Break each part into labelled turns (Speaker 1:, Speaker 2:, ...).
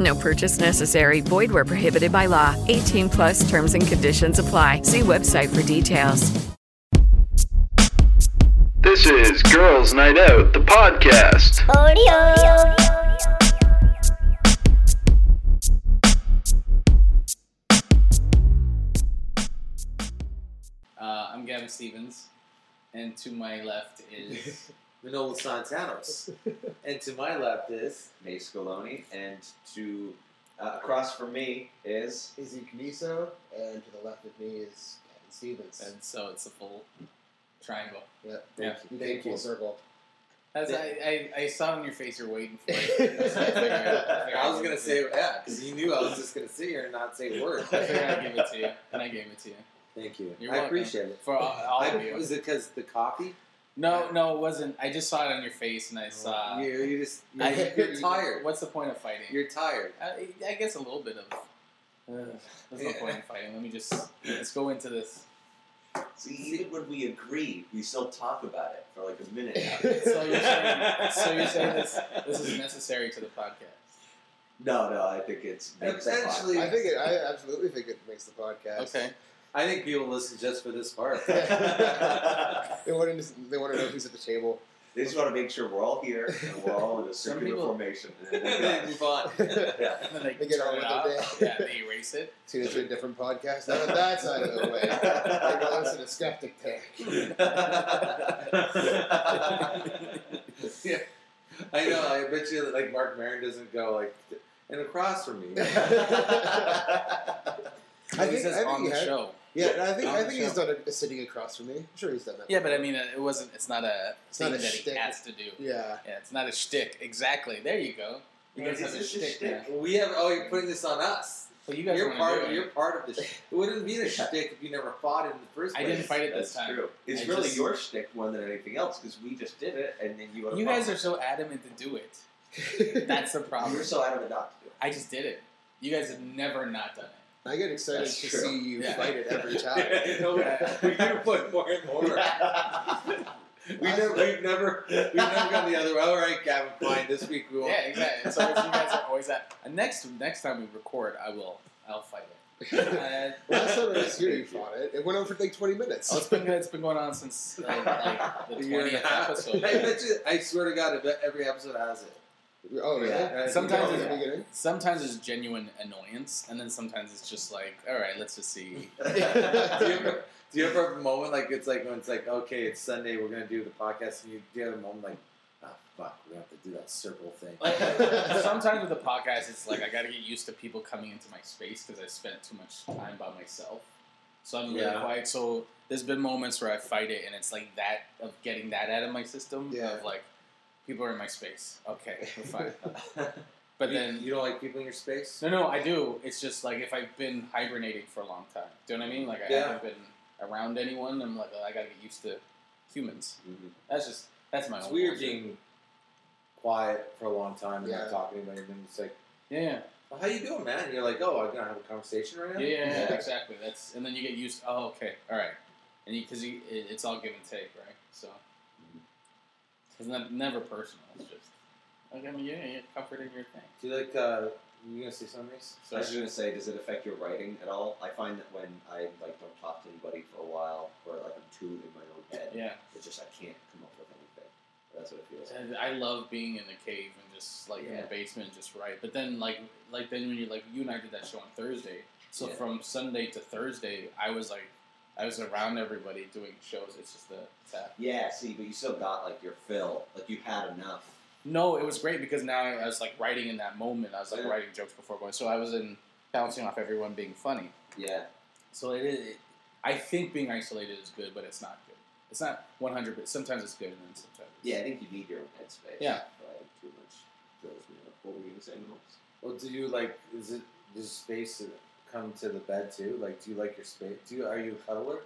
Speaker 1: No purchase necessary. Void where prohibited by law. 18 plus terms and conditions apply. See website for details.
Speaker 2: This is Girls Night Out, the podcast.
Speaker 3: Uh, I'm Gavin Stevens, and to my left is
Speaker 4: Manolo Santanos. and to my left is Mace Scaloni, and to uh, across from me is
Speaker 5: Izzy Caniso, and to the left of me is Kevin Stevens.
Speaker 3: and so it's a full triangle.
Speaker 5: yep.
Speaker 3: Yeah.
Speaker 5: You
Speaker 4: Thank
Speaker 5: came full
Speaker 4: you.
Speaker 5: circle.
Speaker 3: As I, I, I saw on your face you're waiting for it.
Speaker 4: I was gonna say yeah, because you knew I was just gonna sit here and not say a word.
Speaker 3: I figured I'd give it to you, and I gave it to you
Speaker 4: Thank you.
Speaker 3: You're
Speaker 4: I
Speaker 3: welcome.
Speaker 4: appreciate it.
Speaker 3: for all, all
Speaker 4: I,
Speaker 3: of you.
Speaker 4: was it because the coffee?
Speaker 3: No, no, it wasn't. I just saw it on your face, and I
Speaker 5: uh,
Speaker 3: saw.
Speaker 4: Oh, you, you just you're,
Speaker 3: I-
Speaker 4: you're tired.
Speaker 3: What's the point of fighting?
Speaker 4: You're tired.
Speaker 3: I, I guess a little bit of. Ugh, there's no
Speaker 4: Yeah.
Speaker 3: point in fighting. Let me just let's go into this.
Speaker 6: See, even when we agree, we still talk about it for like a minute.
Speaker 3: So you're saying, so you're saying this this is necessary to the podcast?
Speaker 6: no, no, I think it's makes the
Speaker 4: Essentially-
Speaker 6: podcast.
Speaker 5: I think it, I absolutely think it makes the podcast.
Speaker 3: Okay.
Speaker 4: I think people listen just for this part.
Speaker 5: They want to they want to know who's at the table.
Speaker 6: they just want to make sure we're all here and we're all in a
Speaker 3: Some
Speaker 6: circular
Speaker 3: people-
Speaker 6: formation. And then
Speaker 4: Then move on.
Speaker 5: Tune
Speaker 6: yeah.
Speaker 3: And then they,
Speaker 5: They get
Speaker 3: turn
Speaker 5: on
Speaker 3: it
Speaker 5: with
Speaker 3: off.
Speaker 5: their day.
Speaker 3: Yeah, they erase it.
Speaker 5: into a different podcast. Not on that side of the way. They go listen to Skeptic Tank.
Speaker 4: yeah. I know. I bet you, like Mark Maron doesn't go like, and across from me.
Speaker 5: I
Speaker 3: He
Speaker 5: think,
Speaker 3: says
Speaker 5: I think
Speaker 3: on
Speaker 5: he
Speaker 3: the
Speaker 5: had-
Speaker 3: show.
Speaker 5: Yeah, and I think
Speaker 3: On
Speaker 5: I
Speaker 3: the
Speaker 5: think he's
Speaker 3: show.
Speaker 5: done it uh, sitting across from me. I'm sure he's done that.
Speaker 3: Yeah, but I mean, uh, it wasn't. It's not a
Speaker 5: It's
Speaker 3: thing
Speaker 5: not a
Speaker 3: that he
Speaker 5: shtick.
Speaker 3: has to do.
Speaker 5: yeah.
Speaker 3: Yeah, it's not a shtick. Exactly. There you go. You
Speaker 6: Yeah,
Speaker 3: guys
Speaker 6: this
Speaker 3: have a
Speaker 6: is a
Speaker 3: shtick
Speaker 6: shtick.
Speaker 3: now.
Speaker 4: Well, we have. Oh, you're putting this on us.
Speaker 3: Well, you guys
Speaker 4: you're
Speaker 3: wanna
Speaker 4: part.
Speaker 3: do it.
Speaker 4: You're part of this. It wouldn't be a shtick if you never fought it in the first
Speaker 3: I
Speaker 4: place.
Speaker 3: didn't fight it this
Speaker 6: That's
Speaker 3: time.
Speaker 6: true. It's
Speaker 3: I
Speaker 6: really
Speaker 3: just-
Speaker 6: your shtick more than anything else because we just did it and then you. had a
Speaker 3: You guys are
Speaker 6: problem.
Speaker 3: so adamant to do it. That's the problem.
Speaker 6: You're so adamant not to do
Speaker 3: I just did it. You guys have never not done it.
Speaker 5: I get excited
Speaker 6: That's
Speaker 5: to
Speaker 6: true.
Speaker 5: see you
Speaker 3: Yeah.
Speaker 5: fight it every time.
Speaker 4: you know, we we do put more and more.
Speaker 6: it.
Speaker 4: We never, we've never, we've never gone the other way. All right, Gavin, fine. This week we won't.
Speaker 3: Yeah, exactly. So you guys are always at. and Next next time we record, I will. I'll fight it. Uh,
Speaker 5: Last time I was here, you fought it. It went on for like 20 minutes.
Speaker 3: oh, it's been it's been going on since uh, like the
Speaker 4: A year and a
Speaker 3: twentieth
Speaker 4: half.
Speaker 3: episode.
Speaker 4: I bet you. I swear to God, I bet every episode has it.
Speaker 5: oh, really?
Speaker 4: Yeah.
Speaker 5: Uh,
Speaker 3: Sometimes
Speaker 5: you
Speaker 3: it's-
Speaker 5: know, in the beginning?
Speaker 3: Sometimes it's genuine annoyance, and then sometimes it's just like, all right, let's just see.
Speaker 4: do, you ever, do you ever have a moment like it's like when it's like okay, it's Sunday, we're gonna do the podcast, and you do you have a moment like, oh fuck, we have to do that circle thing.
Speaker 3: sometimes with the podcast, it's like I got to get used to people coming into my space because I spent too much time by myself. So I'm really
Speaker 4: Yeah.
Speaker 3: quiet. So there's been moments where I fight it, and it's like that of getting that out of my system
Speaker 5: Yeah.
Speaker 3: of like people are in my space. Okay, we're fine. but
Speaker 4: You-
Speaker 3: then
Speaker 4: you don't like people in your space.
Speaker 3: no, no, I do. It's just like if I've been hibernating for a long time. Do you know what I mean? Like I
Speaker 4: Yeah.
Speaker 3: haven't been around anyone. I'm like I got to get used to humans. That's just that's my
Speaker 4: Mm-hmm. It's
Speaker 3: own
Speaker 4: weird
Speaker 3: bullshit.
Speaker 4: being quiet for a long time and
Speaker 5: Yeah.
Speaker 4: not talking to anybody, and then it's like,
Speaker 3: Yeah, yeah.
Speaker 4: well, how you doing, man? And you're like, oh, I'm gonna have a conversation right now.
Speaker 3: Yeah, yeah, yeah, exactly. That's and then you get used. Oh, okay, all right, and because you, it, it's all give and take, right? So
Speaker 4: Mm-hmm.
Speaker 3: it's not, never personal. It's just like I mean, yeah, you're comforting your thing.
Speaker 4: Do you like? Uh, you gonna say something? Mace?
Speaker 6: I was just gonna say, does it affect your writing at all? I find that when I like don't talk to anybody for a while, or like I'm too in my own head,
Speaker 3: Yeah,
Speaker 6: it's just I can't come up with anything. That's what it feels like.
Speaker 3: and I love being in the cave and just like in the
Speaker 6: Yeah.
Speaker 3: basement, and just write. But then like like then when you like you and I did that show on Thursday, so
Speaker 6: Yeah.
Speaker 3: from Sunday to Thursday, I was like I was around everybody doing shows. It's just the tap.
Speaker 6: Yeah, see, but you still got like your fill. Like you had enough.
Speaker 3: No, it was great because now I, I was like writing in that moment. I was like
Speaker 6: Yeah.
Speaker 3: writing jokes before going. So I was in bouncing off everyone being funny.
Speaker 6: Yeah.
Speaker 3: So it is. It, I think being isolated is good, but it's not good. It's not one hundred. But sometimes it's good, and then sometimes it's
Speaker 6: Yeah, I think you need your own headspace.
Speaker 3: Yeah.
Speaker 6: Like too much fills me up. What were you gonna say, Mahomes?
Speaker 4: Well, do you like? Is it does space to come to the bed too? Like, do you like your space? Do you, are you a cuddler?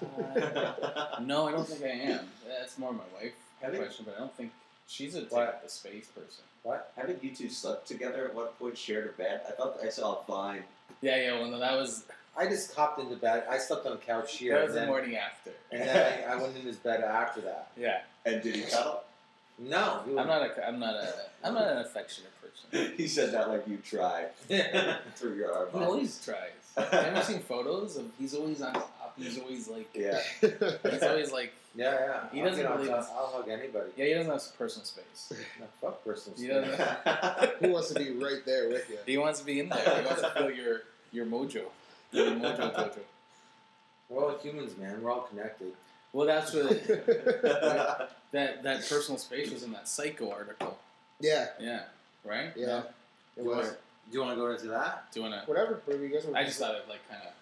Speaker 3: Uh, no, I don't think I am. That's more my wife
Speaker 4: Have you?
Speaker 3: question, but I don't think she's a
Speaker 4: Why?
Speaker 3: type of space person.
Speaker 4: What?
Speaker 6: Haven't you two slept together at one point, shared a bed? I thought I saw a vine.
Speaker 3: Yeah, yeah. Well, no, that was
Speaker 4: I just hopped into bed. I slept on a couch here,
Speaker 3: that was
Speaker 4: and
Speaker 3: the
Speaker 4: then,
Speaker 3: morning after.
Speaker 4: and then I, I went in his bed after that.
Speaker 3: Yeah,
Speaker 6: And did he cuddle?
Speaker 4: No, he
Speaker 3: I'm
Speaker 4: was-
Speaker 3: not a, I'm not a, I'm not an affectionate person.
Speaker 6: he said that like you tried through your arm.
Speaker 3: He always tries. Have you seen photos of? He's always on top. He's always like,
Speaker 6: Yeah.
Speaker 3: he's always like,
Speaker 4: Yeah, yeah.
Speaker 3: He
Speaker 4: I'll
Speaker 3: doesn't
Speaker 4: get on
Speaker 3: really-
Speaker 4: top. I'll hug anybody.
Speaker 3: yeah, he doesn't have personal space.
Speaker 4: No, fuck personal
Speaker 3: He
Speaker 4: space.
Speaker 3: doesn't-
Speaker 5: Who wants to be right there with you?
Speaker 3: He wants to be in there. He wants to feel your your mojo, your mojo dojo.
Speaker 4: We're all humans, man. We're all connected.
Speaker 3: Well, that's what that that personal space was in that Psycho article.
Speaker 5: yeah,
Speaker 3: Yeah, right.
Speaker 5: yeah. It
Speaker 4: Do you
Speaker 5: was.
Speaker 4: wanna- do you want to go into that?
Speaker 3: Doing a.
Speaker 5: Whatever, bro. You guys were.
Speaker 3: I just thought it like kind of.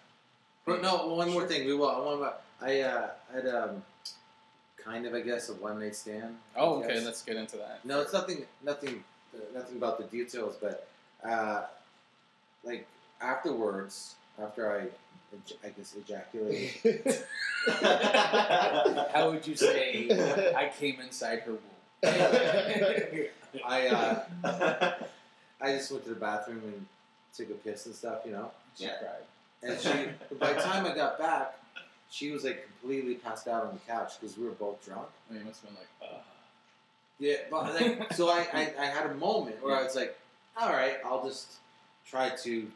Speaker 4: But no, one more
Speaker 3: Sure.
Speaker 4: thing. We will. I want to. I uh, had um, kind of, I guess, a one night stand.
Speaker 3: Oh, okay.
Speaker 4: Yes.
Speaker 3: Let's get into that.
Speaker 4: No, it's nothing, nothing, nothing about the details, but uh, like afterwards, after I, ej- I guess, ejaculated.
Speaker 3: How would you say I came inside her womb?
Speaker 4: I, uh, I just went to the bathroom and took a piss and stuff, you know.
Speaker 3: she
Speaker 6: Yeah.
Speaker 3: cried.
Speaker 4: And she, by the time I got back, she was like completely passed out on the couch because we were both drunk.
Speaker 3: I mean, it must have been like, uh, Ugh.
Speaker 4: Yeah, but like, so I, I, I had a moment where I was like, all right, I'll just try to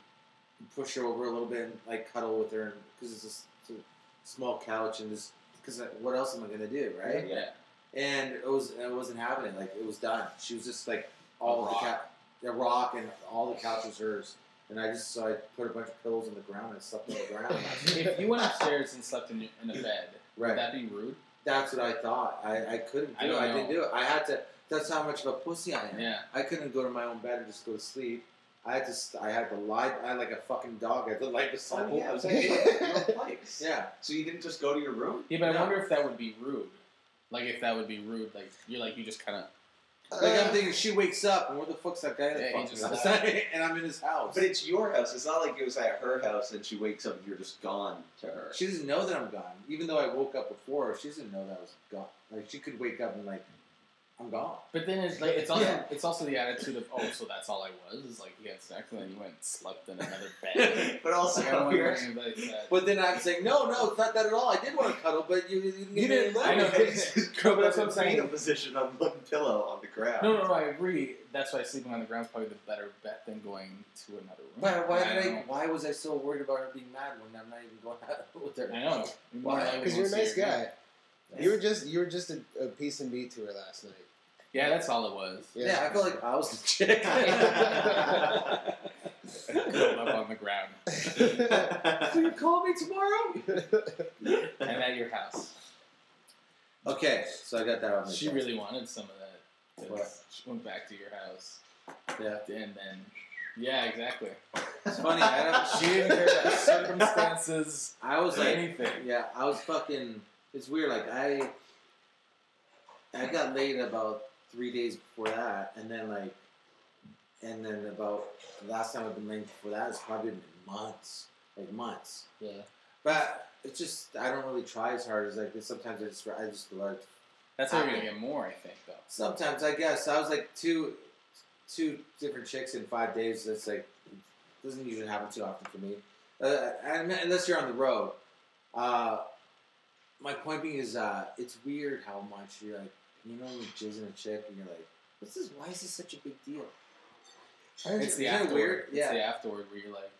Speaker 4: push her over a little bit and like cuddle with her because it's just it's a small couch and just because what else am I gonna do, right?
Speaker 6: Yeah.
Speaker 4: And it was it wasn't happening. Like it was done. She was just like all
Speaker 6: A
Speaker 4: of the
Speaker 6: rock.
Speaker 4: couch, the rock, and all the couch was hers. And I just so I put a bunch of pillows on the ground and slept on the ground.
Speaker 3: if you went upstairs and slept in, in a bed,
Speaker 4: right.
Speaker 3: would that be rude?
Speaker 4: That's what I thought. I, I couldn't
Speaker 3: I
Speaker 4: do it.
Speaker 3: don't
Speaker 4: I didn't
Speaker 3: know.
Speaker 4: do it. I had to. That's how much of a pussy I am.
Speaker 3: Yeah.
Speaker 4: I couldn't go to my own bed and just go to sleep. I had to. St- I had to lie. I like a fucking dog. I had to lie beside.
Speaker 6: Oh, yeah, I
Speaker 4: her.
Speaker 6: was like, you were- you were in place.
Speaker 4: yeah.
Speaker 6: So you didn't just go to your room?
Speaker 3: Yeah, but
Speaker 4: No.
Speaker 3: I wonder if that would be rude. Like if that would be rude. Like you're like you just kind of.
Speaker 4: Like
Speaker 6: Uh.
Speaker 4: I'm thinking, she wakes up and where the fuck's that guy that
Speaker 3: Yeah, he
Speaker 4: fucked me
Speaker 3: just
Speaker 4: last
Speaker 3: died.
Speaker 4: night? And I'm in his house.
Speaker 6: But it's your house. It's not like it was at her house and she wakes up and you're just gone to her.
Speaker 4: she doesn't know that I'm gone. Even though I woke up before, she doesn't know that I was gone. Like she could wake up and like, I'm gone.
Speaker 3: But then it's like it's also
Speaker 4: Yeah.
Speaker 3: it's also the attitude of oh so that's all I was is like you had sex and then you went and slept in another bed.
Speaker 6: but also,
Speaker 3: Like, I wonder
Speaker 6: you're,
Speaker 3: if anybody said.
Speaker 4: But then I'm saying, no, no, it's not that at all. I did want to cuddle, but you, you didn't.
Speaker 6: you didn't
Speaker 3: I know.
Speaker 6: look. It's just
Speaker 3: No, but
Speaker 6: curled
Speaker 3: that's what
Speaker 6: up
Speaker 3: I'm
Speaker 6: in
Speaker 3: saying.
Speaker 6: fetal position on one pillow on the ground.
Speaker 3: No, no, no, I agree. That's why sleeping on the ground is probably the better bet than going to another room.
Speaker 4: Why, why did I?
Speaker 3: don't
Speaker 4: Why was I so worried about her being mad when I'm not even going out with her?
Speaker 3: know. I know. You more likely
Speaker 5: Because you're a
Speaker 3: won't see
Speaker 5: nice
Speaker 3: her
Speaker 5: guy.
Speaker 3: again.
Speaker 5: You were just you were just a, a piece of meat to her last night.
Speaker 3: Yeah, that's all it was.
Speaker 4: Yeah, I feel like I was the chick.
Speaker 3: Curled up on the ground
Speaker 4: So you call me tomorrow?
Speaker 3: and at your house.
Speaker 4: Okay, so I got that on my
Speaker 3: She
Speaker 4: chest.
Speaker 3: really wanted some of that. So
Speaker 4: What?
Speaker 3: She went back to your house
Speaker 4: Yeah.
Speaker 3: and then. Yeah, exactly.
Speaker 4: It's funny. I, don't,
Speaker 3: She didn't care about circumstances
Speaker 4: I was
Speaker 3: or
Speaker 4: like,
Speaker 3: anything.
Speaker 4: yeah, I was fucking. It's weird. Like I, I got laid about three days before that, and then like, and then about the last time I've been laid before that, it's probably been months, like months.
Speaker 3: Yeah.
Speaker 4: But it's just I don't really try as hard as like sometimes I just I just like
Speaker 3: That's how you're gonna get more, I think, though.
Speaker 4: Sometimes I guess I was like two, two different chicks in five days. That's like doesn't usually happen too often for me, uh, and- unless you're on the road. Uh, my point being is, uh, it's weird how much you're like, you know, like jizzing a chick, and you're like, what's this? Why is this such a big deal?
Speaker 3: It's the
Speaker 4: Isn't it
Speaker 3: afterward.
Speaker 4: weird?
Speaker 3: It's
Speaker 4: Yeah.
Speaker 3: the afterward where you're like,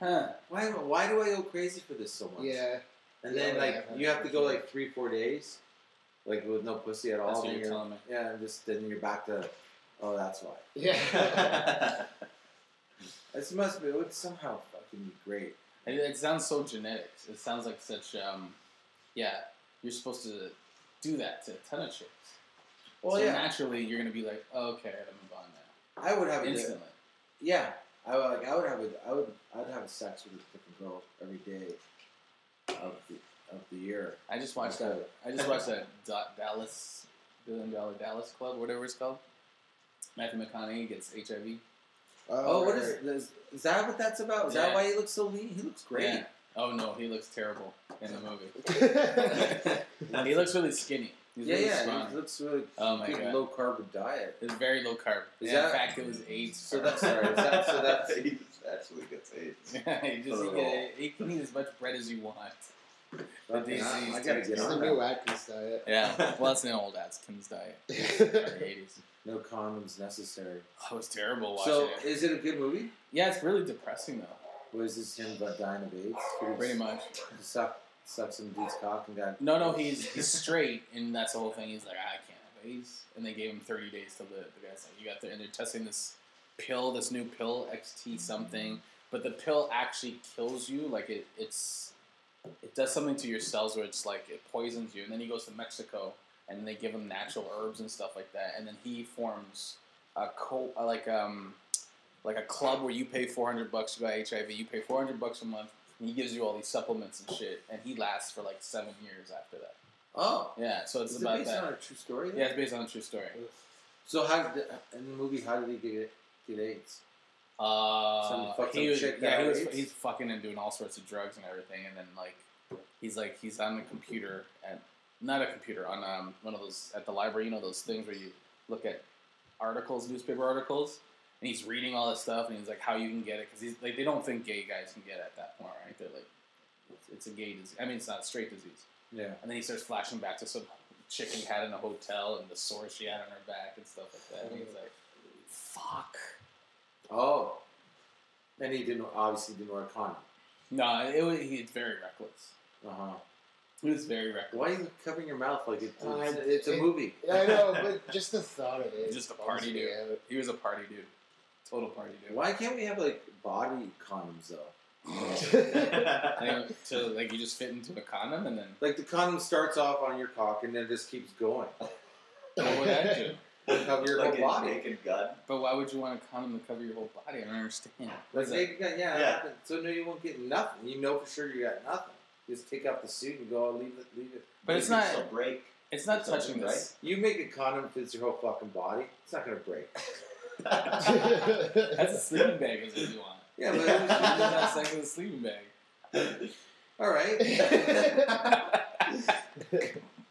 Speaker 3: huh?
Speaker 4: Why? Why do I go crazy for this so much?
Speaker 5: Yeah,
Speaker 4: And
Speaker 5: Yeah,
Speaker 4: then
Speaker 5: yeah,
Speaker 4: like
Speaker 5: yeah.
Speaker 4: you have to go like three, four days, like with no pussy at all.
Speaker 3: That's what
Speaker 4: and
Speaker 3: you're telling me.
Speaker 4: Yeah, and just then you're back to, oh, that's why.
Speaker 5: yeah.
Speaker 4: This must be. It would somehow fucking be great.
Speaker 3: It, it sounds so genetic. It sounds like such. Um, yeah, you're supposed to do that to a ton of chicks.
Speaker 4: Well,
Speaker 3: so
Speaker 4: yeah.
Speaker 3: naturally, you're gonna be like, oh, okay, I'm gonna move on now.
Speaker 4: I would have a di-
Speaker 3: Instantly.
Speaker 4: yeah. I would like I would have a I would I'd have sex with a different girl every day of the of the year.
Speaker 3: I just watched
Speaker 4: Just
Speaker 3: that.
Speaker 4: gotta-
Speaker 3: I just watched that Da- Dallas billion dollar Dallas Club, whatever it's called. Matthew McConaughey gets HIV.
Speaker 4: Oh, what
Speaker 5: right,
Speaker 4: is,
Speaker 5: right.
Speaker 4: is is that what that's about? Is that
Speaker 3: Yeah.
Speaker 4: why he looks so lean? He looks great.
Speaker 3: Yeah. Oh no, he looks terrible in the movie. he looks really skinny. He's
Speaker 4: yeah,
Speaker 3: really
Speaker 4: yeah,
Speaker 3: strong.
Speaker 4: He looks really
Speaker 3: Oh my
Speaker 4: good
Speaker 3: God.
Speaker 4: low carb diet.
Speaker 3: It's very low carb. Yeah,
Speaker 4: Is that-
Speaker 3: in fact, it was AIDS.
Speaker 4: So that's sorry. Is that, so that's
Speaker 6: that's what gets AIDS.
Speaker 3: you just
Speaker 6: Put
Speaker 3: you
Speaker 6: it
Speaker 3: get, you can eat as much bread as you want. The
Speaker 4: okay,
Speaker 3: disease
Speaker 4: I, I gotta get
Speaker 5: It's the
Speaker 4: on
Speaker 5: new
Speaker 4: that.
Speaker 5: Atkins diet.
Speaker 3: Yeah, well, that's an old Atkins diet. Eighties.
Speaker 4: No condoms necessary.
Speaker 3: I was terrible watching
Speaker 4: So
Speaker 3: it.
Speaker 4: is it a good movie?
Speaker 3: Yeah, it's really depressing though.
Speaker 4: Was this him about dying of AIDS? He was-
Speaker 3: Pretty much.
Speaker 4: he Suck, suck some dude's cock and got.
Speaker 3: No, no, he's he's straight, and that's the whole thing. He's like, I can't have AIDS, and they gave him thirty days to live. The guy's like, you got there, and they're testing this pill, this new pill, XT something, but the pill actually kills you. Like it, it's it does something to your cells where it's like it poisons you, and then he goes to Mexico, and they give him natural herbs and stuff like that, and then he forms a co uh, like um like a club where you pay four hundred bucks, you got HIV, you pay four hundred bucks a month. and He gives you all these supplements and shit, and he lasts for like seven years after that.
Speaker 4: Oh,
Speaker 3: Yeah, so it's
Speaker 4: is it
Speaker 3: about
Speaker 4: based
Speaker 3: that.
Speaker 4: on a true story? then?
Speaker 3: yeah, it's based on a true story.
Speaker 4: So how did the, in the movie? How did he get get AIDS? Some
Speaker 3: Uh,
Speaker 4: fucked
Speaker 3: he
Speaker 4: up
Speaker 3: was,
Speaker 4: chick
Speaker 3: yeah,
Speaker 4: that
Speaker 3: he was,
Speaker 4: reads?
Speaker 3: he's fucking and doing all sorts of drugs and everything, and then like he's like he's on the computer at not a computer on um, one of those at the library, you know those things where you look at articles, newspaper articles, and he's reading all this stuff, and he's like, how you can get it because he's like they don't think gay guys can get it at that point, right? They're like it's, it's a gay disease. I mean, it's not straight disease.
Speaker 4: Yeah.
Speaker 3: And then he starts flashing back to some chick he had in a hotel and the sores she had on her back and stuff like that. And he's like, fuck.
Speaker 4: Oh. And he didn't obviously didn't wear a condom.
Speaker 3: No, it was, he's very reckless.
Speaker 4: Uh
Speaker 3: Uh-huh.
Speaker 4: huh.
Speaker 3: He was very reckless.
Speaker 4: Why are you covering your mouth like it, it's,
Speaker 5: Uh,
Speaker 4: it's a
Speaker 5: it-
Speaker 4: movie?
Speaker 5: I know, but just the thought of it.
Speaker 3: Just a party
Speaker 5: bums me
Speaker 3: dude.
Speaker 5: out.
Speaker 3: He was a party dude. Total party dude.
Speaker 4: Why can't we have like body condoms though?
Speaker 3: Like, so, like, you just fit into a condom and then.
Speaker 4: Like the condom starts off on your cock and then it just keeps going.
Speaker 3: What would that do?
Speaker 4: Cover your
Speaker 6: like
Speaker 4: whole
Speaker 6: a
Speaker 4: body.
Speaker 6: naked gun.
Speaker 3: But why would you want a condom to cover your whole body? I don't understand.
Speaker 4: Like
Speaker 3: Is
Speaker 4: they,
Speaker 3: that-
Speaker 4: yeah, yeah.
Speaker 6: Yeah.
Speaker 4: happens. So no, you won't get nothing. You know for sure you got nothing. Just take off the suit and go. Leave it. Leave it.
Speaker 3: but it's
Speaker 6: You can
Speaker 3: not.
Speaker 6: still break.
Speaker 3: It's not
Speaker 6: it's something,
Speaker 3: touching this.
Speaker 4: You make a condom fits your whole fucking body. It's not gonna break.
Speaker 3: That's a sleeping bag, is what you want.
Speaker 4: Yeah, but
Speaker 3: You just have sex with a sleeping bag.
Speaker 4: all right.
Speaker 5: I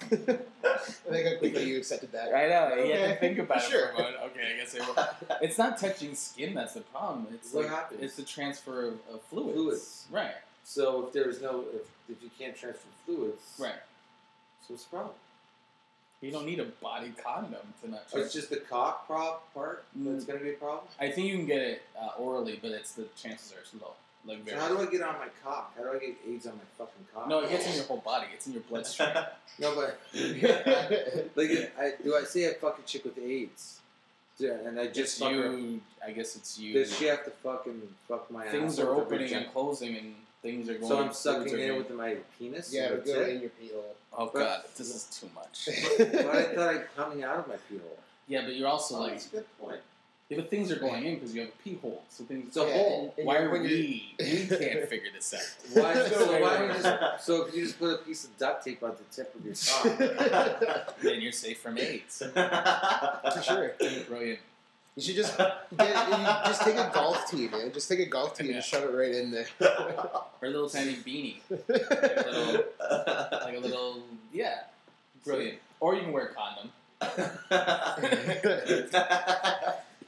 Speaker 5: think how quickly you accepted that.
Speaker 3: I know. You have
Speaker 5: Okay.
Speaker 3: to think about it
Speaker 5: Sure.
Speaker 3: for a moment. Okay, I guess I will. It's not touching skin that's the problem. It's
Speaker 4: What
Speaker 3: like
Speaker 4: happens?
Speaker 3: it's the transfer of, of fluids.
Speaker 4: Fluids.
Speaker 3: Right.
Speaker 4: so if there's no, if, if you can't transfer fluids,
Speaker 3: Right.
Speaker 4: So what's the problem?
Speaker 3: You don't need a body condom to not.
Speaker 4: Or
Speaker 3: Transfer.
Speaker 4: Oh, it's just the cock prop part
Speaker 3: Mm.
Speaker 4: that's gonna be a problem.
Speaker 3: I think you can get it uh, orally, but it's the chances are it's low. Like
Speaker 4: So
Speaker 3: very.
Speaker 4: how do I get on my cock? How do I get AIDS on my fucking cock?
Speaker 3: no, it gets in your whole body. It's in your bloodstream.
Speaker 4: no, but like, I, do I say I fuck a chick with AIDS? Yeah, and I just
Speaker 3: Just
Speaker 4: fuck her.
Speaker 3: you. I guess it's you.
Speaker 4: Does she have to fucking fuck my ass
Speaker 3: things are
Speaker 4: with her
Speaker 3: opening
Speaker 4: vagina?
Speaker 3: and closing, and things are going.
Speaker 4: So I'm
Speaker 3: fluids
Speaker 4: sucking
Speaker 3: are
Speaker 4: in
Speaker 3: going-
Speaker 4: with my penis.
Speaker 5: yeah,
Speaker 4: and
Speaker 5: but
Speaker 4: that's
Speaker 5: go in
Speaker 4: it?
Speaker 5: your pee hole.
Speaker 3: Oh god, this is too much.
Speaker 4: But I thought I coming out of my pee hole.
Speaker 3: Yeah, but you're also
Speaker 6: Oh,
Speaker 3: like,
Speaker 6: that's a good point.
Speaker 3: yeah, but things are going in because you have a pee hole, so things.
Speaker 4: It's a
Speaker 5: Yeah,
Speaker 4: hole.
Speaker 5: and
Speaker 3: Why
Speaker 5: you're-
Speaker 3: are
Speaker 5: when you're-
Speaker 3: we? We can't figure this out.
Speaker 4: Why? So
Speaker 3: Wait,
Speaker 4: why
Speaker 3: wait,
Speaker 4: don't you just, so if you just put a piece of duct tape on the tip of your cock,
Speaker 3: Then you're safe from AIDS.
Speaker 5: For sure.
Speaker 3: Brilliant.
Speaker 5: You should just get, you just take a golf tee, man. Just take a golf tee
Speaker 3: Yeah.
Speaker 5: and shove it right in there.
Speaker 3: Or a little tiny beanie,
Speaker 5: That's
Speaker 3: like a little yeah. Brilliant. Or you can wear a condom.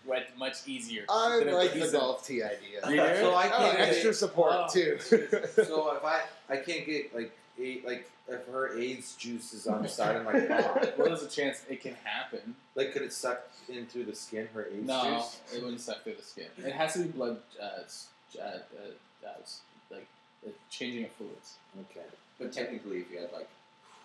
Speaker 3: Right, much easier.
Speaker 5: I
Speaker 3: Than a
Speaker 5: like the
Speaker 3: piece
Speaker 5: golf tee idea.
Speaker 3: You hear
Speaker 4: So
Speaker 3: it?
Speaker 4: I
Speaker 5: Oh,
Speaker 4: can't get
Speaker 5: extra support
Speaker 3: Oh.
Speaker 5: too.
Speaker 4: So if I I can't get like a, like if her AIDS juice is on the side of my cock,
Speaker 3: Well, there's a chance it can happen.
Speaker 4: like could it suck in through the skin? Her AIDS
Speaker 3: No,
Speaker 4: juice.
Speaker 3: it wouldn't suck through the skin. It has to be blood, uh, s- uh, uh, uh, s- like uh, changing of fluids.
Speaker 4: Okay.
Speaker 6: But technically, if you had like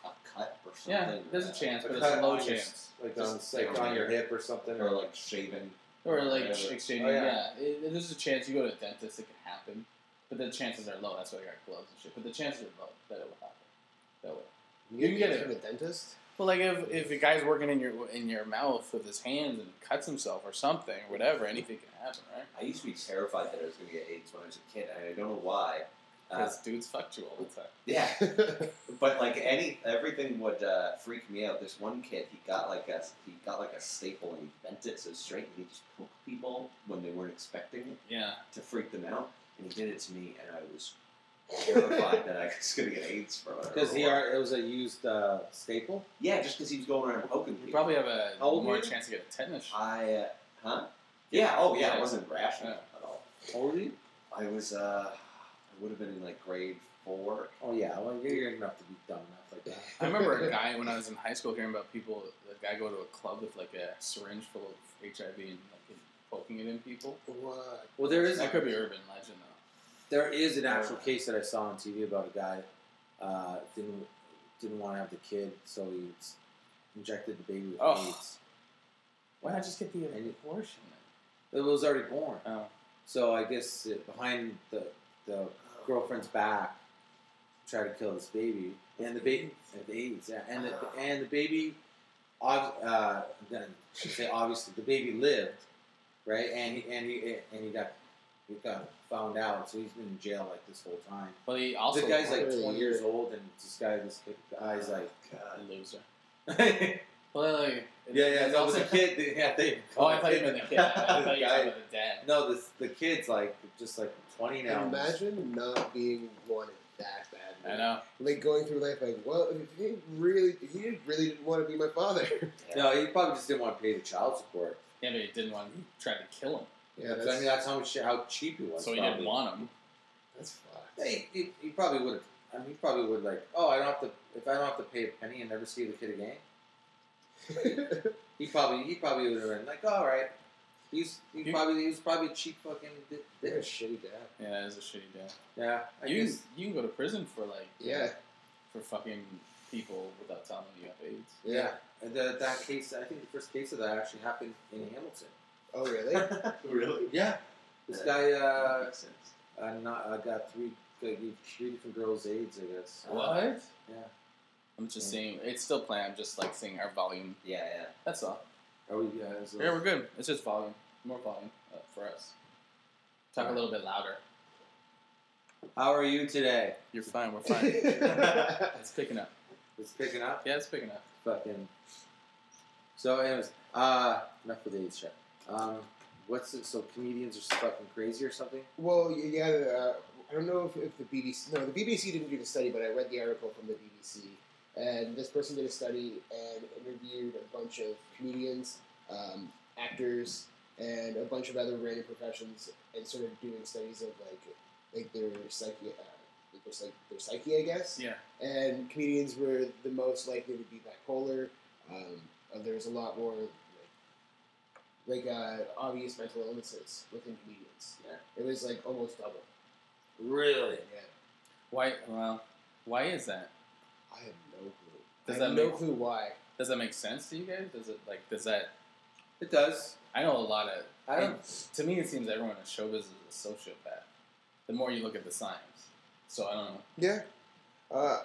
Speaker 6: a cut or something,
Speaker 3: Yeah, there's a chance, but it's
Speaker 4: cut
Speaker 3: a low
Speaker 4: on your-
Speaker 3: chance.
Speaker 4: Like on,
Speaker 6: Just
Speaker 4: like
Speaker 6: down
Speaker 4: on your
Speaker 6: here.
Speaker 4: hip or something,
Speaker 6: or like shaving.
Speaker 3: Or like
Speaker 6: Whatever.
Speaker 3: exchanging,
Speaker 4: Oh,
Speaker 3: yeah.
Speaker 4: yeah.
Speaker 3: It- it- there's a chance you go to a dentist, it can happen. But the chances are low. That's why I got gloves and shit. But the chances are low that it will happen. That way. You can get it.
Speaker 5: from the dentist.
Speaker 3: Well, like if if a guy's working in your in your mouth with his hands and cuts himself or something, whatever, anything can happen, right?
Speaker 6: I used to be terrified that I was going to get AIDS when I was a kid, and I don't know why. Uh,
Speaker 3: Because dudes fucked you all the time.
Speaker 6: yeah, but like any everything would uh, freak me out. This one kid, he got like a he got like a staple and he bent it so straight, and he just poked people when they weren't expecting it
Speaker 3: Yeah.
Speaker 6: to freak them out, and he did it to me, and I was terrified that I was going to get AIDS from it. I don't
Speaker 4: Because
Speaker 6: know
Speaker 4: he
Speaker 6: why.
Speaker 4: are, it was a used uh, staple.
Speaker 6: yeah, just because he was going around poking
Speaker 3: You
Speaker 6: people.
Speaker 3: probably have a
Speaker 4: How old
Speaker 3: more
Speaker 4: were you?
Speaker 3: chance to get a tetanus shot.
Speaker 6: I uh, huh? Yeah. Oh yeah,
Speaker 3: Yeah.
Speaker 6: it wasn't rational at all.
Speaker 4: How old were you?
Speaker 6: I was uh, I would have been in like grade four.
Speaker 4: Oh yeah, well you're young enough to be dumb enough like that.
Speaker 3: I remember a guy when I was in high school hearing about people, a guy go to a club with like a syringe full of HIV and like poking it in people.
Speaker 5: What?
Speaker 4: Well, there is
Speaker 3: That could be urban legend though.
Speaker 4: there is an actual case that I saw on TV about a guy uh, didn't didn't want to have the kid, so he s- injected the baby with
Speaker 3: Ugh.
Speaker 4: AIDS.
Speaker 3: Why not just get the
Speaker 4: And
Speaker 3: abortion?
Speaker 4: It was already born,
Speaker 3: Then? Oh,
Speaker 4: so I guess it, behind the the girlfriend's back, tried to kill this baby, and the baby the AIDS, yeah, and the and the baby, ob- uh, then I should say obviously the baby lived, right, and he and he and he got he got found out, so he's been in jail like this whole time.
Speaker 3: well, he also
Speaker 4: the guy's like
Speaker 5: Really?
Speaker 4: 20 years old, and this guy, this kid- guy's like,
Speaker 3: a loser.
Speaker 4: yeah,
Speaker 3: Well, like,
Speaker 4: yeah,
Speaker 3: it's
Speaker 4: no,
Speaker 3: also
Speaker 4: the kid, the, yeah, they.
Speaker 3: Oh, I thought you meant the kid. I thought you
Speaker 4: The guy-
Speaker 3: meant the dad.
Speaker 4: no, this, the kid's like just like 20 now.
Speaker 5: Imagine not being wanted that
Speaker 3: I
Speaker 5: badly.
Speaker 3: know.
Speaker 5: Like going through life, like, well, he really, he really didn't want to be my father.
Speaker 4: No, he probably just didn't want to pay the child support.
Speaker 3: Yeah, but he didn't want. He tried to kill him,
Speaker 5: yeah,
Speaker 4: So, I mean,
Speaker 5: that's
Speaker 4: that's how much how cheap he was.
Speaker 3: so he
Speaker 4: probably.
Speaker 3: didn't want him.
Speaker 5: that's fucked.
Speaker 4: Yeah, he, he, he probably would. I mean, he probably would like. Oh, I don't have to. If I don't have to pay a penny and never see the kid again, he probably he probably would have been like, all right. He's he
Speaker 3: You-
Speaker 4: probably he was probably a cheap fucking. Di-
Speaker 5: They're a
Speaker 4: dick.
Speaker 5: shitty dad.
Speaker 3: Yeah, that is a shitty dad.
Speaker 4: Yeah, I
Speaker 3: you
Speaker 4: guess.
Speaker 3: you can go to prison for like
Speaker 5: Yeah,
Speaker 3: for fucking people without telling them you have AIDS.
Speaker 5: yeah.
Speaker 4: And The, that case, I think the first case of that actually happened in Hamilton.
Speaker 5: Oh, really?
Speaker 6: Really?
Speaker 4: Yeah, this guy uh,
Speaker 6: makes sense.
Speaker 4: uh, not, uh, got three got gave three different girls AIDS, I guess.
Speaker 3: What?
Speaker 4: Yeah.
Speaker 3: I'm just saying it's still playing. I'm just like seeing our volume.
Speaker 6: Yeah, yeah.
Speaker 3: That's all.
Speaker 4: Are we guys?
Speaker 3: Yeah, we're good. It's just volume, more volume uh, for us. Talk a little bit louder.
Speaker 4: How are you today?
Speaker 3: You're fine. We're fine. it's picking up.
Speaker 4: It's picking up.
Speaker 3: Yeah, it's picking up.
Speaker 4: Fucking. So, anyways, uh, enough with the AIDS shit. Um, what's it? So comedians are just fucking crazy or something?
Speaker 5: well, y- yeah. Uh, I don't know if, if the BBC. No, the BBC didn't do the study, but I read the article from the BBC. And this person did a study and interviewed a bunch of comedians, um, actors, and a bunch of other random professions, and sort of doing studies of like like their psyche, uh, like their, psych- their psyche, I guess.
Speaker 3: Yeah.
Speaker 5: and comedians were the most likely to be bipolar. Um, uh, there's a lot more like, like uh, obvious mental illnesses within comedians.
Speaker 6: Yeah.
Speaker 5: It was like almost double.
Speaker 4: Really?
Speaker 5: Yeah,
Speaker 3: Why? Well, why is that?
Speaker 5: I have no clue.
Speaker 3: Does
Speaker 5: I have
Speaker 3: that
Speaker 5: no
Speaker 3: make-
Speaker 5: clue why.
Speaker 3: Does that make sense to you guys? Does it like? Does that?
Speaker 4: It does.
Speaker 3: I know a lot of
Speaker 4: I don't.
Speaker 3: To me, it seems everyone in showbiz is a sociopath. The more you look at the signs, so I don't know.
Speaker 5: Yeah. Uh,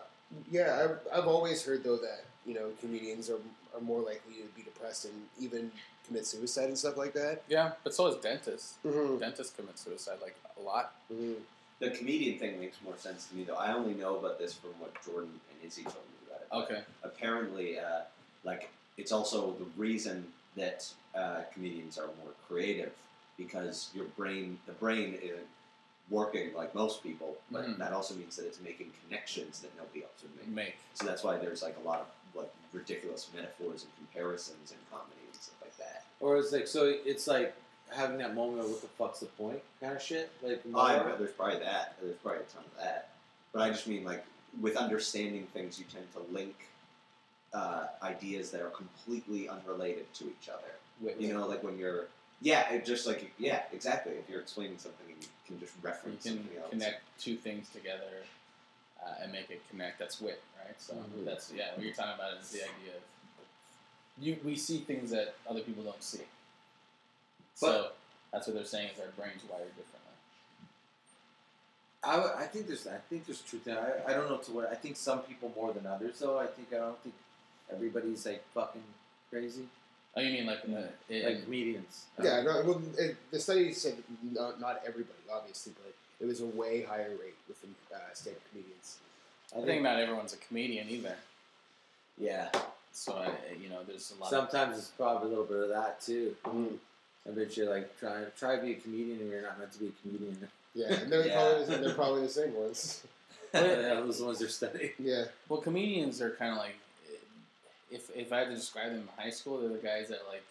Speaker 5: yeah, I've, I've always heard though that you know comedians are, are more likely to be depressed and even commit suicide and stuff like that.
Speaker 3: Yeah, but so is dentists.
Speaker 5: Mm-hmm.
Speaker 3: Dentists commit suicide like a lot.
Speaker 6: The comedian thing makes more sense to me, though. I only know about this from what Jordan and Izzy told me about it. but
Speaker 3: Okay,
Speaker 6: Apparently, uh, like it's also the reason that uh, comedians are more creative because your brain, the brain, isn't working like most people, but
Speaker 3: Mhm.
Speaker 6: that also means that it's making connections that nobody else would make.
Speaker 3: make
Speaker 6: So that's why there's like a lot of like ridiculous metaphors and comparisons in comedy and stuff like that.
Speaker 4: Or it's like so. It's like having that moment of what the fuck's the point kind of shit. Like
Speaker 6: Oh, I
Speaker 4: more-
Speaker 6: bet there's probably that. There's probably a ton of that. But I just mean like with understanding things, you tend to link uh, ideas that are completely unrelated to each other.
Speaker 3: with
Speaker 6: You know, like when you're yeah, it just like yeah, exactly. If you're explaining something, you can just
Speaker 3: you
Speaker 6: reference
Speaker 3: can
Speaker 6: something else.
Speaker 3: connect two things together uh, and make it connect. That's wit, right? So
Speaker 4: Mhm.
Speaker 3: that's yeah. What you're talking about is the idea of you. We see things that other people don't see. so that's what they're saying is our brains wired differently.
Speaker 4: I, would- I think there's I think there's truth. In it. I I don't know to what I think some people more than others though. I think I don't think everybody's like fucking crazy
Speaker 3: Oh, you mean like in the in, uh,
Speaker 4: like comedians.
Speaker 3: Um,
Speaker 5: Yeah, no, well, it, the study said not, not everybody, obviously, but it was a way higher rate with the uh, stand-up comedians.
Speaker 3: I think not everyone's a comedian either.
Speaker 6: Yeah.
Speaker 3: So I, you know, there's a lot. of, Mm.
Speaker 4: Sometimes it's probably a little bit of that too. I bet you're like try try to be a comedian and you're not meant to be a comedian.
Speaker 5: Yeah, and they're,
Speaker 6: Yeah.
Speaker 5: Probably, they're probably the same ones.
Speaker 4: Those ones are studying.
Speaker 5: Yeah,
Speaker 3: well, comedians are kind of like, eh, if if I had to describe them in high school, they're the guys that like,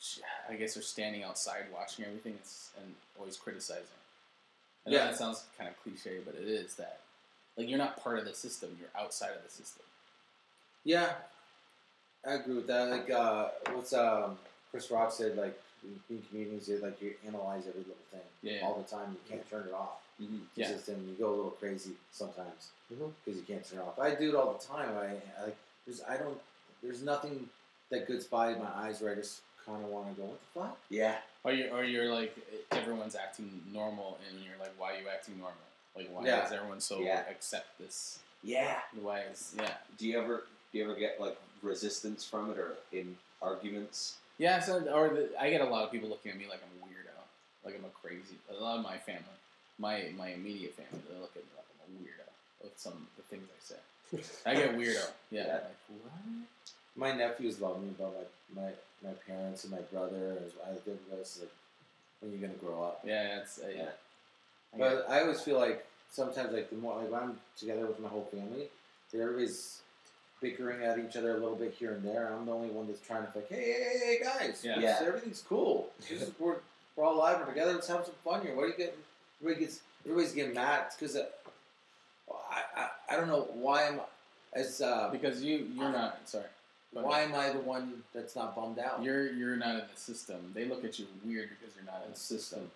Speaker 3: sh- I guess are standing outside watching everything and, s- and always criticizing. I know
Speaker 4: Yeah.
Speaker 3: that sounds kind of cliche, but it is that. Like you're not part of the system; you're outside of the system.
Speaker 4: Yeah, I agree with that. Like, uh, what's um, Chris Rock said? Like, being comedians, you like you analyze every little thing
Speaker 3: Yeah.
Speaker 4: all the time. You can't turn it off.
Speaker 6: Mhm.
Speaker 4: It's
Speaker 3: Yeah.
Speaker 4: just, and you go a little crazy sometimes because
Speaker 6: Mm-hmm.
Speaker 5: Mhm.
Speaker 4: you can't turn it off. I do it all the time. I, I like, there's I don't there's nothing that gets by my eyes where I just kind of want to go. What the fuck?
Speaker 6: Yeah.
Speaker 3: Or you, or you're like everyone's acting normal, and you're like, why are you acting normal? Like, why
Speaker 4: Yeah.
Speaker 3: is everyone so
Speaker 6: Yeah.
Speaker 3: accept this?
Speaker 6: Yeah.
Speaker 3: Why is yeah?
Speaker 6: Do you ever do you ever get like resistance from it or in arguments?
Speaker 3: Yeah, so or the, I get a lot of people looking at me like I'm a weirdo, like I'm a crazy. A lot of my family, my my immediate family, they look at me like I'm a weirdo with some of the things I say. I get weirdo. Yeah,
Speaker 6: Yeah.
Speaker 3: like what?
Speaker 4: My nephews love me, but my my, my parents and my brother. and I think that's like when you're gonna grow up.
Speaker 3: Yeah, it's uh, yeah. I get-
Speaker 4: But I always feel like sometimes, like the more like when I'm together with my whole family, they're always bickering at each other a little bit here and there. And I'm the only one that's trying to like, hey, hey, hey, hey, guys,
Speaker 3: Yeah.
Speaker 4: this-
Speaker 6: Yeah.
Speaker 4: everything's cool. This is- we're, we're all alive. We're together. Let's have some fun here. What are you getting? Everybody gets everybody's getting mad because uh, I, I I don't know why I'm as uh,
Speaker 3: because you you're not sorry. But
Speaker 4: why am I the one that's not bummed out?
Speaker 3: You're you're not in the system. They look at you weird because you're not in the system.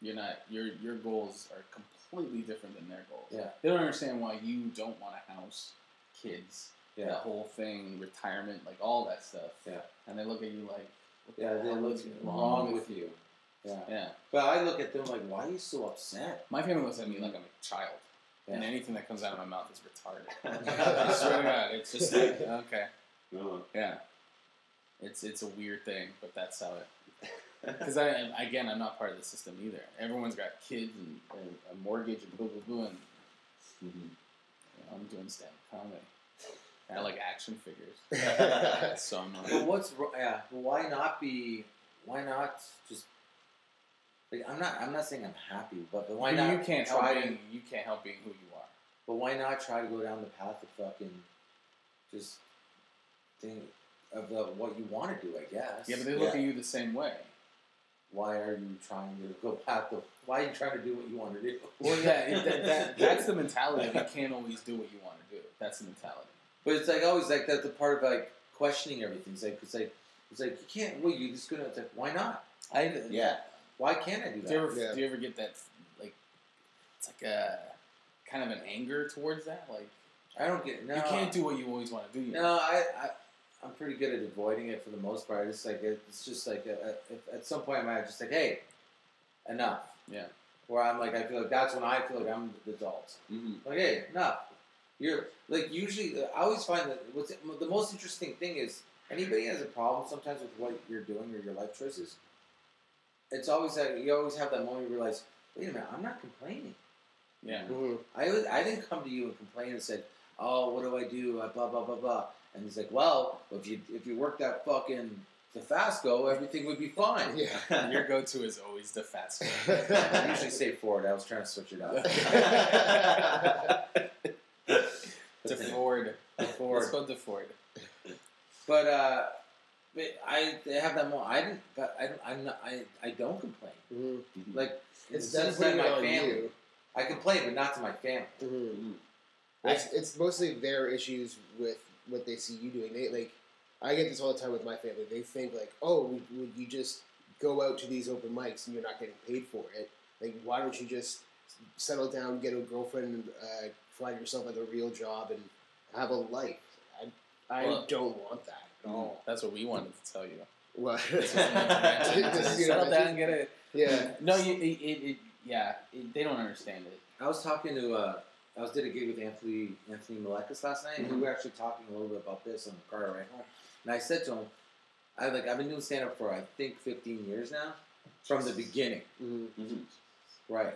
Speaker 3: You're not your your goals are completely different than their goals.
Speaker 4: Yeah.
Speaker 3: They don't understand why you don't want a house, kids,
Speaker 4: yeah.
Speaker 3: that whole thing, retirement, like all that stuff.
Speaker 4: Yeah.
Speaker 3: And they look at you like, what the
Speaker 4: Yeah, they
Speaker 3: hell
Speaker 4: look
Speaker 3: is
Speaker 4: wrong with you. Yeah.
Speaker 3: Yeah.
Speaker 4: But I look at them like, why are you so upset?
Speaker 3: My family looks at me like I'm a child. And
Speaker 4: Yeah.
Speaker 3: anything that comes out of my mouth is retarded. I swear to God, it's just like, okay.
Speaker 6: No.
Speaker 3: Yeah. It's it's a weird thing, but that's how it. Because I again, I'm not part of the system either. Everyone's got kids and, and a mortgage and blah blah blah, and Mm-hmm. you know, I'm doing stand up comedy. And I like action figures, so I'm
Speaker 4: But
Speaker 3: like,
Speaker 4: what's wrong? Yeah. But why not be? Why not just? Like, I'm not. I'm not saying I'm happy, but, but why
Speaker 3: you,
Speaker 4: not?
Speaker 3: you can't
Speaker 4: try
Speaker 3: help
Speaker 4: to?
Speaker 3: being you can't help being who you are.
Speaker 4: But why not try to go down the path of fucking, just think of the, what you want to do. I guess.
Speaker 3: Yeah, but they look
Speaker 6: Yeah.
Speaker 3: at you the same way.
Speaker 4: why are you trying to go path of? Why are you trying to do what you want to do?
Speaker 3: Well, yeah, it, that, that, that's the mentality. of You can't always do what you want to do. That's the mentality.
Speaker 4: But it's like always like that. The part of like questioning everything. It's like it's like it's like you can't. Well, you just gonna. It's like why not? I
Speaker 6: Yeah.
Speaker 4: Why can't I do
Speaker 3: Do you
Speaker 4: that?
Speaker 3: ever
Speaker 5: Yeah.
Speaker 3: do you ever get that like it's like a kind of an anger towards that? Like
Speaker 4: I don't get. No,
Speaker 3: you can't do what you always want to do.
Speaker 4: No, I, I I'm pretty good at avoiding it for the most part. It's like it's just like a, a, if at some point in my life, just like hey, enough.
Speaker 3: Yeah.
Speaker 4: Where I'm like I feel like that's when I feel like I'm the adult.
Speaker 6: Mhm.
Speaker 4: Like hey, enough. You're like usually uh, I always find that what's the most interesting thing is anybody has a problem sometimes with what you're doing or your life choices. It's always that you always have that moment where you realize, wait a minute, I'm not complaining.
Speaker 3: Yeah.
Speaker 5: Mhm.
Speaker 4: I was, I didn't come to you and complain and said, "Oh, what do I do?" Uh, blah blah blah blah. And he's like, "Well, if you if you work that fucking Tafasco, everything would be fine."
Speaker 5: yeah.
Speaker 3: Your go to is always the fast food.
Speaker 4: I usually say Ford. I was trying to switch it up.
Speaker 3: DeFord.
Speaker 4: DeFord.
Speaker 3: Let's go DeFord.
Speaker 4: But uh, but I they have that moment. I didn't. But I don't. I'm not, I I don't complain.
Speaker 5: Mhm.
Speaker 4: Like
Speaker 5: It's
Speaker 4: not
Speaker 5: them putting it
Speaker 4: my
Speaker 5: on
Speaker 4: family.
Speaker 5: you.
Speaker 4: I complain, but not to my family.
Speaker 5: Mhm.
Speaker 6: Mhm.
Speaker 5: It's, it's mostly their issues with what they see you doing. They like, I get this all the time with my family. They think like, oh, would, would you just go out to these open mics and you're not getting paid for it? Like, why don't you just settle down, get a girlfriend, and uh, find yourself like a real job and have a life? I, I
Speaker 3: Well-
Speaker 5: don't want that at
Speaker 4: Mm-hmm.
Speaker 5: all.
Speaker 3: Oh, That's what we wanted to tell you.
Speaker 5: Well,
Speaker 3: This was an intervention.
Speaker 5: This
Speaker 3: Just
Speaker 5: is an
Speaker 3: Settle down
Speaker 5: intervention.
Speaker 3: and get it.
Speaker 5: yeah.
Speaker 3: No, you, it, it, it, yeah, it, they don't understand it.
Speaker 4: I was talking to uh, I was did a gig with Anthony Anthony Malekis last night, and we were actually talking a little bit about this on the car ride home. And I said to him, I like I've been doing stand up for I think 15 years now, from the beginning,
Speaker 5: Mm,
Speaker 3: Mm-hmm.
Speaker 4: right?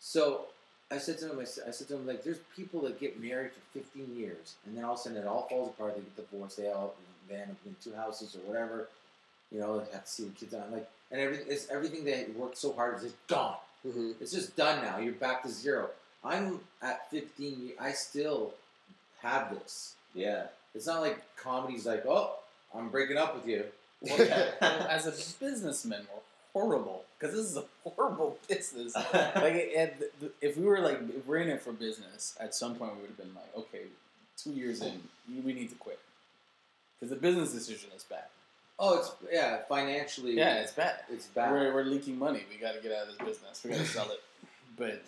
Speaker 4: So I said to him, I said, I said to him like, there's people that get married for 15 years, and then all of a sudden it all falls apart. They get divorced. They all they end up in two houses or whatever. You know, they have to see the kids on like, and everything it's everything they worked so hard is just gone.
Speaker 3: Mm-hmm.
Speaker 5: mhm.
Speaker 4: It's just done now. You're back to zero. I'm at 15. ye- I still have this.
Speaker 6: Yeah.
Speaker 4: It's not like comedy's like, oh, I'm breaking up with you.
Speaker 3: Well, yeah, well, as a businessman, we're horrible because this is a horrible business. Like, it, it- th- if we were like, if we're in it for business, at some point we would have been like, okay, two years in, we need to quit because the business decision is bad.
Speaker 4: Oh, it's yeah, financially.
Speaker 3: Yeah, it's bad.
Speaker 4: it's bad.
Speaker 3: We're, we're leaking money. We got to get out of this business. We got to sell it. But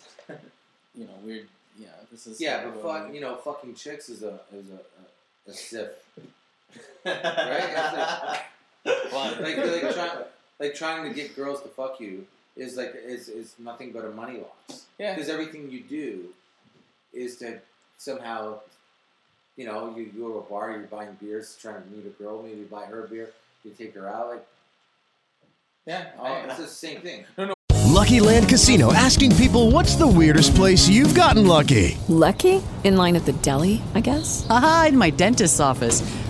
Speaker 3: you know, we're you know, this is
Speaker 4: yeah, but
Speaker 3: what
Speaker 4: fuck,
Speaker 3: we-
Speaker 4: you know, fucking chicks is a is a a, a sip.
Speaker 6: right?
Speaker 3: Well,
Speaker 4: Like like trying like trying to get girls to fuck you is like is is nothing but a money loss.
Speaker 3: Yeah.
Speaker 4: because everything you do is to somehow, you know, you you go to a bar, you're buying beers, trying to meet a girl, maybe you buy her a beer, you take her out, like
Speaker 3: yeah,
Speaker 4: all,
Speaker 3: I-
Speaker 4: it's the same thing.
Speaker 7: Lucky Land Casino asking people what's the weirdest place you've gotten lucky?
Speaker 1: Lucky? In line at the deli, I guess?
Speaker 8: Aha, in my dentist's office.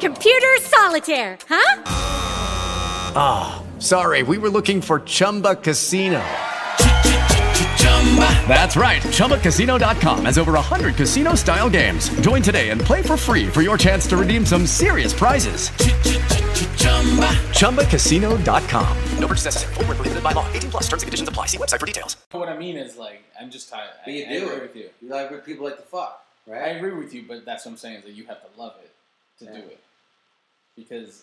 Speaker 9: Computer solitaire, huh?
Speaker 8: Sorry, we were looking for Chumba Casino. That's right. ChumbaCasino.com has over 100 casino style games. Join today and play for free for your chance to redeem some serious prizes. ChumbaCasino.com. No purchase necessary. Void where prohibited by law. 18 plus terms and conditions apply. See website for details.
Speaker 3: what I mean is like I'm just tired. I,
Speaker 4: But you
Speaker 3: I
Speaker 4: do
Speaker 3: agree
Speaker 4: it.
Speaker 3: with you.
Speaker 4: You like what people like to fuck,
Speaker 3: I
Speaker 4: right?
Speaker 3: agree with you, but that's what I'm saying is that you have to love it to do
Speaker 4: Yeah.
Speaker 3: it because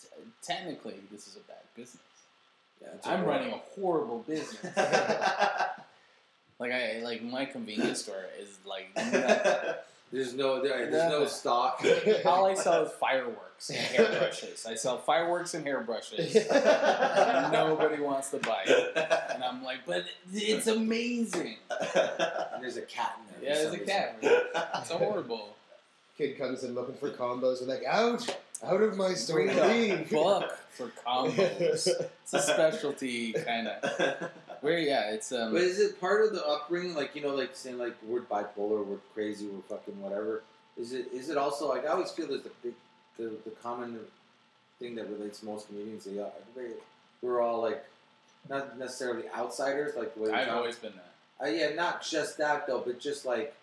Speaker 3: t- technically this is a bad business.
Speaker 4: Yeah, it's
Speaker 3: I'm
Speaker 4: a-
Speaker 3: running a horrible business. like I like my convenience store is like nothing.
Speaker 4: There's no there, there's
Speaker 3: Nothing.
Speaker 4: no stock.
Speaker 3: all I sell is fireworks and hairbrushes. I sell fireworks and hairbrushes. Nobody wants to buy it, and I'm like, but it's amazing.
Speaker 4: There's a cat in there.
Speaker 3: Yeah,
Speaker 4: for
Speaker 3: there's a
Speaker 4: some
Speaker 3: cat. It's horrible.
Speaker 5: Kid comes in looking for combos. We're like, out, out of my store,
Speaker 3: Read a
Speaker 5: leave.
Speaker 3: book for combos. It's a specialty kind of. Where yeah, it's um.
Speaker 4: But is it part of the upbringing, like you know, like saying like we're bipolar, we're crazy, we're fucking whatever? Is it is it also like I always feel there's the big, the, the common thing that relates most comedians. They are everybody, we're all like not necessarily outsiders, like the way we
Speaker 3: I've
Speaker 4: talk-
Speaker 3: always been that.
Speaker 4: uh, yeah, not just that though, but just like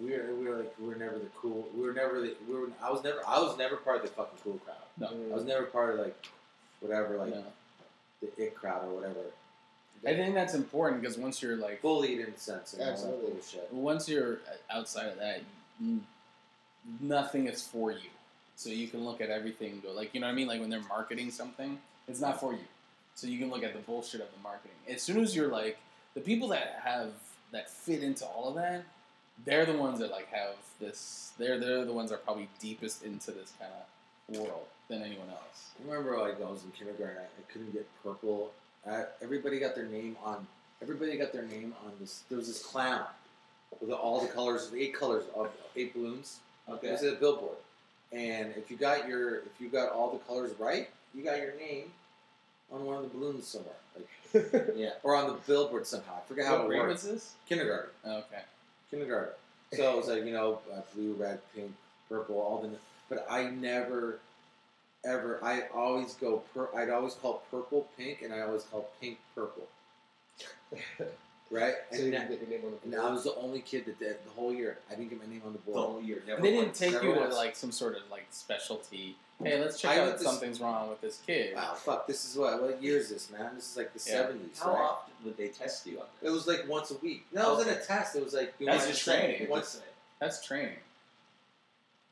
Speaker 4: we're we're like we're never the cool. We were never the we were. I was never I was never part of the fucking cool crowd.
Speaker 3: No.
Speaker 4: I was never part of like whatever like
Speaker 3: No.
Speaker 4: the it crowd or whatever.
Speaker 3: I think that's important because once you're like,
Speaker 4: Bullied in a sense. and all that
Speaker 5: Absolutely.
Speaker 4: bullshit.
Speaker 3: once you're outside of that, n- nothing is for you. So you can look at everything and go like, you know what I mean? Like when they're marketing something, it's not for you. So you can look at the bullshit of the marketing. As soon as you're like, the people that have that fit into all of that, they're the ones that like have this. They're they're the ones that are probably deepest into this kind of world than anyone else.
Speaker 4: I remember like I was in kindergarten, I, I couldn't get purple. I, everybody got their name on. Everybody got their name on this. There was this clown with all the colors, eight colors of eight balloons. It was a billboard, and if you got your, if you got all the colors right, you got your name on one of the balloons somewhere, like yeah, or on the billboard somehow. I forget how
Speaker 3: What
Speaker 4: it
Speaker 3: grade was
Speaker 4: works.
Speaker 3: this?
Speaker 4: Kindergarten
Speaker 3: Okay.
Speaker 4: kindergarten. So it was like you know uh, blue, red, pink, purple, all the. But I never, ever. I always go. Pur- I'd always call purple pink, and I always call pink purple. right.
Speaker 5: So you
Speaker 4: And,
Speaker 5: didn't
Speaker 4: that,
Speaker 5: get your name on
Speaker 4: and uh, I was the only kid that did the whole year. I didn't get my name on the
Speaker 6: The
Speaker 4: board.
Speaker 6: whole year, never
Speaker 3: And they didn't
Speaker 6: once.
Speaker 3: take
Speaker 4: Never
Speaker 3: you to
Speaker 4: once.
Speaker 3: like some sort of like specialty Hey, let's check
Speaker 4: I
Speaker 3: out
Speaker 4: went
Speaker 3: if
Speaker 4: to-
Speaker 3: something's wrong with this kid.
Speaker 4: Wow, fuck. This is what? What year is this, man? This is like the
Speaker 3: Yeah.
Speaker 4: 70s.
Speaker 6: How
Speaker 4: right?
Speaker 6: often would they test you on
Speaker 4: It was like once a week. No,
Speaker 3: Oh,
Speaker 4: it wasn't a test. It was like you
Speaker 3: That's
Speaker 4: went
Speaker 3: just
Speaker 4: to train
Speaker 3: training.
Speaker 4: Once,
Speaker 3: That's training.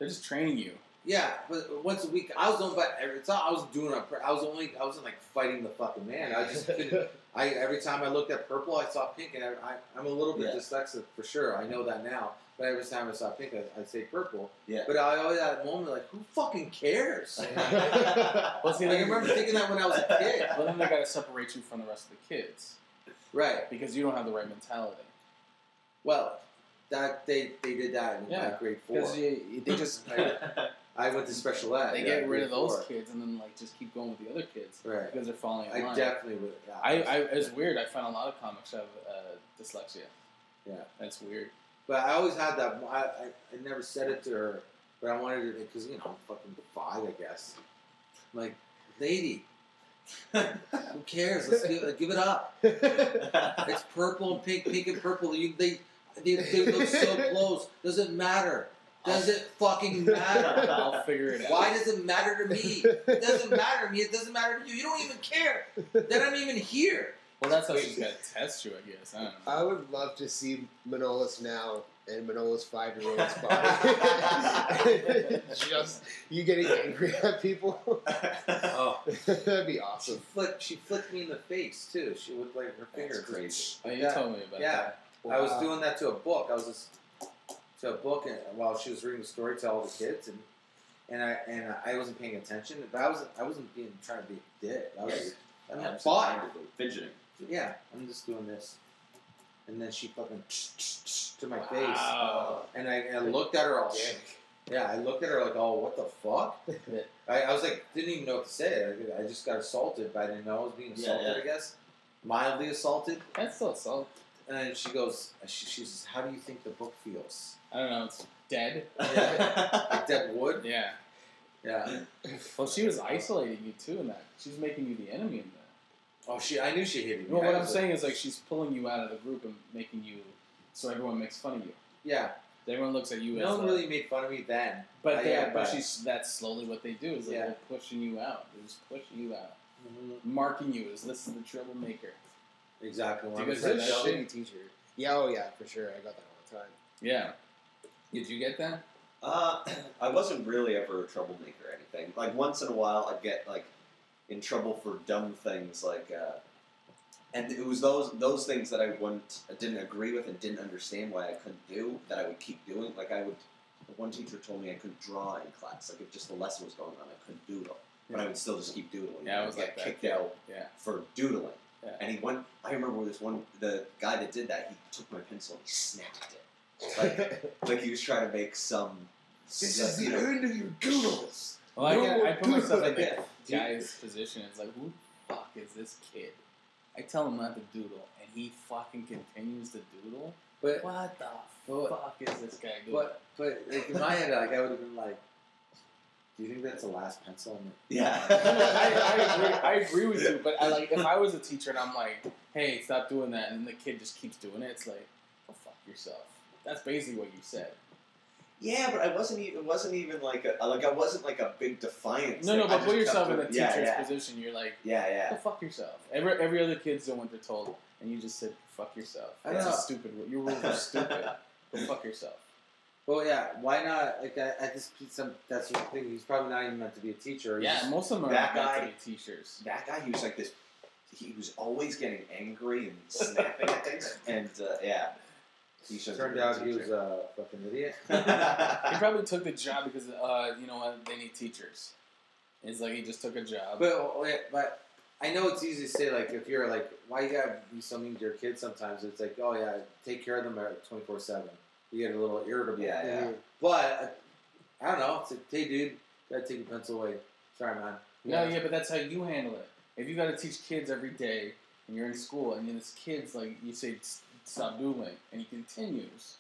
Speaker 3: They're just training you.
Speaker 4: yeah, but once a week, I was doing. But every time I was doing, a, I was only, I wasn't like fighting the fucking man. I just, couldn't- I every time I looked at purple, I saw pink, and I, I, I'm a little bit
Speaker 6: Yeah.
Speaker 4: dyslexic for sure. I know that now. But every time I saw pink, I, I'd say purple.
Speaker 6: Yeah.
Speaker 4: But I always had a moment like, who fucking cares?
Speaker 3: Well, see,
Speaker 4: Like, I remember thinking that when I was a kid.
Speaker 3: Well, then they got to separate you from the rest of the kids
Speaker 4: Right.
Speaker 3: because you don't have the right mentality.
Speaker 4: Well, that they they did that in
Speaker 3: Yeah.
Speaker 4: like grade four.
Speaker 3: Because you, you- they just like,
Speaker 6: that?
Speaker 4: I went to special ed.
Speaker 3: they
Speaker 4: yeah,
Speaker 3: get rid
Speaker 4: grade
Speaker 3: of those
Speaker 4: four.
Speaker 3: kids and then like just keep going with the other kids
Speaker 4: Right.
Speaker 3: because they're falling in
Speaker 4: I
Speaker 3: line.
Speaker 4: definitely would. Yeah,
Speaker 3: I, I it's weird. I find a lot of comics have uh, dyslexia.
Speaker 4: Yeah.
Speaker 3: that's weird.
Speaker 4: but I always had that. I, I, I never said it to her, but I wanted to because you know I'm fucking five, I guess. I'm like, lady, who cares? Let's give, like, give it up. It's purple and pink, pink and purple. You, they, they they look so close. Doesn't matter. Does it fucking matter?
Speaker 3: I'll figure it out.
Speaker 4: Why does it matter to me? It doesn't matter to me. It doesn't matter to you. You don't even care that I'm even here.
Speaker 3: Well, that's how she's got to test you, I guess. I don't know.
Speaker 5: I would love to see Manolis now and Manolis five year old's body. Just you getting angry at people.
Speaker 4: Oh,
Speaker 5: That'd be
Speaker 4: she
Speaker 5: awesome.
Speaker 4: flicked. She flicked me in the face too. She would like her finger.
Speaker 6: That's crazy.
Speaker 4: just-
Speaker 3: Oh, you
Speaker 4: Yeah.
Speaker 3: told me about
Speaker 4: Yeah.
Speaker 3: that.
Speaker 4: I was
Speaker 5: Wow.
Speaker 4: doing that to a book. I was just to a book, and while she was reading the story to all the kids, and and I and I wasn't paying attention. But I wasn't. I wasn't being trying to be a dick. I was.
Speaker 6: Yeah,
Speaker 4: just, I'm
Speaker 6: Yeah,
Speaker 4: not five.
Speaker 6: absolutely. Fidgeting.
Speaker 4: Yeah, I'm just doing this, and then she fucking to my
Speaker 3: Wow.
Speaker 4: face, and I, and I looked at her all.
Speaker 5: Dick.
Speaker 4: Yeah, I looked at her like, oh, what the fuck? I, I was like, didn't even know what to say. I, I just got assaulted, but I didn't know I was being
Speaker 6: Yeah,
Speaker 4: assaulted.
Speaker 6: yeah.
Speaker 4: I guess mildly assaulted.
Speaker 3: That's still assault.
Speaker 4: And then she goes, she, she says, how do you think the book feels?
Speaker 3: I don't know. It's dead.
Speaker 4: Like dead wood?
Speaker 3: Yeah.
Speaker 4: Yeah.
Speaker 3: Well, she was isolating you too in that. She's making you the enemy in that.
Speaker 4: Oh, she. I knew she hated me.
Speaker 3: Well,
Speaker 4: I
Speaker 3: what I'm
Speaker 4: was
Speaker 3: saying is like she's pulling you out of the group and making you so everyone makes fun of you.
Speaker 4: Yeah.
Speaker 3: Everyone looks at you
Speaker 4: No
Speaker 3: as
Speaker 4: one
Speaker 3: like-
Speaker 4: really made fun of me then.
Speaker 3: But
Speaker 4: Uh,
Speaker 3: they-
Speaker 4: yeah,
Speaker 3: but
Speaker 4: but-
Speaker 3: she's that's slowly what they do is like
Speaker 4: Yeah.
Speaker 3: they're pushing you out. They're just pushing you out, marking you as this is the troublemaker.
Speaker 4: Exactly. what
Speaker 3: Do
Speaker 4: I'm
Speaker 3: you guys
Speaker 4: saying.
Speaker 3: have that
Speaker 5: Shitty
Speaker 3: shit?
Speaker 5: teacher. Yeah, oh yeah, for sure. I got that all the time.
Speaker 3: Yeah. Did you get that?
Speaker 6: Uh, I wasn't really ever a troublemaker or anything. Like once in a while, I'd get like in trouble for dumb things, like, uh, and it was those those things that I wouldn't, I didn't agree with, and didn't understand why I couldn't do that. I would keep doing. Like I would. One teacher told me I couldn't draw in class. Like if just the lesson was going on, I couldn't doodle, but I would still just keep doodling.
Speaker 3: Hmm. Yeah, I
Speaker 6: I'd
Speaker 3: was
Speaker 6: get
Speaker 3: like that.
Speaker 6: kicked out
Speaker 3: Yeah.
Speaker 6: for doodling.
Speaker 3: Yeah.
Speaker 6: And he went. I remember this one. The guy that did that, he took my pencil and he snapped it. Like like he was trying to make some.
Speaker 5: This
Speaker 6: like,
Speaker 5: is
Speaker 6: you
Speaker 5: the
Speaker 6: know,
Speaker 5: end of your doodles.
Speaker 3: Well, I,
Speaker 5: No
Speaker 3: get,
Speaker 5: more
Speaker 3: I put myself in
Speaker 5: doodling.
Speaker 3: the guy's position. It's like, who the fuck is this kid? I tell him not to doodle, and he fucking continues to doodle.
Speaker 4: But
Speaker 3: What the
Speaker 4: But-
Speaker 3: fuck is this guy doing?
Speaker 4: but but like in my head, like I would have been like, do you think that's the last pencil? I'm like,
Speaker 3: I, I, agree,
Speaker 6: yeah.
Speaker 3: I agree with you, but I like if I was a teacher and I'm like, hey, stop doing that, and the kid just keeps doing it, it's like, go fuck yourself. That's basically what you said.
Speaker 6: yeah, but I wasn't. Even, it wasn't even like a like I wasn't like a big defiance.
Speaker 3: No, no,
Speaker 6: Like, I
Speaker 3: but put
Speaker 6: just kept
Speaker 3: yourself in the
Speaker 6: doing-
Speaker 3: teacher's
Speaker 6: yeah, yeah,
Speaker 3: position. You're like,
Speaker 6: yeah,
Speaker 3: go
Speaker 6: yeah.
Speaker 3: fuck yourself. Every every other kid's doing what they're told, and you just said, fuck yourself.
Speaker 4: I
Speaker 3: That's a
Speaker 4: know.
Speaker 3: stupid. rule. Your rules are stupid. go fuck yourself.
Speaker 4: Well, yeah. Why not? Like I, I just some. That's the thing. He's probably not even meant to be a teacher. He's
Speaker 3: Yeah,
Speaker 4: just-
Speaker 3: most of them are
Speaker 6: That
Speaker 3: meant to
Speaker 6: guy-
Speaker 3: be teachers.
Speaker 6: That guy, he was like this. He was always getting angry and snapping at things, and uh, yeah. He shouldn't
Speaker 4: turned
Speaker 6: have
Speaker 4: out
Speaker 6: been
Speaker 4: he
Speaker 6: a
Speaker 4: was uh, a fucking idiot.
Speaker 3: He
Speaker 6: teacher.
Speaker 3: probably took the job because uh, you know what? They need teachers. It's like he just took a job.
Speaker 4: But oh, yeah, but I know it's easy to say like if you're like why you gotta be so mean to your kids sometimes it's like oh yeah take care of them twenty four seven you get a little irritable
Speaker 6: Yeah, yeah.
Speaker 4: but uh, I don't know it's like hey dude gotta take your pencil away sorry man
Speaker 3: No, yeah, but that's how you handle it. If you got to teach kids every day, and you're in school, and then this kid's like, you say, "S- stop doodling, and he continues.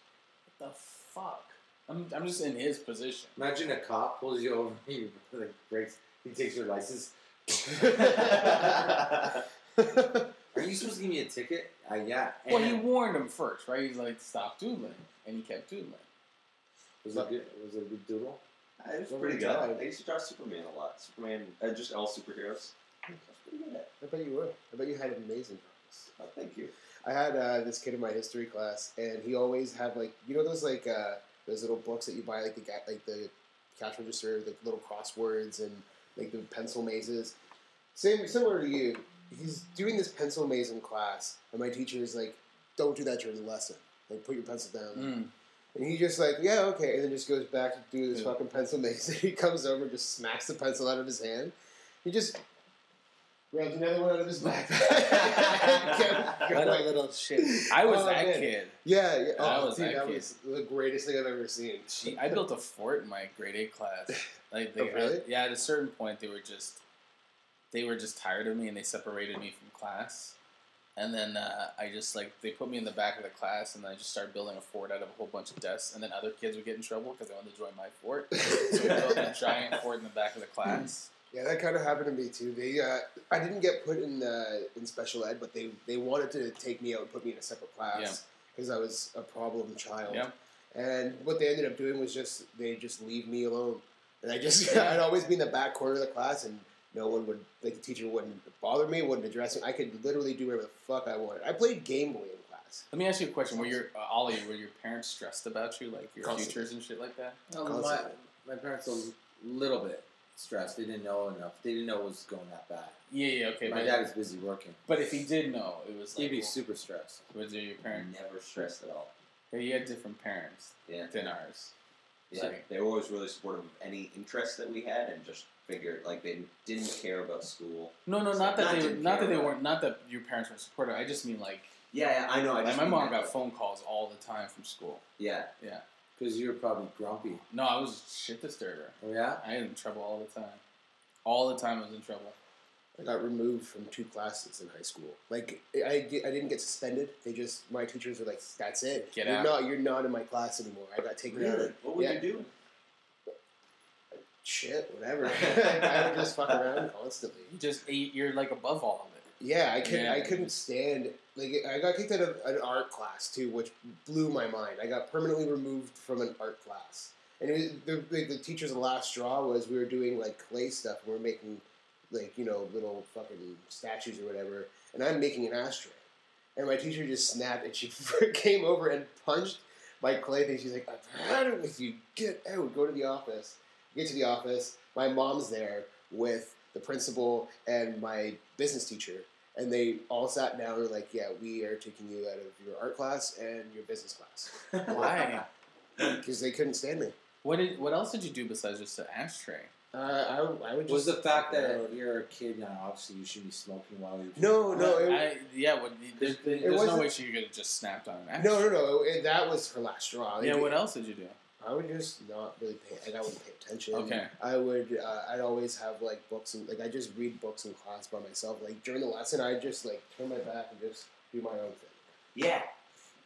Speaker 3: What the fuck? I'm, I'm just in his position.
Speaker 4: imagine a cop pulls you over he like breaks he takes your license are you supposed to give me a ticket uh, yeah
Speaker 3: Well, he
Speaker 4: and-
Speaker 3: warned him first, right? He's like, stop doodling, and he kept doodling.
Speaker 4: was it good, was it a good doodle
Speaker 6: I it was pretty good. I used to draw Superman a lot. Superman, uh, just all superheroes. I was pretty good at
Speaker 5: I bet you were. I bet you had amazing drawings.
Speaker 6: it. Oh, thank you.
Speaker 5: I had uh, this kid in my history class, and he always had like you know those like uh, those little books that you buy like the ga- like the cash register, the little crosswords and like the pencil mazes. Same similar to you. He's doing this pencil maze in class, and my teacher is like, "Don't do that during the lesson. Like, put your pencil
Speaker 3: Mm.
Speaker 5: down." And he just like, yeah, okay, and then just goes back to do this
Speaker 3: Yeah.
Speaker 5: fucking pencil maze. he comes over, and just smacks the pencil out of his hand. He just grabs another one out of his backpack. Go- go
Speaker 3: What a
Speaker 5: my little shit.
Speaker 3: I was
Speaker 5: Oh,
Speaker 3: that
Speaker 5: man.
Speaker 3: kid.
Speaker 5: Yeah, yeah. Oh,
Speaker 3: I was
Speaker 5: dude,
Speaker 3: that
Speaker 5: that
Speaker 3: kid.
Speaker 5: was the greatest thing I've ever seen.
Speaker 3: Gee, I built a fort in my grade eight class. Like they,
Speaker 5: Oh, really?
Speaker 3: I- yeah, at a certain point they were just they were just tired of me and they separated me from class. And then uh, I just like they put me in the back of the class and I just started building a fort out of a whole bunch of desks. And then other kids would get in trouble because they wanted to join my fort. so we built a giant fort in the back of the class.
Speaker 5: Yeah, that kind of happened to me too. They, uh, I didn't get put in uh, in special ed, but they they wanted to take me out and put me in a separate
Speaker 3: Yeah.
Speaker 5: class because I was a problem child.
Speaker 3: Yeah.
Speaker 5: And what they ended up doing was just they just leave me alone, and I just I'd always be in the back corner of the class, and no one would like the teacher wouldn't bother me, wouldn't address me. I could literally do whatever the fuck I wanted. I played Game Boy in class.
Speaker 3: Let me ask you a question: Were your uh, Ollie, were your parents stressed about you, like your
Speaker 5: Constantly.
Speaker 3: futures and shit like that?
Speaker 6: Oh,
Speaker 4: No, my, my parents were a little bit stressed. They didn't know enough. They didn't know it was going that bad.
Speaker 3: Yeah, yeah, okay.
Speaker 4: my
Speaker 3: but,
Speaker 4: dad was busy working.
Speaker 3: but if he did know, it was like
Speaker 4: He'd be
Speaker 3: well,
Speaker 4: super stressed.
Speaker 3: was it your parents?
Speaker 6: Never stressed at all.
Speaker 3: Yeah, you had different parents
Speaker 6: Yeah.
Speaker 3: than ours.
Speaker 6: Yeah,
Speaker 3: Sorry.
Speaker 6: they were always really supportive of any interest that we had, and just figured like they didn't care about school.
Speaker 3: No, no,
Speaker 6: So
Speaker 3: not that they,
Speaker 6: didn't
Speaker 3: not that
Speaker 6: care
Speaker 3: they
Speaker 6: about-
Speaker 3: weren't, not that your parents weren't supportive. I just mean like,
Speaker 6: Yeah, yeah, I know. I
Speaker 3: like
Speaker 6: just
Speaker 3: my
Speaker 6: mean
Speaker 3: mom
Speaker 6: that,
Speaker 3: got
Speaker 6: like,
Speaker 3: phone calls all the time from school.
Speaker 6: Yeah,
Speaker 3: Yeah,
Speaker 4: Because you were probably grumpy.
Speaker 3: no, I was a shit disturber.
Speaker 4: Oh, yeah?
Speaker 3: I was in trouble all the time. All the time I was in trouble.
Speaker 5: I got removed from two classes in high school. Like I, I didn't get suspended. They just my teachers were like, "That's it.
Speaker 3: Get
Speaker 5: you're
Speaker 3: out."
Speaker 5: not you're not in my class anymore." I got taken out.
Speaker 6: really.
Speaker 5: of-
Speaker 6: What were
Speaker 5: yeah.
Speaker 6: you doing?
Speaker 5: Shit, whatever. I would just fuck around constantly.
Speaker 3: You just ate. You're like above all of it.
Speaker 5: Yeah, I couldn't.
Speaker 3: Yeah.
Speaker 5: I couldn't stand. Like I got kicked out of an art class too, which blew my mind. I got permanently removed from an art class, and it was, the, the the teacher's last straw was we were doing like clay stuff. We were making like you know little fucking statues or whatever, and I'm making an ashtray, and my teacher just snapped and she came over and punched my clay thing. She's like, "I've had it with you. Get out. Go to the office." Get to the office. My mom's there with the principal and my business teacher and they all sat down and were like, "Yeah, we are taking you out of your art class and your business class
Speaker 3: Why?
Speaker 5: because they couldn't stand me."
Speaker 3: what did? What else did you do besides just an ashtray?
Speaker 5: Uh, I, I would just
Speaker 4: Was the fact
Speaker 3: uh,
Speaker 4: that you're a kid now, obviously you should be smoking while you're
Speaker 5: no, no, it,
Speaker 3: I, yeah. What, there's there's no
Speaker 5: wasn't-
Speaker 3: way she could have just snapped on an ashtray.
Speaker 5: no, no, no. It, that was her last straw. Like,
Speaker 3: Yeah. What else did you do?
Speaker 5: I would just not really pay. Like, I wouldn't pay attention.
Speaker 3: Okay.
Speaker 5: I would. Uh, I'd always have like books and like I just read books in class by myself. Like during the lesson, I just like turn my back and just do my own thing.
Speaker 6: Yeah,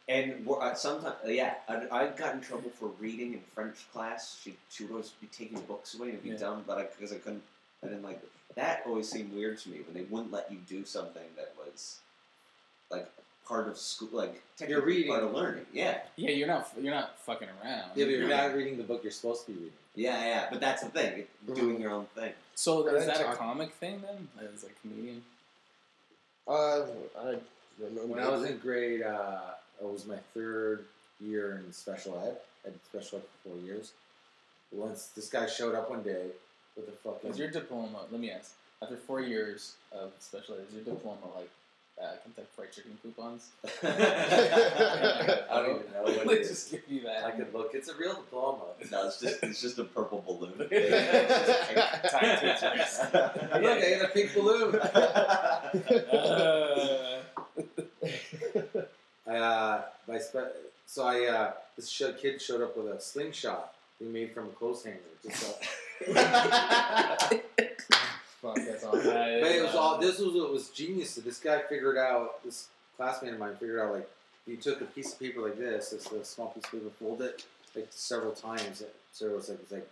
Speaker 6: and we're, uh, sometimes yeah, I, I got in trouble for reading in French class. She she would always be taking books away and be
Speaker 3: Yeah.
Speaker 6: dumb, but I because I couldn't, I didn't like that. Always seemed weird to me when they wouldn't let you do something that was like part of school, like technically
Speaker 4: reading.
Speaker 6: part of learning. Yeah.
Speaker 3: Yeah. You're not. You're not fucking around.
Speaker 4: Yeah, but you're not reading the book you're supposed to be reading. Mm-hmm.
Speaker 6: Yeah, yeah, but that's the thing. it- Doing your own thing.
Speaker 3: So is
Speaker 5: I
Speaker 3: that a
Speaker 5: talk-
Speaker 3: comic thing then? As a comedian.
Speaker 5: Uh, I don't know.
Speaker 4: When I was in grade, uh, it was my third year in special ed. I did special ed for four years. Once this guy showed up one day with a fucking.
Speaker 3: Is your diploma? Let me ask. After four years of special ed, is your diploma like uh, Kentucky Fried Chicken coupons?
Speaker 4: I don't even know what
Speaker 3: They
Speaker 4: it is.
Speaker 3: just give you
Speaker 4: I
Speaker 3: that.
Speaker 4: could look. It's a real diploma.
Speaker 6: No, it's just it's just a purple balloon.
Speaker 3: Tied to its wrist.
Speaker 4: Look, I got a pink balloon.
Speaker 3: Uh,
Speaker 4: I, uh, my spe- so I uh, this sh- kid showed up with a slingshot he made from a clothes hanger. Just so-
Speaker 5: Fuck, that's awesome.
Speaker 3: I,
Speaker 4: but it was all.
Speaker 3: uh,
Speaker 4: This was what was genius. that This guy figured out. This classmate of mine figured out like you took a piece of paper like this, this little small piece of paper, fold it like several times, so it was like it's like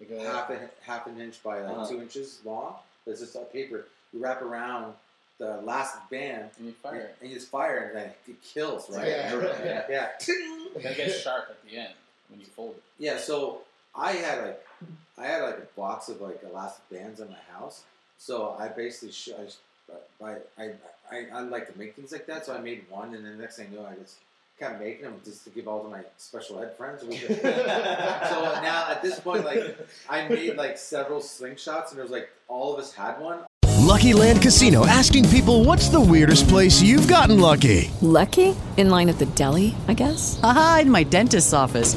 Speaker 5: Like, uh,
Speaker 4: half a, half an inch by like
Speaker 6: Uh-huh.
Speaker 4: two inches long. But it's just like paper. You wrap around the last band
Speaker 3: And you
Speaker 4: and,
Speaker 3: fire
Speaker 4: and you just fire it, and then it kills, right?
Speaker 5: Yeah.
Speaker 4: yeah. yeah.
Speaker 3: it. That gets sharp at the end when you fold it.
Speaker 4: Yeah, so I had like I had like a box of like elastic bands in my house, so I basically sh- I, sh- I, I, I, I like to make things like that. So I made one, and then the next thing you know, I just kept making them just to give all to my special ed friends. We could- so now at this point, like I made like several slingshots, and there was like all of us had one.
Speaker 7: Lucky Land Casino asking people what's the weirdest place you've gotten lucky?
Speaker 1: Lucky? In line at the deli, I guess?
Speaker 10: Aha, in my dentist's office.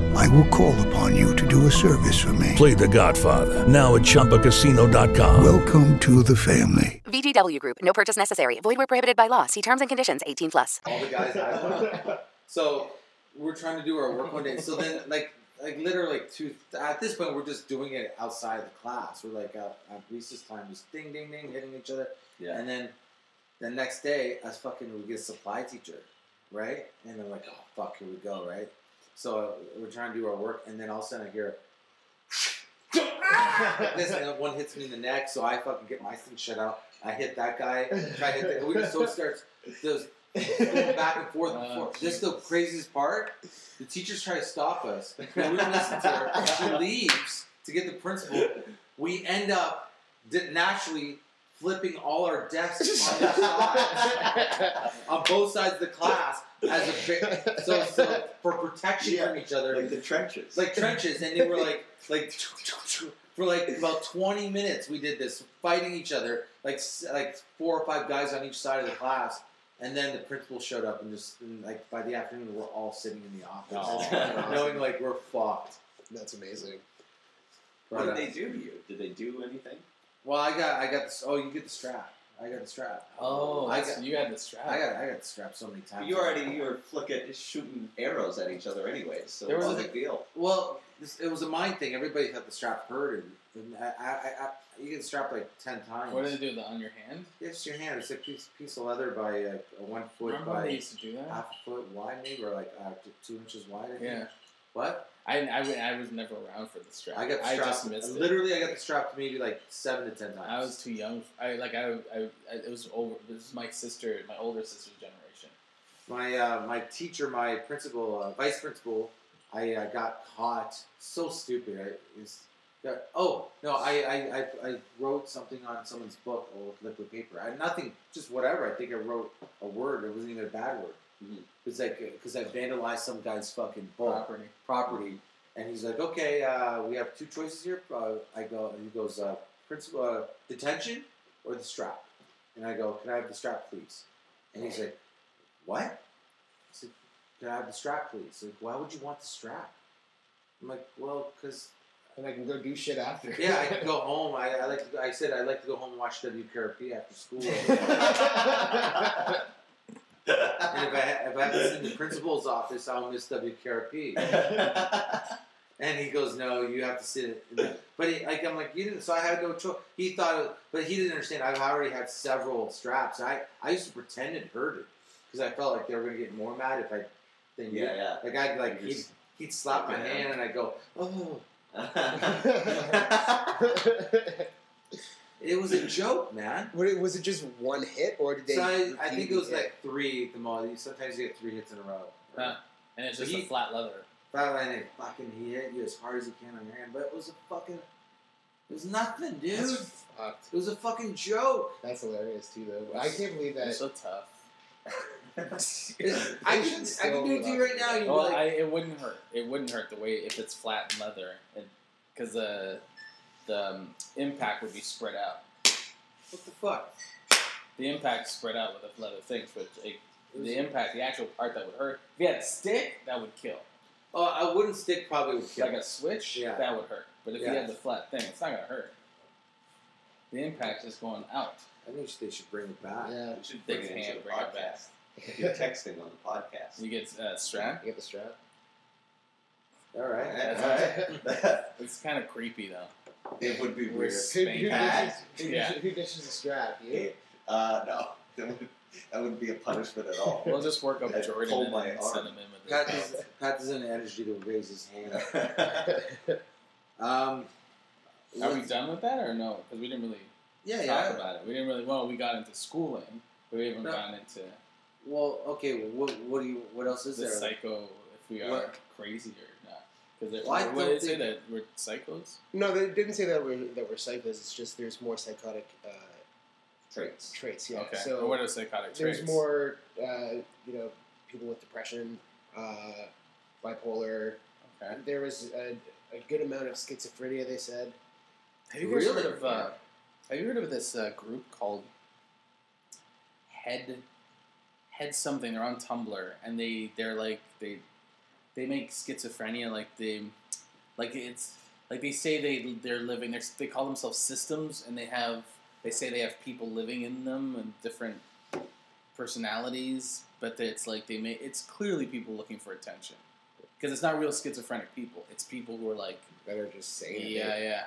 Speaker 11: I will call upon you to do a service for me.
Speaker 12: play The Godfather now at ChumbaCasino.com.
Speaker 11: Welcome to the family.
Speaker 13: VGW Group. No purchase necessary. Void where prohibited by law. See terms and conditions. 18 plus.
Speaker 4: All the guys had one. So we're trying to do our work one day. So then, like, like literally, like two. At this point, we're just doing it outside of the class. We're like out at recess time, just ding, ding, ding, hitting each other.
Speaker 6: Yeah.
Speaker 4: And then the next day, I fucking we get a supply teacher, right? And they're like, oh fuck, here we go, right? So we're trying to do our work, and then all of a sudden I hear. like this and one hits me in the neck, so I fucking get my thing shut out. I hit that guy, try to hit that. We just so it starts those going back and forth. And forth. This is the craziest part. The teachers try to stop us, but we don't listen to her. She leaves to get the principal. We end up di- naturally flipping all our desks on their sides, on both sides of the class, as a big- so, so for protection from each other, like the
Speaker 6: trenches,
Speaker 4: like trenches, and they were like like for like about twenty minutes. We did this fighting each other, like s- like four or five guys on each side of the class. And then the principal showed up, and just and like by the afternoon, we're all sitting in the office,
Speaker 6: Aw.
Speaker 4: knowing like we're fucked. uh,
Speaker 5: That's amazing.
Speaker 6: What did they do to you? Did they do anything?
Speaker 4: Well, I got, I got. This, oh, you get the strap. I got the strap.
Speaker 6: Oh,
Speaker 4: I
Speaker 6: that's- you had the strap.
Speaker 4: I got, I got the strap so many times.
Speaker 6: You already you were flicking shooting arrows at each other anyways, so
Speaker 4: There
Speaker 6: it
Speaker 4: was
Speaker 6: was a
Speaker 4: a-
Speaker 6: big deal.
Speaker 4: Well, this, it was a mind thing. Everybody had the strap hurt, and, and I, I, I, you get strapped like ten times.
Speaker 3: What do they do? The on your hand?
Speaker 4: It's your hand. It's a piece, piece of leather by uh, a one foot
Speaker 3: Remember
Speaker 4: by
Speaker 3: when they used to do that?
Speaker 4: half a foot wide, maybe or like uh, t- two inches wide. I think.
Speaker 3: Yeah.
Speaker 4: What?
Speaker 3: I, I, w- I was never around for the strap.
Speaker 4: I got the
Speaker 3: I
Speaker 4: strap.
Speaker 3: just missed it.
Speaker 4: literally, I got the strap maybe like seven to ten times.
Speaker 3: I was too young. f- I like I, I, I it was over. This is my sister, my older sister's generation.
Speaker 4: my uh, my teacher, my principal, uh, vice principal, I uh, got caught. So stupid. I it was, got, oh no, I, I, I, I wrote something on someone's book or liquid paper. I nothing, just whatever. I think I wrote a word. It wasn't even a bad word. It's like because I vandalized some guy's fucking
Speaker 5: Uh-huh.
Speaker 4: book,
Speaker 3: Property.
Speaker 4: property, and he's like, okay, uh, we have two choices here. Uh, I go, and he goes, uh, principal uh, detention or the strap, and I go, can I have the strap, please? And he's like, what? I said, can I have the strap, please? He's like, why would you want the strap? I'm like, well, because.
Speaker 5: And I can go do shit after.
Speaker 4: Yeah, I could go home. I, I like. To, I said I like to go home and watch WKRP after school. and if I ha- if I have to sit in the principal's office, I'll miss WKRP. and he goes, "No, you have to sit." In the-" But he, like I'm like, you didn't. So I had no choice. He thought, it, but he didn't understand. I've already had several straps. I I used to pretend it hurted because I felt like they were gonna get more mad if I. Than
Speaker 6: Yeah,
Speaker 4: you.
Speaker 6: yeah.
Speaker 4: Like I like
Speaker 6: You're
Speaker 4: he'd,
Speaker 6: just-
Speaker 4: he'd slap my
Speaker 6: Yeah.
Speaker 4: hand and I go, oh. it was a joke, man.
Speaker 5: What, was it just one hit, or did they?
Speaker 4: So I, I
Speaker 5: repeat
Speaker 4: think it was
Speaker 5: the hit?
Speaker 4: like three at the mall. You- Sometimes you get three hits in a row.
Speaker 3: Huh. And it's
Speaker 4: But
Speaker 3: just a
Speaker 4: he-
Speaker 3: flat leather.
Speaker 4: Flat line, and fucking he hit you as hard as he can on your hand, but it was a fucking, it was nothing, dude. It was a fucking joke.
Speaker 5: That's hilarious too, though. I can't believe that.
Speaker 3: It's so tough.
Speaker 4: I can, I can do it to
Speaker 5: uh,
Speaker 4: you right now. You'd be
Speaker 3: Well,
Speaker 4: like,
Speaker 3: I, it wouldn't hurt. It wouldn't hurt the way if it's flat and leather, because the the um, impact would be spread out.
Speaker 4: what the fuck?
Speaker 3: The impact spread out with the leather things, but it, the impact, the actual part that would hurt. If you had a stick, that would kill.
Speaker 4: Oh, a wooden stick probably would kill.
Speaker 3: Like a switch,
Speaker 4: Yeah.
Speaker 3: that would hurt. But if you
Speaker 4: Yeah.
Speaker 3: have the flat thing, it's not gonna hurt. The impact's just going out.
Speaker 4: I think they should bring it back.
Speaker 5: Yeah.
Speaker 3: They should
Speaker 6: bring
Speaker 3: bring
Speaker 6: it into the
Speaker 3: it back.
Speaker 6: podcast. You're texting on the podcast.
Speaker 3: You get uh, strap.
Speaker 5: You get the strap.
Speaker 4: All right.
Speaker 3: it's kind of creepy though.
Speaker 6: It would be
Speaker 3: We're
Speaker 6: weird.
Speaker 3: spanking-
Speaker 5: Who
Speaker 6: Pat?
Speaker 5: dishes- who
Speaker 3: Yeah.
Speaker 5: dishes- Who dishes the strap? You?
Speaker 6: Uh, no, that would that wouldn't be a punishment at all.
Speaker 3: We'll just work up
Speaker 6: I'd
Speaker 3: Jordan
Speaker 6: pull
Speaker 3: and
Speaker 6: my
Speaker 3: then
Speaker 6: arm.
Speaker 3: send him in with
Speaker 4: Pat,
Speaker 3: this.
Speaker 4: does, Pat doesn't have energy to raise his hand. um,
Speaker 3: Are we
Speaker 4: let's-
Speaker 3: done with that or no? Because we didn't really
Speaker 4: Yeah,
Speaker 3: talk
Speaker 4: yeah.
Speaker 3: about it. We didn't really. Well, we got into schooling, but we haven't
Speaker 4: No.
Speaker 3: gotten into
Speaker 4: Well, okay. Well, what, what do you? What else
Speaker 3: the
Speaker 4: is there?
Speaker 3: psycho if we are
Speaker 4: What?
Speaker 3: crazy or not. Because
Speaker 4: Well, I
Speaker 3: what did
Speaker 4: don't
Speaker 3: it say
Speaker 4: think-
Speaker 3: that we're psychos?
Speaker 5: No, they didn't say that we're that we're psychos. It's just there's more psychotic uh,
Speaker 6: Traits.
Speaker 5: traits. Yeah.
Speaker 3: Okay.
Speaker 5: So
Speaker 3: or what are psychotic
Speaker 5: there's
Speaker 3: traits?
Speaker 5: more uh, you know people with depression uh, bipolar
Speaker 3: Okay.
Speaker 5: there was a, a good amount of schizophrenia they said
Speaker 3: Have you guys
Speaker 5: Really?
Speaker 3: heard of? Uh, have you heard of this uh, group called Head Head something? They're on Tumblr, and they they're like they they make schizophrenia like they like it's like they say they they're living they're, they call themselves systems, and they have they say they have people living in them and different personalities, but it's like they may it's clearly people looking for attention because it's not real schizophrenic people. It's people who are like
Speaker 5: that are just saying it.
Speaker 3: yeah yeah.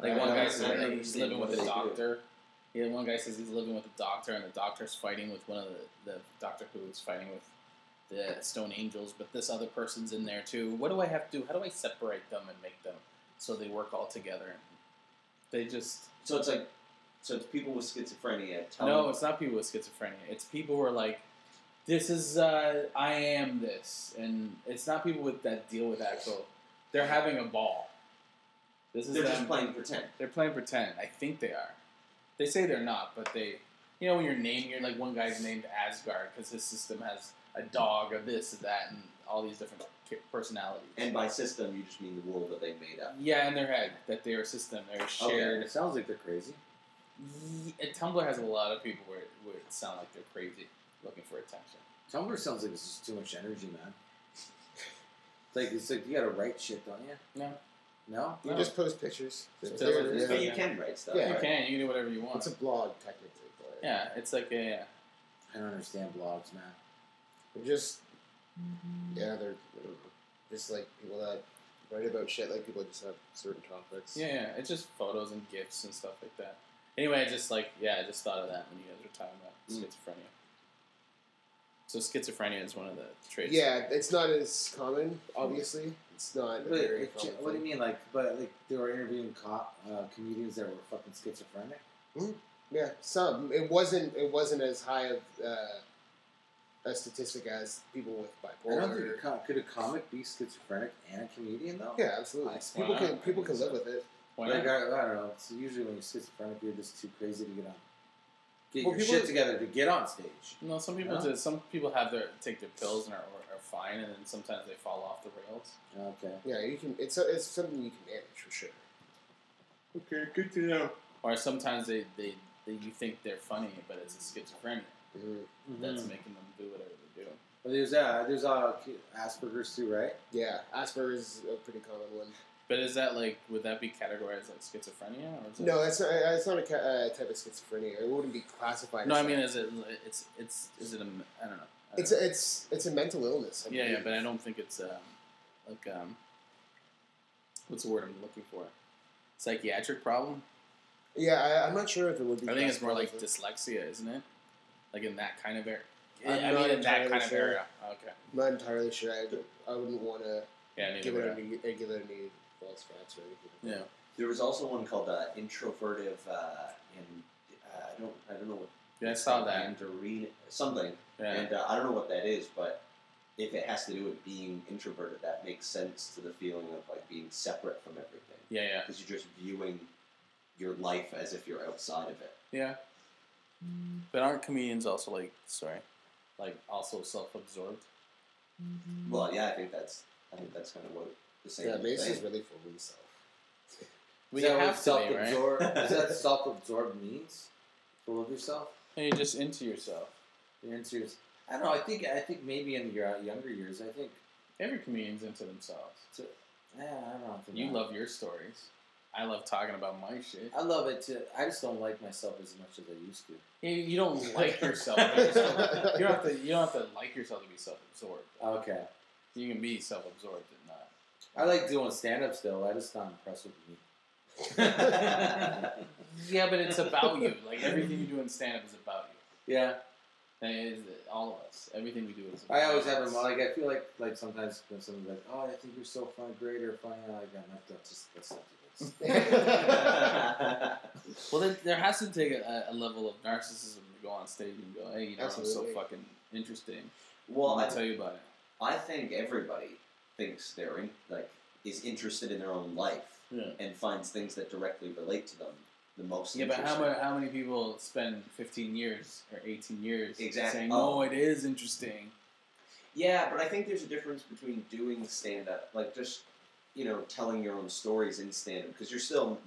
Speaker 3: Like
Speaker 4: I
Speaker 3: one guy
Speaker 4: don't
Speaker 3: says
Speaker 4: know.
Speaker 3: that he's living with
Speaker 4: What
Speaker 3: a
Speaker 4: they do.
Speaker 3: doctor. Yeah, one guy says he's living with a doctor, and the doctor's fighting with one of the, the Doctor Who is fighting with the Stone Angels, but this other person's in there too. What do I have to do? How do I separate them and make them so they work all together? They just
Speaker 6: So it's like, so it's people with schizophrenia. Telling
Speaker 3: no, it's not people with schizophrenia. It's people who are like, this is uh, I am this, and it's not people with that deal with actual. They're having a ball. This is
Speaker 6: They're just
Speaker 3: them.
Speaker 6: playing pretend.
Speaker 3: They're playing pretend. I think they are. They say they're not, but they. You know, when you're naming, you're like one guy's named Asgard because his system has a dog, a this, a that, and all these different ki- personalities.
Speaker 6: And by system, you just mean the world that they made up.
Speaker 3: yeah, in their head that they are a system, they're shared.
Speaker 4: It sounds like they're crazy.
Speaker 3: Ye- Tumblr has a lot of people where it, where it sound like they're crazy looking for attention.
Speaker 4: Tumblr sounds like it's just too much energy, man. It's like it's like you gotta write shit, don't you?
Speaker 3: No.
Speaker 4: No.
Speaker 5: you
Speaker 3: No.
Speaker 5: just post pictures
Speaker 3: Just
Speaker 5: There-
Speaker 3: post
Speaker 5: there's-
Speaker 6: But you can write stuff.
Speaker 5: Yeah.
Speaker 3: You
Speaker 6: right?
Speaker 3: can, you can do whatever you
Speaker 5: it's
Speaker 3: want.
Speaker 5: a blog technically but
Speaker 3: yeah, it's like a.
Speaker 4: I don't understand blogs, man.
Speaker 5: they're just yeah they're I don't know, just like people that write about shit like people just have certain topics
Speaker 3: Yeah, yeah, it's just photos and gifs and stuff like that. Anyway, I just like yeah, I just thought of that when you guys were talking about
Speaker 6: Mm.
Speaker 3: schizophrenia. So schizophrenia is one of the traits.
Speaker 5: yeah it's not as common obviously it's not a
Speaker 4: But
Speaker 5: very
Speaker 4: it-
Speaker 5: common
Speaker 4: what do you
Speaker 5: thing.
Speaker 4: mean, like? But like, they were interviewing cop uh, comedians that were fucking schizophrenic.
Speaker 5: Yeah, some. It wasn't. It wasn't as high of uh, a statistic as people with
Speaker 4: I
Speaker 5: bipolar.
Speaker 4: don't think a co- could a comic be schizophrenic and a comedian though.
Speaker 5: yeah, absolutely.
Speaker 3: I-
Speaker 5: people
Speaker 3: why
Speaker 5: can
Speaker 3: not?
Speaker 5: people can live with it.
Speaker 3: Why
Speaker 4: like, uh,
Speaker 3: not?
Speaker 4: I, I don't know. It's usually when you're schizophrenic, you're just too crazy to get on. Get
Speaker 5: Well,
Speaker 4: your
Speaker 5: people-
Speaker 4: shit together to get on stage.
Speaker 3: No, some people
Speaker 4: Huh?
Speaker 3: do- some people have their take their pills and are, are fine, and then sometimes they fall off the rails.
Speaker 4: Okay.
Speaker 5: Yeah, you can. It's a, it's something you can manage for sure.
Speaker 3: Okay, good to know. Or sometimes they, they, they you think they're funny, but it's a schizophrenia
Speaker 5: Mm-hmm.
Speaker 3: that's
Speaker 4: Mhm.
Speaker 3: making them do whatever they do.
Speaker 4: But there's uh, there's uh, Asperger's too, right?
Speaker 5: Yeah, Asperger's is a pretty common one.
Speaker 3: But is that like would that be categorized like schizophrenia? Or is it
Speaker 5: No, that's not. It's not a ca- uh, type of schizophrenia. It wouldn't be classified.
Speaker 3: no. I
Speaker 5: as
Speaker 3: mean,
Speaker 5: that.
Speaker 3: is it it's it's is it a m- I don't know. I don't
Speaker 5: it's a, it's it's a mental illness. I
Speaker 3: Yeah, yeah,
Speaker 5: believe.
Speaker 3: but I don't think it's um, like um, what's the word I'm looking for? Psychiatric problem.
Speaker 5: yeah. I, I'm not sure if it would be.
Speaker 3: I think it's more
Speaker 5: classified
Speaker 3: like
Speaker 5: as a-
Speaker 3: dyslexia, isn't it? Like in that kind of area.
Speaker 5: I'm
Speaker 3: I
Speaker 5: not
Speaker 3: mean, in that
Speaker 5: entirely
Speaker 3: kind of
Speaker 5: sure.
Speaker 3: area. Okay.
Speaker 5: I'm not entirely sure. I, I wouldn't want to
Speaker 3: Yeah, neither
Speaker 5: give
Speaker 3: would
Speaker 5: it
Speaker 3: I.
Speaker 5: any give it any false facts or anything.
Speaker 3: Yeah.
Speaker 6: There was also one called uh, introvertive, uh, and uh, I don't, I don't know what.
Speaker 3: Yeah, I saw that.
Speaker 6: Mandarin, something,
Speaker 3: Yeah.
Speaker 6: and uh, I don't know what that is, but if it has to do with being introverted, that makes sense to the feeling of like being separate from everything,
Speaker 3: Yeah, yeah,
Speaker 6: because you're just viewing your life as if you're outside of it.
Speaker 3: yeah. But aren't comedians also like sorry, like also self-absorbed?
Speaker 6: Well, yeah, I think that's, I think that's kind of what the same
Speaker 5: Yeah, Mace is
Speaker 6: thing.
Speaker 5: really full of himself.
Speaker 3: We
Speaker 4: is that
Speaker 3: have
Speaker 4: what
Speaker 3: to be, right?
Speaker 4: self-absorbed? is that self-absorbed means? Full of yourself.
Speaker 3: And you're just into yourself.
Speaker 4: You're into. yours- I don't know. I think. I think maybe in your younger years, I think.
Speaker 3: Every comedian's into themselves.
Speaker 4: it's a-
Speaker 5: Yeah, eh, I don't know.
Speaker 3: You love your stories. I love talking about my shit.
Speaker 5: I love it too. I just don't like myself as much as I used to.
Speaker 3: You, you don't like yourself. You just don't- you don't have to. You don't have to like yourself to be self-absorbed.
Speaker 5: Okay.
Speaker 3: You can be self-absorbed and not.
Speaker 5: I like doing stand up still. I just not impressed with me.
Speaker 3: Yeah, but it's about you. Like everything you do in stand-up is about you.
Speaker 5: Yeah.
Speaker 3: And it is all of us. Everything we do is. About
Speaker 5: I always have
Speaker 3: us.
Speaker 5: them like I feel like like sometimes when someone's like, Oh, I think you're so fun, great or funny, I'm like I'm not that's just that's not do this.
Speaker 3: well, then there has to take a, a level of narcissism to go on stage and go, "Hey, you know, I'm
Speaker 4: Absolutely.
Speaker 3: so fucking interesting."
Speaker 4: Well,
Speaker 3: I'm gonna
Speaker 4: I-
Speaker 3: tell you about it.
Speaker 4: I think everybody thinks they're in, like is interested in their own life
Speaker 3: Yeah.
Speaker 4: and finds things that directly relate to them the most.
Speaker 3: Yeah, but how
Speaker 4: interesting.
Speaker 3: many how many people spend 15 years or 18 years
Speaker 4: Exactly.
Speaker 3: saying,
Speaker 4: Oh.
Speaker 3: "No, it is interesting."
Speaker 4: Yeah, but I think there's a difference between doing stand up, like just you know telling your own stories in stand up, because you're still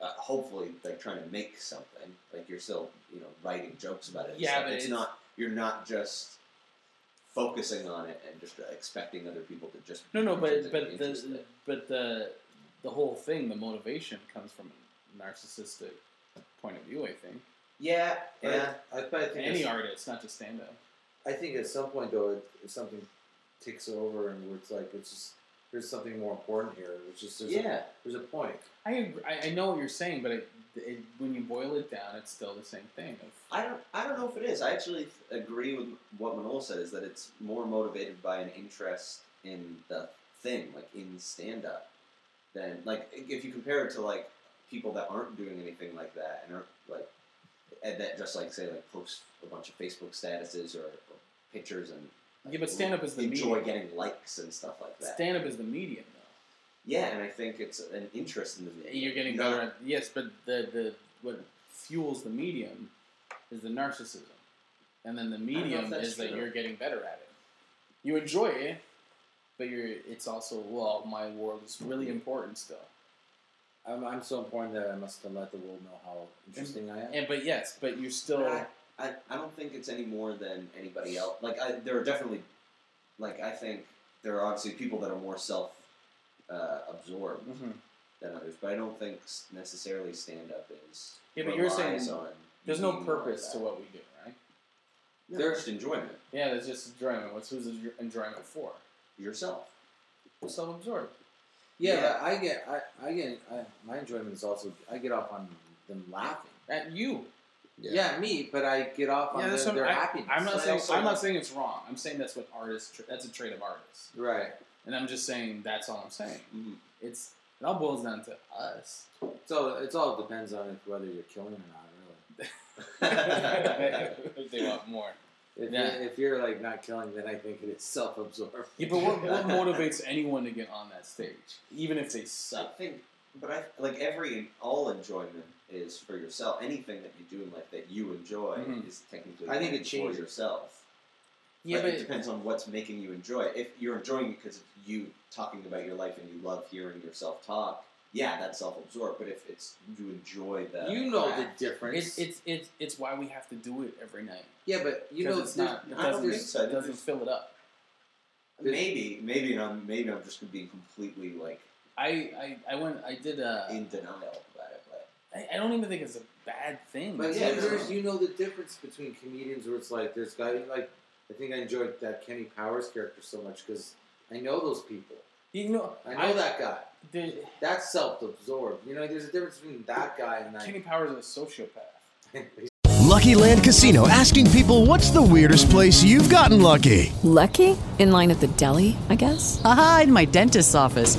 Speaker 4: uh, hopefully like trying to make something. Like you're still you know writing jokes about it. and
Speaker 3: Yeah,
Speaker 4: stuff.
Speaker 3: but
Speaker 4: it's,
Speaker 3: it's-
Speaker 4: not. You're not just focusing on it and just expecting other people to just
Speaker 3: No, no,
Speaker 4: be
Speaker 3: but
Speaker 4: interested and
Speaker 3: but
Speaker 4: interested.
Speaker 3: the but the the whole thing, the motivation comes from a narcissistic point of view. I think
Speaker 4: yeah,
Speaker 5: But
Speaker 4: yeah.
Speaker 5: I, but I think
Speaker 3: any
Speaker 5: it's-
Speaker 3: artist, not just stand up.
Speaker 5: I think at some point though, it, if something takes over and where it's like it's just there's something more important here. It's just there's a,
Speaker 3: Yeah.
Speaker 5: there's a point.
Speaker 3: I, agree- I I know what you're saying, but it, it, when you boil it down, it's still the same thing. of-
Speaker 4: I don't. I don't know if it is. I actually agree with what Manol says that it's more motivated by an interest in the thing, like in stand up, than like if you compare it to like people that aren't doing anything like that and aren't like and that just like say like post a bunch of Facebook statuses or, or pictures and like,
Speaker 3: Yeah, but stand-up is the
Speaker 4: enjoy
Speaker 3: medium.
Speaker 4: getting likes and stuff like that.
Speaker 3: Stand up is the medium, though.
Speaker 4: yeah, and I think it's an interest in the medium.
Speaker 3: You're getting
Speaker 4: not-
Speaker 3: better at yes, but the the what fuels the medium is the narcissism, and then the
Speaker 4: know if
Speaker 3: medium
Speaker 4: that's
Speaker 3: is that
Speaker 4: true.
Speaker 3: you're getting better at it. You enjoy it, but you're. It's also well, my world is really important still.
Speaker 5: I'm, I'm so important that I must let the world know how interesting I am.
Speaker 3: And but yes, but you're still.
Speaker 4: I, I, I don't think it's any more than anybody else. Like I, there are definitely, like I think there are obviously people that are more self uh, absorbed
Speaker 5: Mm-hmm.
Speaker 3: Mhm.
Speaker 4: than others, but I don't think s- necessarily stand up is.
Speaker 3: Yeah, but you're
Speaker 4: relies
Speaker 3: saying
Speaker 4: on
Speaker 3: there's no
Speaker 4: being more
Speaker 3: purpose
Speaker 4: of
Speaker 3: to
Speaker 4: that.
Speaker 3: what we do, right?
Speaker 4: No, There's just enjoyment.
Speaker 3: Yeah, there's just enjoyment. What's who's enjoyment for?
Speaker 4: Yourself.
Speaker 3: Self-absorbed.
Speaker 5: Yeah, I get, I, I get, I, my enjoyment is also I get off on them laughing
Speaker 3: at you.
Speaker 5: Yeah, me, but I get off on
Speaker 3: Yeah,
Speaker 5: their,
Speaker 3: that's what
Speaker 5: their
Speaker 3: I,
Speaker 5: happiness.
Speaker 3: I'm not
Speaker 5: But I
Speaker 3: saying
Speaker 5: also
Speaker 3: I'm not
Speaker 5: like-
Speaker 3: saying it's wrong. I'm saying that's what artists. Tra- that's a trait of artists,
Speaker 5: right.
Speaker 3: and I'm just saying that's all I'm saying. It's it all boils down to us.
Speaker 5: So it's all depends on if, whether you're killing or not, really.
Speaker 3: if they want more.
Speaker 5: If,
Speaker 3: Yeah.
Speaker 5: you're, if you're like not killing, then I think it is self-absorbed.
Speaker 3: Yeah, but what, what motivates anyone to get on that stage, even if they
Speaker 4: I
Speaker 3: suck?
Speaker 4: think, but I like every all enjoyment is for yourself. Anything that you do in life that you enjoy
Speaker 3: Mhm.
Speaker 4: is technically
Speaker 5: I think it
Speaker 4: for
Speaker 5: changes.
Speaker 4: yourself.
Speaker 3: Yeah,
Speaker 4: Like,
Speaker 3: but-
Speaker 4: it depends on what's making you enjoy it. If you're enjoying it because you talking about your life and you love hearing yourself talk, yeah, that's self-absorbed. But if it's you enjoy that,
Speaker 5: You know the difference.
Speaker 3: It's it's it's it's why we have to do it every night.
Speaker 5: yeah, but you
Speaker 3: 'Cause
Speaker 5: know,
Speaker 3: it's
Speaker 5: there's-
Speaker 3: not. It
Speaker 4: I don't
Speaker 3: doesn't,
Speaker 4: think so. I
Speaker 3: it
Speaker 4: think
Speaker 3: doesn't fill it up.
Speaker 4: maybe maybe I'm maybe I'm just being completely like
Speaker 3: I I, I went. I did a.
Speaker 4: in denial about it. But
Speaker 3: I, I don't even think it's a bad thing.
Speaker 5: But
Speaker 3: It's
Speaker 5: yeah,
Speaker 3: just-
Speaker 5: there's, you know the difference between comedians where it's like there's guy like I think I enjoyed that Kenny Powers character so much because I know those people.
Speaker 3: you know,
Speaker 5: I know that guy.
Speaker 3: the-
Speaker 5: That's self-absorbed. You know, there's a difference between that guy and
Speaker 3: Kenny Powers is a sociopath.
Speaker 7: Lucky Land Casino asking people what's the weirdest place you've gotten lucky?
Speaker 1: Lucky? In line at the deli, I guess?
Speaker 14: Haha, in my dentist's office.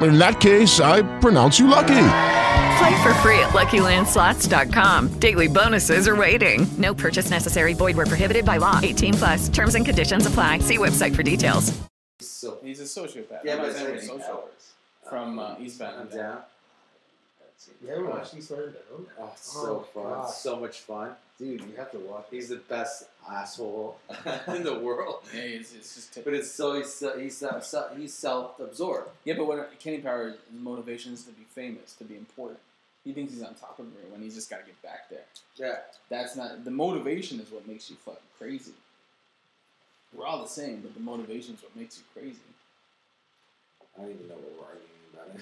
Speaker 15: In that case, I pronounce you lucky.
Speaker 1: Play for free at LuckyLandSlots.com. Daily bonuses are waiting. No purchase necessary. Void were prohibited by law. 18 plus. Terms and conditions apply. See website for details.
Speaker 4: So
Speaker 3: he's a sociopath.
Speaker 4: Yeah, but
Speaker 3: he's a
Speaker 4: it's like-
Speaker 3: social from uh, Eastbound and Down.
Speaker 5: You haven't watched East Down?
Speaker 4: Oh, it's so fun.
Speaker 5: God.
Speaker 4: So much fun.
Speaker 5: Dude, you have to watch.
Speaker 4: He's the best asshole in the world.
Speaker 3: Yeah, it's, it's just
Speaker 4: But it's so he's so, he's so, so- he's self-absorbed.
Speaker 3: yeah. But what Kenny Power's motivation is to be famous, to be important. He thinks he's on top of everyone. when he's just got to get back there.
Speaker 4: Yeah.
Speaker 3: That's not the motivation is what makes you fucking crazy. We're all the same, but the motivation is what makes you crazy.
Speaker 4: I don't even know what we're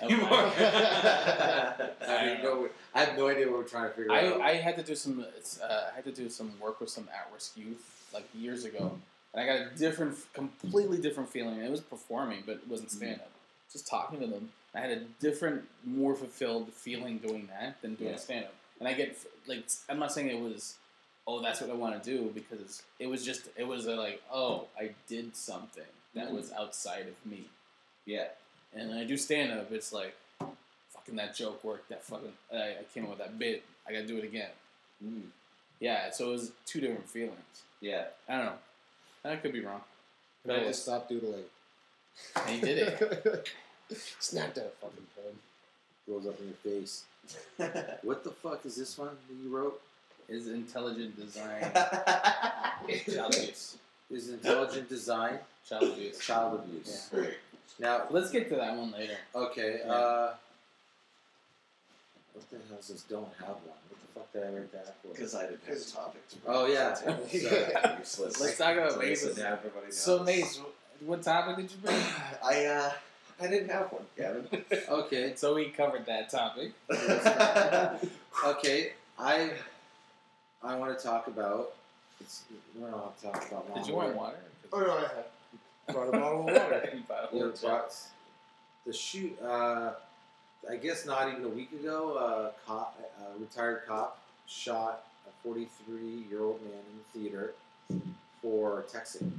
Speaker 4: arguing about
Speaker 3: Okay.
Speaker 4: anymore. I, don't even know what- I have no idea what we're trying to figure out.
Speaker 3: I, I had to do some it's, uh, I had to do some work with some at risk youth like years ago, and I got a different, completely different feeling. It was performing, but it wasn't stand up. Just talking to them, I had a different, more fulfilled feeling doing that than doing
Speaker 4: Yeah.
Speaker 3: stand up. And I get like I'm not saying it was, oh, that's what I want to do because it was just it was a, like oh, I did something that was outside of me.
Speaker 6: Yeah.
Speaker 3: And when I do stand up, it's like fucking that joke worked. That fucking I, I came up with that bit. I gotta do it again.
Speaker 6: Mm.
Speaker 3: Yeah, so it was two different feelings.
Speaker 6: Yeah.
Speaker 3: I don't know. I could be wrong.
Speaker 5: And I just stopped doodling.
Speaker 3: And he did it.
Speaker 5: Snapped out a fucking pen.
Speaker 4: Rolls up in your face. what the fuck is this one that you wrote?
Speaker 3: Is intelligent design child abuse?
Speaker 4: Is intelligent design
Speaker 3: Child abuse.
Speaker 4: child abuse? Now
Speaker 3: Let's get to that one later.
Speaker 4: Okay.
Speaker 3: Yeah.
Speaker 4: Uh, what the hell is this? Don't have one. What the fuck did I write that for?
Speaker 6: Because I didn't have a topic to
Speaker 4: Oh yeah.
Speaker 6: Sorry. Useless.
Speaker 3: Let's talk about
Speaker 6: So
Speaker 3: Mason.
Speaker 6: now everybody knows.
Speaker 3: So Mace, what topic did you bring?
Speaker 6: I uh, I didn't have one, Gavin.
Speaker 4: okay.
Speaker 3: So we covered that topic.
Speaker 4: Okay. I I want to talk about. It's, we don't have to talk about.
Speaker 3: Did you
Speaker 4: lawnmower.
Speaker 3: want water?
Speaker 5: Oh no, I have brought a bottle of water.
Speaker 3: You bought a
Speaker 4: Yeah,
Speaker 3: whole jug.
Speaker 4: but the shoot. Uh, I guess not even a week ago, a cop, a retired cop, shot a 43-year-old man in the theater for texting.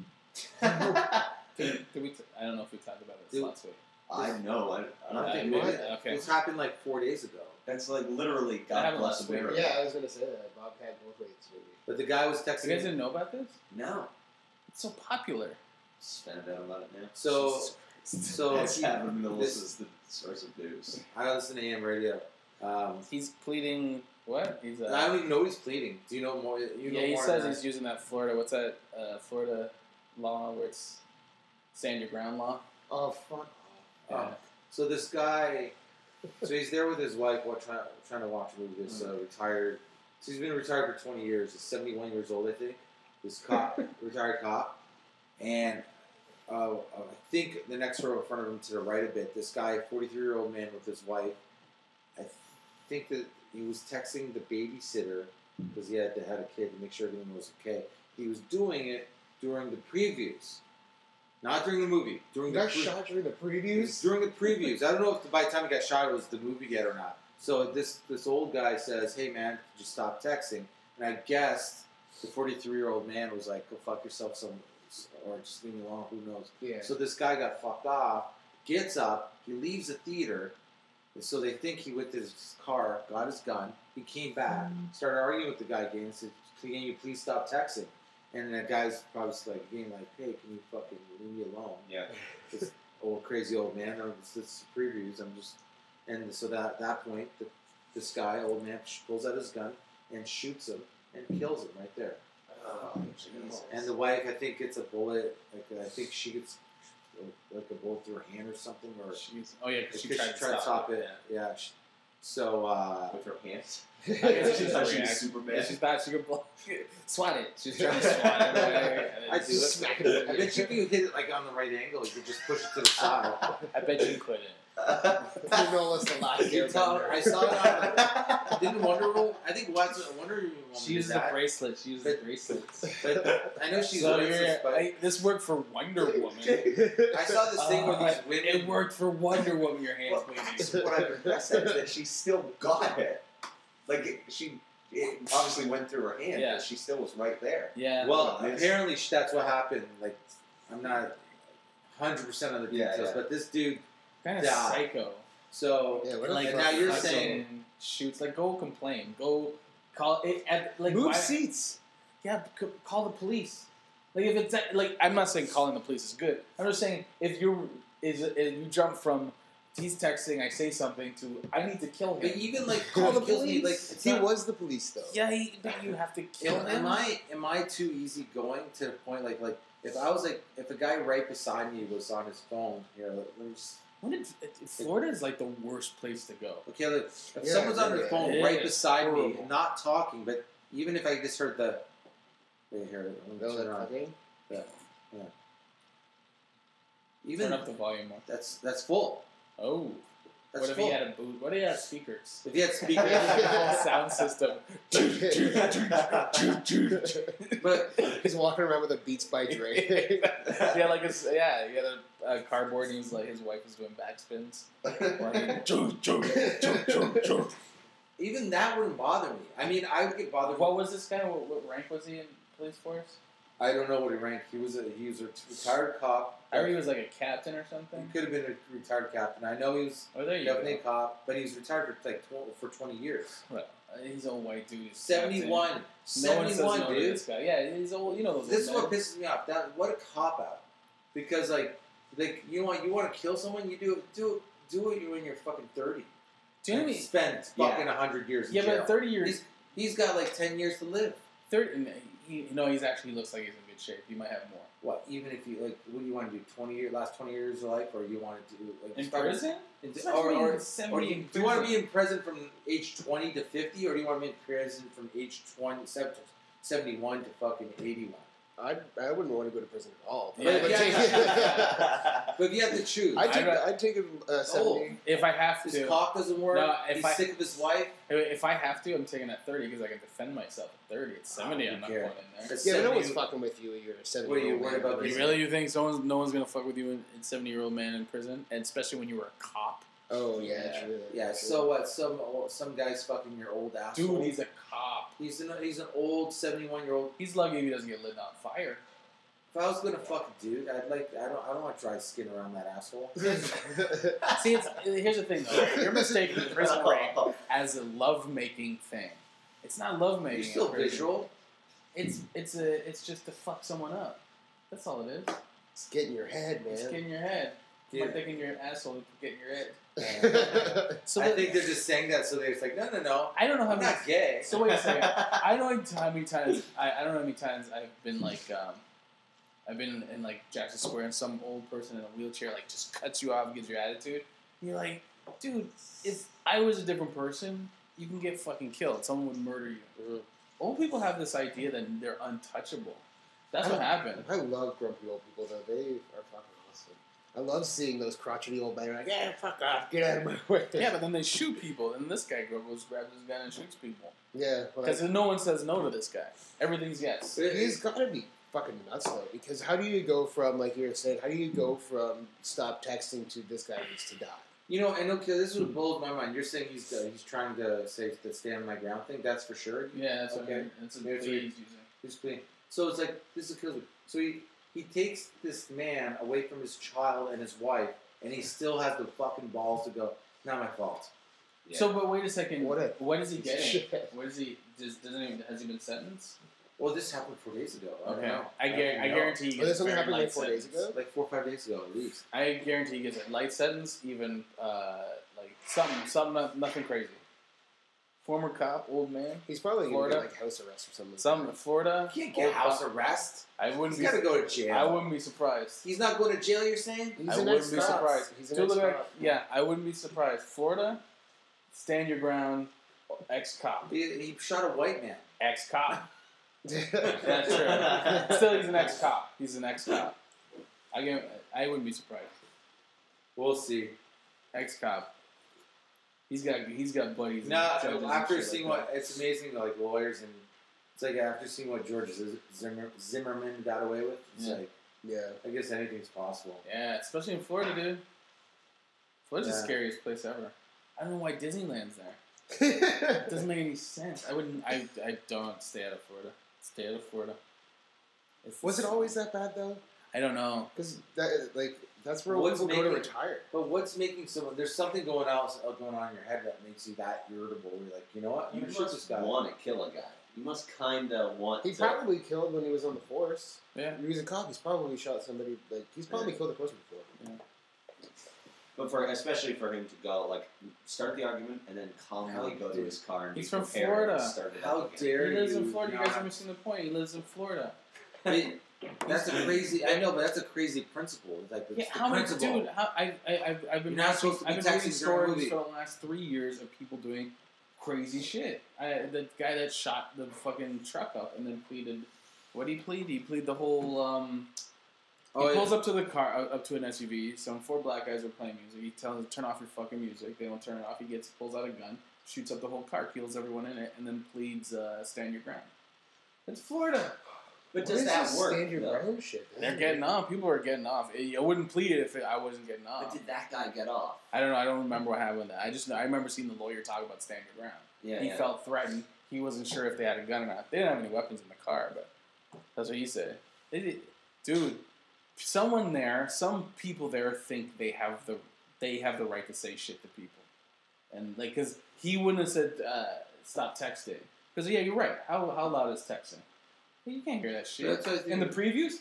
Speaker 3: Did, did we t- I don't know if we talked about this
Speaker 4: Dude.
Speaker 3: last week.
Speaker 6: I know. I, I don't
Speaker 3: Uh,
Speaker 6: think
Speaker 3: maybe-
Speaker 6: maybe-
Speaker 3: okay.
Speaker 4: This happened like four days ago.
Speaker 6: That's like literally
Speaker 3: That
Speaker 6: God
Speaker 3: happened
Speaker 6: bless
Speaker 3: last week.
Speaker 6: America.
Speaker 5: Yeah, I was gonna say that. Bobcat Goldthwait's movie.
Speaker 4: But the guy was
Speaker 3: You guys
Speaker 4: texting.
Speaker 3: didn't know about this?
Speaker 6: No.
Speaker 3: It's so popular.
Speaker 6: Just found out about it now.
Speaker 4: So,
Speaker 3: Jesus Christ.
Speaker 4: so
Speaker 6: That's
Speaker 4: he-
Speaker 6: Gavin Mills
Speaker 4: this-
Speaker 6: is the source of news.
Speaker 4: I listen to AM radio. Um,
Speaker 3: he's pleading what? He's uh,
Speaker 4: and I don't even know what he's pleading. Do you know more? You know
Speaker 3: yeah, he
Speaker 4: more
Speaker 3: says
Speaker 4: than I-
Speaker 3: he's using that Florida. What's that uh, Florida law where it's stand your ground law?
Speaker 5: Oh fuck.
Speaker 4: Oh. So this guy, so he's there with his wife while trying trying to watch a movie. This uh, retired, so he's been retired for twenty years. He's seventy one years old, I think. This cop, retired cop, and uh, I think the next row in front of him to the right a bit. This guy, forty three year old man with his wife. I think that he was texting the babysitter because he had to have a kid to make sure everything was okay. He was doing it during the previews, not during the movie. During
Speaker 5: You
Speaker 4: the
Speaker 5: got
Speaker 4: pre-
Speaker 5: shot during the
Speaker 4: it was
Speaker 5: previews.
Speaker 4: during the previews. I don't know if the, by the time he got shot, it was the movie yet or not. So this this old guy says, "Hey man, just stop texting." And I guessed the 43 year old man was like, "Go fuck yourself, some, or just leave me alone. Who knows?"
Speaker 5: Yeah.
Speaker 4: So this guy got fucked off. Gets up. He leaves the theater. And so they think he went to his car, got his gun. He came back,
Speaker 5: Mm.
Speaker 4: started arguing with the guy again. and Said, "Can you please stop texting?" And the guy's probably just like being like, "Hey, can you fucking leave me alone?"
Speaker 6: Yeah.
Speaker 4: this old crazy old man. Or this, this previews. I'm just, and so that at that point, the, this guy, old man, sh- pulls out his gun and shoots him and kills him right there.
Speaker 5: Oh, Jesus.
Speaker 4: And the wife, I think, gets a bullet. Like I think she gets like a bullet through her hand or something, or
Speaker 3: She's, oh yeah, because
Speaker 4: because
Speaker 3: she tried to stop,
Speaker 4: it. Yeah. she- so uh,
Speaker 6: With her hands.
Speaker 3: Yeah. I guess she's
Speaker 6: Thought she was
Speaker 3: react-
Speaker 6: Superman.
Speaker 3: Yeah, she thought she could blow, swat it. She's trying to swat it away. and
Speaker 4: I
Speaker 3: then
Speaker 4: do it.
Speaker 3: smack
Speaker 4: I
Speaker 3: it.
Speaker 4: bet you if you hit it like on the right angle, you could just push it to the side.
Speaker 3: I bet you couldn't.
Speaker 5: You're no less than last year.
Speaker 4: You tell- I saw it on. Didn't Wonder Woman? I think Wonder Wonder Woman.
Speaker 3: She
Speaker 4: did
Speaker 3: uses
Speaker 4: that.
Speaker 3: a bracelet. She uses
Speaker 4: But-
Speaker 3: bracelets.
Speaker 4: But I know she's
Speaker 3: so
Speaker 4: racist,
Speaker 3: you're-
Speaker 4: but I,
Speaker 3: I- this worked for Wonder Woman.
Speaker 4: saw this thing where
Speaker 3: Uh,
Speaker 4: these women.
Speaker 3: It worked for Wonder Woman. Your hands bleeding.
Speaker 6: what I'm impressed at is that she still got it. Like it, she, it obviously went through her hand,
Speaker 3: Yeah.
Speaker 6: but she still was right there.
Speaker 3: Yeah.
Speaker 4: Well,
Speaker 6: Yeah.
Speaker 4: apparently sh- that's what happened. Like, I'm not 100 percent on the
Speaker 6: Yeah,
Speaker 4: details,
Speaker 6: yeah.
Speaker 4: but this dude
Speaker 3: kind of
Speaker 4: Yeah.
Speaker 3: psycho.
Speaker 4: So
Speaker 5: Yeah, what
Speaker 4: and
Speaker 5: the fuck
Speaker 4: now
Speaker 5: is
Speaker 4: you're
Speaker 5: that
Speaker 4: saying
Speaker 3: shoots like go complain, go call it at, like
Speaker 4: Move
Speaker 3: seats. Yeah, c- call the police. Like if it's that- like I'm not saying calling the police is good. I'm just saying if you is if you jump from he's texting, I say something to I need to kill him.
Speaker 4: But even, like, call the
Speaker 3: Kills me,
Speaker 4: police.
Speaker 3: it's
Speaker 5: he
Speaker 3: not-
Speaker 5: was the police though.
Speaker 3: Yeah, he, but you have to kill
Speaker 4: am,
Speaker 3: him.
Speaker 4: am I am I too easygoing to the point like like if I was like if a guy right beside me was on his phone here let let me just
Speaker 3: When did, Florida is like the worst place to go.
Speaker 4: okay look if
Speaker 3: Yeah,
Speaker 4: someone's on
Speaker 3: yeah,
Speaker 4: their phone
Speaker 3: yeah.
Speaker 4: right
Speaker 3: It's
Speaker 4: beside me
Speaker 3: horrible.
Speaker 4: not talking but even if I just heard the wait here let me
Speaker 5: Oh,
Speaker 4: turn it
Speaker 5: that
Speaker 4: on
Speaker 5: fucking-
Speaker 4: yeah yeah even
Speaker 3: Turn up the volume more.
Speaker 4: that's that's full
Speaker 3: Oh.
Speaker 4: that's
Speaker 3: what if
Speaker 4: full
Speaker 3: he had a boot? What if he had speakers?
Speaker 4: If he had speakers.
Speaker 3: sound system.
Speaker 4: but
Speaker 5: he's walking around with a Beats by Dre.
Speaker 3: yeah, like it's yeah, he had a, a cardboard. And he's like his wife was doing backspins.
Speaker 4: even that wouldn't bother me I mean I would get bothered
Speaker 3: what was this guy? What, what rank was he in police force?
Speaker 4: I don't know what he ranked he was a he was a retired cop
Speaker 3: I heard he was like a captain or something.
Speaker 4: He could have been a retired captain. I know he was
Speaker 3: Oh, there you
Speaker 4: definitely
Speaker 3: go.
Speaker 4: a cop, but he was retired for like 12, for twenty years.
Speaker 3: Well, uh, he's a white dude. He's
Speaker 4: 71.
Speaker 3: captain. No one says
Speaker 4: 71,
Speaker 3: no to
Speaker 4: dude.
Speaker 3: This guy. Yeah, he's old. You know those.
Speaker 4: This is
Speaker 3: old
Speaker 4: what
Speaker 3: men.
Speaker 4: pisses me off. That what a cop out, because like like you want you want to kill someone, you do it do it do it when you're fucking thirty.
Speaker 3: Do you know
Speaker 4: And
Speaker 3: what I mean?
Speaker 4: Spend
Speaker 3: Yeah.
Speaker 4: fucking hundred years. In
Speaker 3: Yeah,
Speaker 4: jail.
Speaker 3: but thirty years.
Speaker 4: He's, he's got like ten years to live.
Speaker 3: Thirty. He, no, he's actually looks like he's in good shape. He might have more.
Speaker 4: What even if you like, what do you want to do? Twenty year last twenty years of life, or you want to do like
Speaker 3: In
Speaker 4: start-
Speaker 3: prison?
Speaker 4: In-
Speaker 3: It's
Speaker 4: or,
Speaker 3: actually
Speaker 4: or,
Speaker 3: in seventy
Speaker 4: or do you,
Speaker 3: in
Speaker 4: do you want to be
Speaker 3: prison.
Speaker 4: in prison from age 20 to 50 or do you want to be in prison from age 20, sev- 71 to fucking 81
Speaker 5: I, I wouldn't want to go to prison at all. But,
Speaker 4: Yeah.
Speaker 5: but
Speaker 4: Yeah.
Speaker 5: take-
Speaker 4: but if you have to choose
Speaker 5: I'd take,
Speaker 3: I'd ra-
Speaker 5: I'd take a
Speaker 4: Oh,
Speaker 5: uh, 70.
Speaker 3: If I have to,
Speaker 4: his cock doesn't work
Speaker 3: No, if
Speaker 4: he's
Speaker 3: I-
Speaker 4: sick of his wife
Speaker 3: If I have to, I'm taking that 30 because I can defend myself at 30. At 70,
Speaker 4: I
Speaker 3: I'm
Speaker 4: don't
Speaker 3: not
Speaker 4: care.
Speaker 3: going in there.
Speaker 4: It's
Speaker 5: Yeah, but no
Speaker 4: 70
Speaker 5: one's fucking with you when you're 70.
Speaker 4: What are you worried about
Speaker 3: You really you think someone's no one's gonna fuck with you in, in 70 year old man in prison, and especially when you were a cop,
Speaker 5: Oh, yeah,
Speaker 3: Yeah.
Speaker 5: true.
Speaker 4: yeah
Speaker 5: true.
Speaker 4: so what some old- some guy's fucking your old ass
Speaker 3: dude. He's a cop.
Speaker 4: he's an, he's an old 71 year old
Speaker 3: He's lucky if he doesn't get lit on fire.
Speaker 4: if I was gonna fuck a dude I'd like I don't I don't want dry skin around that asshole
Speaker 3: See, it's, here's the thing though. You're mistaking the prison rank as a love making thing. It's not love
Speaker 4: you're
Speaker 3: making.
Speaker 4: still visual
Speaker 3: It's it's a it's just to fuck someone up. That's all it is.
Speaker 5: It's getting your head, man.
Speaker 3: It's getting your head.
Speaker 4: Yeah.
Speaker 3: I'm thinking you're an asshole. to Get in your head. So
Speaker 4: I
Speaker 3: the-
Speaker 4: think they're just saying that so they're just like no no no
Speaker 3: I don't know how
Speaker 4: I'm
Speaker 3: many.
Speaker 4: not gay
Speaker 3: So wait a second. I don't know how many times I, I don't know how many times I've been like um, I've been in like Jackson Square and some old person in a wheelchair like just cuts you off, gives your attitude. And you're like, dude, if I was a different person, you can get fucking killed. Someone would murder you.
Speaker 5: Mm-hmm.
Speaker 3: Old people have this idea that they're untouchable. That's what
Speaker 5: I-
Speaker 3: happened.
Speaker 5: I love grumpy old people, though. They are fucking awesome. I love seeing those crotchety old men like, yeah, fuck off, get out of my way.
Speaker 3: Yeah, but then they shoot people, and this guy goes grabs his gun and shoots people
Speaker 5: Yeah, like,
Speaker 3: because no one says no to this guy. Everything's yes.
Speaker 5: he's got to be fucking nuts though, because how do you go from like you were saying, how do you go from stop texting to this guy needs to die?
Speaker 4: You know, and okay, this
Speaker 3: Hmm.
Speaker 4: would blows my mind. You're saying he's uh, he's trying to say the stand my ground thing. That's for sure.
Speaker 3: Yeah, that's what I
Speaker 4: Okay.
Speaker 3: mean. That's a plea
Speaker 4: There's
Speaker 3: he's
Speaker 4: your-
Speaker 3: using.
Speaker 4: He's clean. So it's like this is kills me. So he he takes this man away from his child and his wife, and he still has the fucking balls to go. Not my fault.
Speaker 6: Yeah.
Speaker 3: So, but wait a second.
Speaker 5: What a
Speaker 3: What is he getting?
Speaker 5: Shit.
Speaker 3: What is he? Does, doesn't even has he been sentenced?
Speaker 4: Well, this happened four days ago. I don't
Speaker 3: Okay,
Speaker 4: know.
Speaker 3: I,
Speaker 4: don't
Speaker 3: guar- I
Speaker 4: know.
Speaker 3: guarantee. He
Speaker 5: Oh,
Speaker 3: gets
Speaker 5: this
Speaker 3: a
Speaker 5: only
Speaker 3: very
Speaker 5: happened like
Speaker 3: light
Speaker 5: four days
Speaker 3: sentence.
Speaker 5: ago.
Speaker 4: Like four or five days ago, at least.
Speaker 3: I guarantee he gets a light sentence, even uh, like something, something, not- nothing crazy. Former cop, old man,
Speaker 5: He's probably gonna
Speaker 3: Florida?
Speaker 5: get, like house arrest or something.
Speaker 3: some Florida.
Speaker 4: He can't get
Speaker 3: old
Speaker 4: house
Speaker 3: cop.
Speaker 4: arrest.
Speaker 3: I wouldn't
Speaker 4: He's
Speaker 3: be.
Speaker 4: got to go to jail.
Speaker 3: I wouldn't be surprised.
Speaker 4: He's not going to jail. You're saying?
Speaker 5: He's
Speaker 3: I
Speaker 5: an
Speaker 3: wouldn't be
Speaker 5: ex-cop.
Speaker 3: surprised.
Speaker 5: He's an
Speaker 3: Dude, look at-
Speaker 5: ex-cop.
Speaker 3: yeah, I wouldn't be surprised. Florida, stand your ground. Ex cop,
Speaker 4: He, he shot a white man.
Speaker 3: ex cop. That's true. Still, he's an ex-cop. He's an ex-cop. I get, I wouldn't be surprised.
Speaker 4: We'll see.
Speaker 3: Ex-cop. He's got he's got buddies. and judges
Speaker 4: No,
Speaker 3: and
Speaker 4: after
Speaker 3: shit
Speaker 4: seeing
Speaker 3: like
Speaker 4: what it's amazing, like lawyers and it's like after seeing what George Z- Zimmer, Zimmerman got away with, it's
Speaker 3: Yeah.
Speaker 4: like
Speaker 5: yeah.
Speaker 4: I guess anything's possible.
Speaker 3: that. yeah, especially in Florida, dude. Florida's
Speaker 4: Yeah.
Speaker 3: the scariest place ever. I don't know why Disneyland's there. It doesn't make any sense. I wouldn't. I I don't stay out of Florida. Stay out of Florida. It's-
Speaker 5: Was it always that bad though?
Speaker 3: I I don't know.
Speaker 5: Because that, like that's where
Speaker 4: What's
Speaker 5: people go to
Speaker 4: making-
Speaker 5: retire.
Speaker 4: But what's making someone? There's something going else uh, going on in your head that makes you that irritable. Where you're like, you know what?
Speaker 6: You
Speaker 4: I'm gonna shoot this
Speaker 6: must
Speaker 4: guy.
Speaker 6: want to kill a guy. You must kind of want.
Speaker 5: He
Speaker 6: to,
Speaker 5: probably killed when he was on the force.
Speaker 3: Yeah.
Speaker 5: He was a cop. He's probably shot somebody. Like he's probably
Speaker 6: Yeah.
Speaker 5: killed a person before.
Speaker 6: but for especially for him to go like start the argument and then calmly go to his car. And
Speaker 3: He's
Speaker 6: be
Speaker 3: from
Speaker 6: prepared
Speaker 3: Florida.
Speaker 6: To start it
Speaker 4: Oh, How
Speaker 6: up again.
Speaker 4: dare
Speaker 3: he lives
Speaker 4: you
Speaker 3: in Florida. You guys
Speaker 4: not-
Speaker 3: are missing the point. He lives in Florida.
Speaker 4: It- that's a crazy. I know, but that's a crazy principle. It's Like, it's
Speaker 3: Yeah,
Speaker 4: the
Speaker 3: how many
Speaker 4: principle.
Speaker 3: dude? How, I, I, I've, I've been
Speaker 4: You're not
Speaker 3: watching-
Speaker 4: supposed to be
Speaker 3: I've been reading
Speaker 4: texting during a
Speaker 3: stories
Speaker 4: movie.
Speaker 3: for the last three years of people doing crazy shit. I, the guy that shot the fucking truck up and then pleaded. What did he plead? He plead the whole. Um, he
Speaker 4: Oh, yeah.
Speaker 3: pulls up to the car, uh, up to an SUV. Some four black guys are playing music. He tells them, "Turn off your fucking music." They don't turn it off. He gets pulls out a gun, shoots up the whole car, kills everyone in it, and then pleads, uh, "Stand your ground." It's Florida.
Speaker 6: But
Speaker 5: What is this Stand your ground shit.
Speaker 3: They're getting off. People are getting off. I wouldn't plead it if it, I wasn't getting off.
Speaker 6: But did that guy get off?
Speaker 3: I don't know. I don't remember what happened with that. I just know, I remember seeing the lawyer talk about standing your ground.
Speaker 6: Yeah,
Speaker 3: he
Speaker 6: yeah.
Speaker 3: felt threatened. He wasn't sure if they had a gun or not. They didn't have any weapons in the car, but that's what he said. They did, dude, someone there, some people there think they have the they have the right to say shit to people, and like because he wouldn't have said uh, stop texting. Because yeah, you're right. How how loud is texting? Well, you can't hear that shit.
Speaker 4: That's what I think.
Speaker 3: In the previews,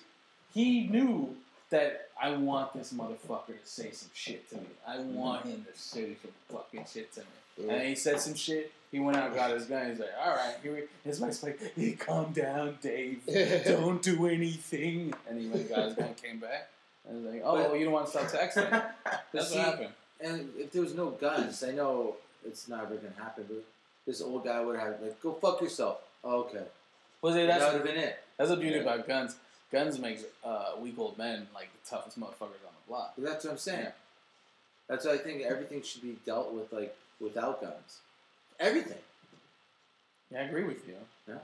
Speaker 3: he knew that I want this motherfucker to say some shit to me. I want him to say some fucking shit to me. And he said some shit. He went out, got his gun. He's like, "All right, here we." His wife's like, "Hey, calm down, Dave. Don't do anything." And he went, and got his gun, came back, and was like, "Oh,
Speaker 4: But-
Speaker 3: well, you don't want to stop texting."
Speaker 4: But
Speaker 3: That's
Speaker 4: see,
Speaker 3: what happened.
Speaker 4: And if there was no guns, I know it's not ever gonna happen. But this old guy would have like, go fuck yourself. Oh, okay.
Speaker 3: Well, see, that's
Speaker 4: that would have been it.
Speaker 3: That's the beauty
Speaker 4: Yeah.
Speaker 3: about guns. Guns makes uh, weak old men like the toughest motherfuckers on the block.
Speaker 4: But that's what I'm saying. That's why I think everything should be dealt with like without guns. Everything.
Speaker 3: Yeah, I agree with you.
Speaker 4: Yeah.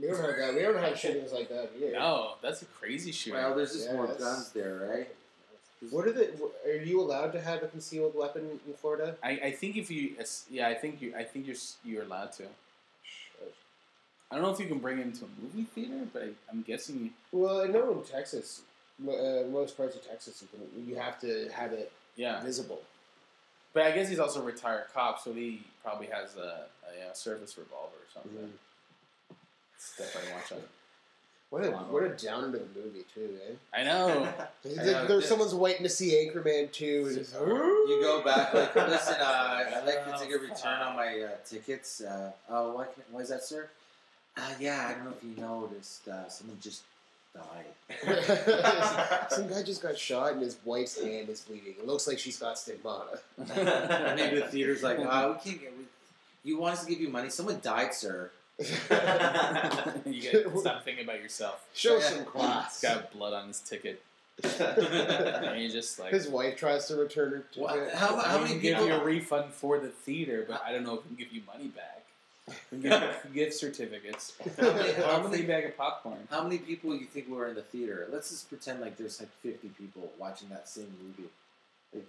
Speaker 5: We don't have that. We don't have shootings like that here.
Speaker 3: No, that's a crazy shooting.
Speaker 4: Well, there's just
Speaker 5: Yeah,
Speaker 4: more
Speaker 5: that's-
Speaker 4: guns there, right?
Speaker 5: What are the? Are you allowed to have a concealed weapon in Florida?
Speaker 3: I, I think if you, it's- yeah, I think you, I think you're s- you're allowed to. I don't know if you can bring him to a movie theater, but I, I'm guessing. You,
Speaker 5: Well, I know in Texas, mo- uh, most parts of Texas, you, can, you have to have it
Speaker 3: yeah,
Speaker 5: visible.
Speaker 3: but I guess he's also a retired cop, so he probably has a, a you know, service revolver or something. Stuff I watch on.
Speaker 5: What a what a down to the movie too, eh?
Speaker 3: I know.
Speaker 5: It's
Speaker 3: I
Speaker 5: like
Speaker 3: know.
Speaker 5: there's someone's waiting to see Anchorman two, and it's,
Speaker 4: You go back like, listen, uh, I'd like to take a return on my uh, tickets. Uh, oh, why, can, why is that, sir? Uh, yeah, I don't know if you noticed. Uh, someone just died.
Speaker 5: some guy just got shot, and his wife's hand is bleeding. It looks like she's got stigmata.
Speaker 4: Maybe the theater's like, uh, we can't get. We, you want us to give you money? Someone died, sir.
Speaker 3: you gotta stop thinking about yourself.
Speaker 5: Show some
Speaker 3: He's
Speaker 5: class.
Speaker 3: got blood on his ticket. and you just like.
Speaker 5: His wife tries to return her. To
Speaker 4: What? How,
Speaker 3: I
Speaker 4: how
Speaker 3: mean,
Speaker 4: many
Speaker 3: give
Speaker 4: people?
Speaker 3: you a refund for the theater, but I don't know if we can give you money back. We can give gift certificates.
Speaker 4: How many-
Speaker 3: Or
Speaker 4: how
Speaker 3: a free
Speaker 4: many-
Speaker 3: bag of popcorn.
Speaker 4: How many people you think were in the theater? Let's just pretend like there's like 50 people watching that same movie. Like,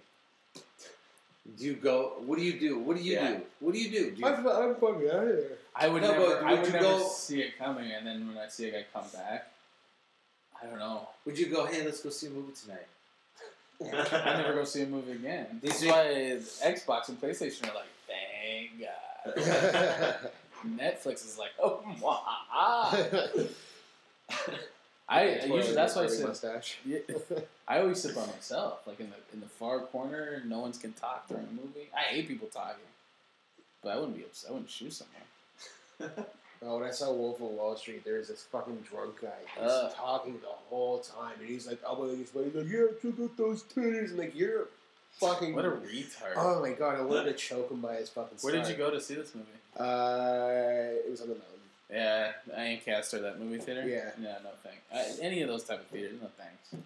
Speaker 4: do you go? What do you do? What do you
Speaker 3: Yeah.
Speaker 4: do? What do you do? Do you,
Speaker 5: I'm, I'm fucking out of there.
Speaker 3: I would
Speaker 4: No,
Speaker 3: never,
Speaker 4: but
Speaker 3: I
Speaker 4: would
Speaker 3: would
Speaker 4: you
Speaker 3: never
Speaker 4: go-
Speaker 3: see it coming, and then when I see a guy come back, I don't know.
Speaker 4: would you go? Hey, let's go see a movie tonight.
Speaker 3: I never go see a movie again. This is
Speaker 4: think-
Speaker 3: why Xbox and PlayStation are like, thank God. Netflix is like, oh, wow. I I usually that's why I
Speaker 5: Curly
Speaker 3: sit.
Speaker 5: mustache.
Speaker 3: Yeah, I always sit by myself, like in the in the far corner, and no one's can talk during a movie. I hate people talking, but I wouldn't be upset. I wouldn't shoot someone.
Speaker 5: Oh, when I saw Wolf of Wall Street, there was this fucking drunk guy. He's
Speaker 3: Ugh.
Speaker 5: talking the whole time, and he's like, elbowing his way. He's like, "Yeah, check out those titties." I'm like, "You're fucking."
Speaker 3: What a retard!
Speaker 5: oh my god, I wanted to choke him by his fucking.
Speaker 3: Where did you go to see this movie?
Speaker 5: go? Uh, it was on the mountain.
Speaker 3: Yeah, Ancaster, that movie theater.
Speaker 5: Yeah.
Speaker 3: no, no thanks. Uh, any of those type of theaters, no thanks.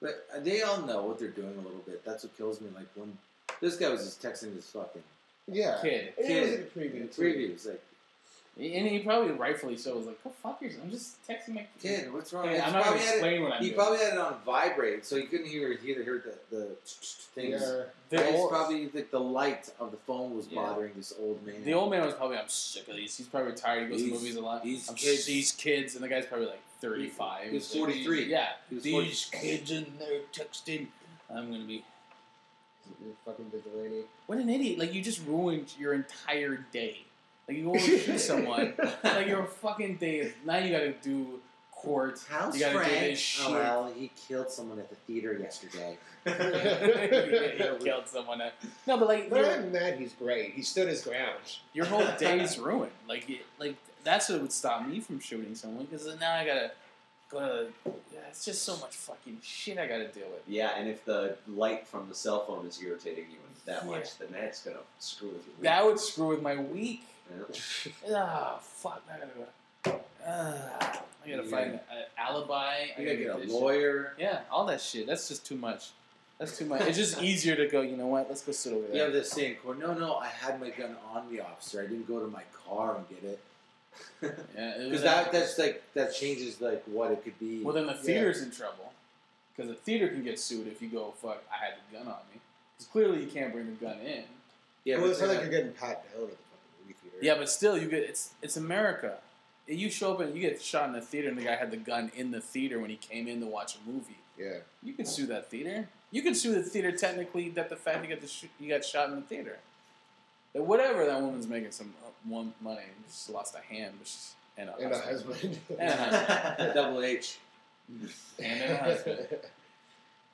Speaker 4: But they all know what they're doing a little bit. That's what kills me. Like when this guy was just texting his fucking
Speaker 5: Yeah,
Speaker 3: Kid.
Speaker 5: And it was
Speaker 4: kid
Speaker 5: in the preview.
Speaker 4: in
Speaker 5: too.
Speaker 4: previews. Like
Speaker 3: And he probably rightfully so was like, "Go fuck yourself." I'm just texting my kid.
Speaker 4: Kid, what's wrong?
Speaker 3: Hey,
Speaker 4: It's
Speaker 3: I'm not gonna
Speaker 4: probably had it-
Speaker 3: explain what I'm
Speaker 4: He
Speaker 3: doing.
Speaker 4: probably had it on vibrate, so you couldn't hear hear, hear the the things.
Speaker 3: Yeah.
Speaker 4: That's
Speaker 3: The old-
Speaker 4: probably the, the light of the phone was bothering this old man.
Speaker 3: The old man was probably, "I'm sick of these." He's probably tired. He goes to
Speaker 4: These-
Speaker 3: movies a lot.
Speaker 4: these
Speaker 3: I'm
Speaker 4: kids-
Speaker 3: these kids, and the guy's probably like 35.
Speaker 4: He was
Speaker 3: He's like,
Speaker 4: 43.
Speaker 3: Yeah,
Speaker 4: He was
Speaker 3: these
Speaker 4: 40.
Speaker 3: kids and they're texting. I'm gonna be
Speaker 5: You're a fucking vigilante.
Speaker 3: what an idiot! Like you just ruined your entire day. Like you go over and shoot someone. Like your fucking day is now. You gotta do court.
Speaker 4: How's
Speaker 3: you gotta
Speaker 4: Frank?
Speaker 3: do this shit.
Speaker 4: Oh, well, he killed someone at the theater yesterday.
Speaker 3: You killed someone. At, no, but like
Speaker 5: But
Speaker 3: your-
Speaker 5: other than that, he's great. He stood his ground.
Speaker 3: your whole day's ruined. Like, it, like that's what would stop me from shooting someone because now I gotta go to. yeah, It's just so much fucking shit I gotta deal with.
Speaker 6: Yeah, and if the light from the cell phone is irritating you that much, then that's gonna screw with you.
Speaker 3: That would screw with my week.
Speaker 6: Yeah.
Speaker 3: Ah, fuck! I gotta go. Ah, I gotta
Speaker 4: You
Speaker 3: find an
Speaker 4: gotta-
Speaker 3: alibi. I
Speaker 4: You gotta get a
Speaker 3: this shit.
Speaker 4: lawyer.
Speaker 3: Yeah, all that shit. That's just too much. That's too much. It's just easier to go. You know what? Let's go sit over there.
Speaker 4: You have this saying, "Court, no, no, I had my gun on me, officer. I didn't go to my car and get it."
Speaker 3: Yeah, it was
Speaker 4: Because that that's like that changes like what it could be.
Speaker 3: Well, then the
Speaker 4: Yeah.
Speaker 3: theater's in trouble because the theater can get sued if you go, "Fuck, I had the gun on me." Because clearly you can't bring the gun in.
Speaker 4: Yeah,
Speaker 5: well,
Speaker 4: but
Speaker 5: it's not
Speaker 4: then
Speaker 5: like
Speaker 4: I-
Speaker 5: you're getting pat down at the fucking movie theater.
Speaker 3: Yeah, but still, you get it's it's America. You show up and you get shot in the theater, and the guy had the gun in the theater when he came in to watch a movie.
Speaker 5: Yeah.
Speaker 3: You can sue that theater. You can sue the theater technically that the fact you got the sh- you got shot in the theater. That whatever that woman's making some uh, one money. She lost a hand, but she's, and a
Speaker 5: And a
Speaker 3: husband.
Speaker 5: husband.
Speaker 3: and a husband.
Speaker 4: double H.
Speaker 3: and a husband.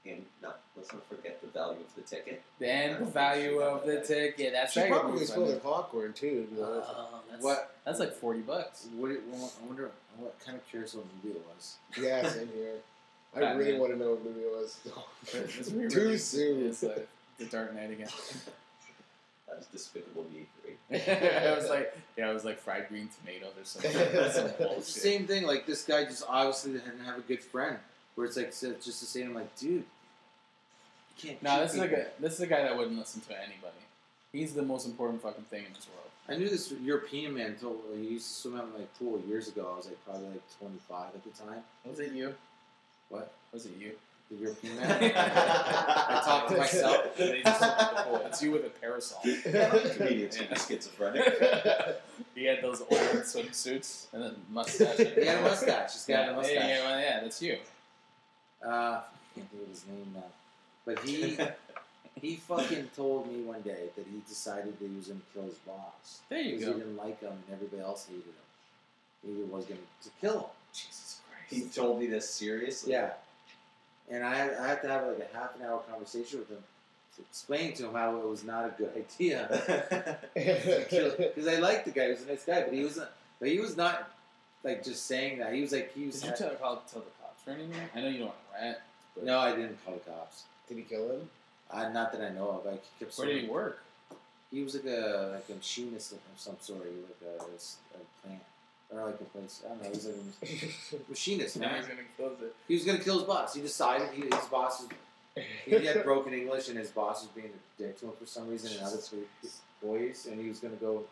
Speaker 6: And no, let's not forget the value of the ticket.
Speaker 3: And the value of the ticket. That's
Speaker 5: She
Speaker 3: right.
Speaker 5: probably
Speaker 3: everybody's
Speaker 5: spilled
Speaker 3: running.
Speaker 5: the popcorn too. To be honest.
Speaker 3: Oh, that's,
Speaker 4: What-
Speaker 3: That's like forty bucks.
Speaker 4: What, it- well, I wonder. I'm what- kind of curious what movie it was.
Speaker 5: yeah, same here. I
Speaker 3: Batman.
Speaker 5: really want to know what movie it was.
Speaker 3: It's really
Speaker 5: Too
Speaker 3: ridiculous.
Speaker 5: soon.
Speaker 3: It's like the Dark Knight again.
Speaker 6: That was Despicable Me three.
Speaker 3: I was like, yeah, it was like fried green tomatoes or something. Some
Speaker 4: It's the
Speaker 3: bullshit.
Speaker 4: same thing. Like this guy just obviously didn't have a good friend. Where it's like so it's just the same. like, dude, you can't.
Speaker 3: No,
Speaker 4: shoot
Speaker 3: this is like
Speaker 4: people.
Speaker 3: a this is a guy that wouldn't listen to anybody. He's the most important fucking thing in this world.
Speaker 4: I knew this European man told he used to swim out in my pool years ago. I was like probably like 25 at the time.
Speaker 3: Was it you?
Speaker 4: What?
Speaker 3: Was it you?
Speaker 4: The European man. I talked to myself.
Speaker 3: They just look at the pole. It's you with a parasol.
Speaker 6: Comedians
Speaker 3: Yeah.
Speaker 6: yeah. schizophrenic.
Speaker 3: He had those old swimsuits and then mustache.
Speaker 4: He had a mustache. He's got a
Speaker 3: yeah,
Speaker 4: mustache.
Speaker 3: Yeah, yeah, well, yeah, that's you.
Speaker 4: Uh, I can't think of his name now. But he he fucking told me one day that he decided that he was going to kill his boss.
Speaker 3: There you
Speaker 4: Because
Speaker 3: go.
Speaker 4: he didn't like him and everybody else hated him. He was going to kill him.
Speaker 3: Jesus
Speaker 6: he
Speaker 3: Christ.
Speaker 6: told me this seriously.
Speaker 4: Yeah. And I, I had to have like a half an hour conversation with him to explain to him how it was not a good idea. Because I liked the guy. He was a nice guy, but he wasn't. But he was not like just saying that. He was like he was.
Speaker 3: Did you tell, call, tell the cops or anything? I know you don't want to rat.
Speaker 4: no, I didn't call the cops.
Speaker 5: Did he kill him?
Speaker 4: I, not that I know of. I kept.
Speaker 3: Where did he work?
Speaker 4: He was like a like a machinist of some sort, like a, a plant or like a place. I don't know. He was like a machinist.
Speaker 3: Now he's
Speaker 4: Man.
Speaker 3: gonna close it.
Speaker 4: He was gonna kill his boss. He decided he, his boss was. He had broken English, and his boss was being a dick to him for some reason, and other three boys, and he was gonna go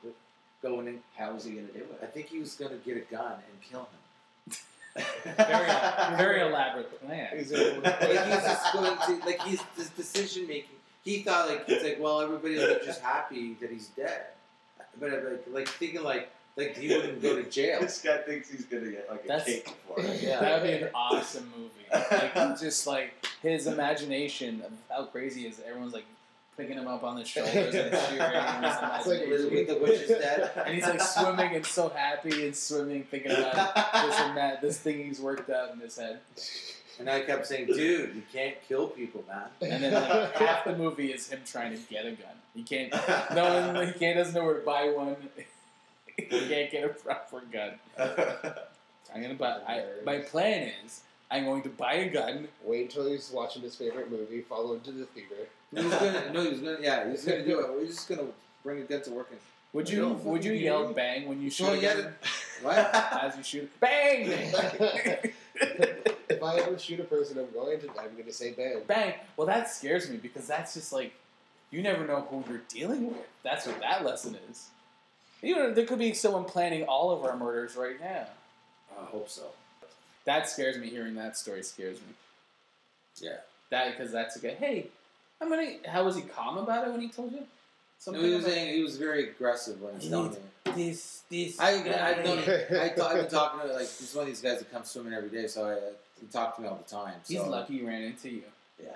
Speaker 4: go in. And,
Speaker 6: How was he gonna do it?
Speaker 4: I think he was gonna get a gun and kill him.
Speaker 3: Very, very elaborate plan.
Speaker 5: Is it-
Speaker 4: like he's just going to like he's this decision making. He thought like it's like well everybody's just happy that he's dead, but I'm, like like thinking like like he wouldn't go to jail.
Speaker 6: This guy thinks he's gonna get like a
Speaker 3: That's-
Speaker 6: cake for it.
Speaker 3: That would be an awesome movie. Like he just like his imagination of how crazy he is. Everyone's like picking him up on the shoulders and cheering. and His
Speaker 5: It's like
Speaker 3: imagination.
Speaker 4: Literally, the witch is dead.
Speaker 3: and he's like swimming and so happy and swimming, thinking about
Speaker 4: Uh,
Speaker 3: this and that, this thing he's worked out in his head.
Speaker 4: And I kept saying, dude, you can't kill people, man.
Speaker 3: And then like, half the movie is him trying to get a gun. He can't. No one. He can't. Doesn't know where to buy one. he can't get a proper gun. I'm gonna buy. I, my plan is I'm going to buy a gun.
Speaker 5: Wait until he's watching his favorite movie, follow him to the theater.
Speaker 4: He was gonna no, he was gonna yeah, he was gonna do it. We're just gonna bring a gun to work and
Speaker 3: Would you
Speaker 4: Don't
Speaker 3: would you
Speaker 4: fucking
Speaker 3: yell
Speaker 4: do it.
Speaker 3: bang when you shoot?
Speaker 4: Well,
Speaker 3: a
Speaker 4: yeah,
Speaker 3: gun?
Speaker 4: what?
Speaker 3: as you shoot bang
Speaker 5: if I ever shoot a person, I'm going to. I'm going to say bang.
Speaker 3: bang. Well, that scares me because that's just like you never know who you're dealing with. That's what that lesson is. You know, there could be someone planning all of our murders right now.
Speaker 4: I hope so.
Speaker 3: That scares me. Hearing that story scares me.
Speaker 4: Yeah.
Speaker 3: That because that's a good. Hey, how many? How was he calm about it when he told you?
Speaker 4: No, he was saying he was very aggressive when he was telling me.
Speaker 3: This, this.
Speaker 4: I, I, I, don't, I talk, I've been talking to like he's one of these guys that comes swimming every day, so I, he talked to me all the time. So.
Speaker 3: He's lucky he ran into you.
Speaker 4: Yeah,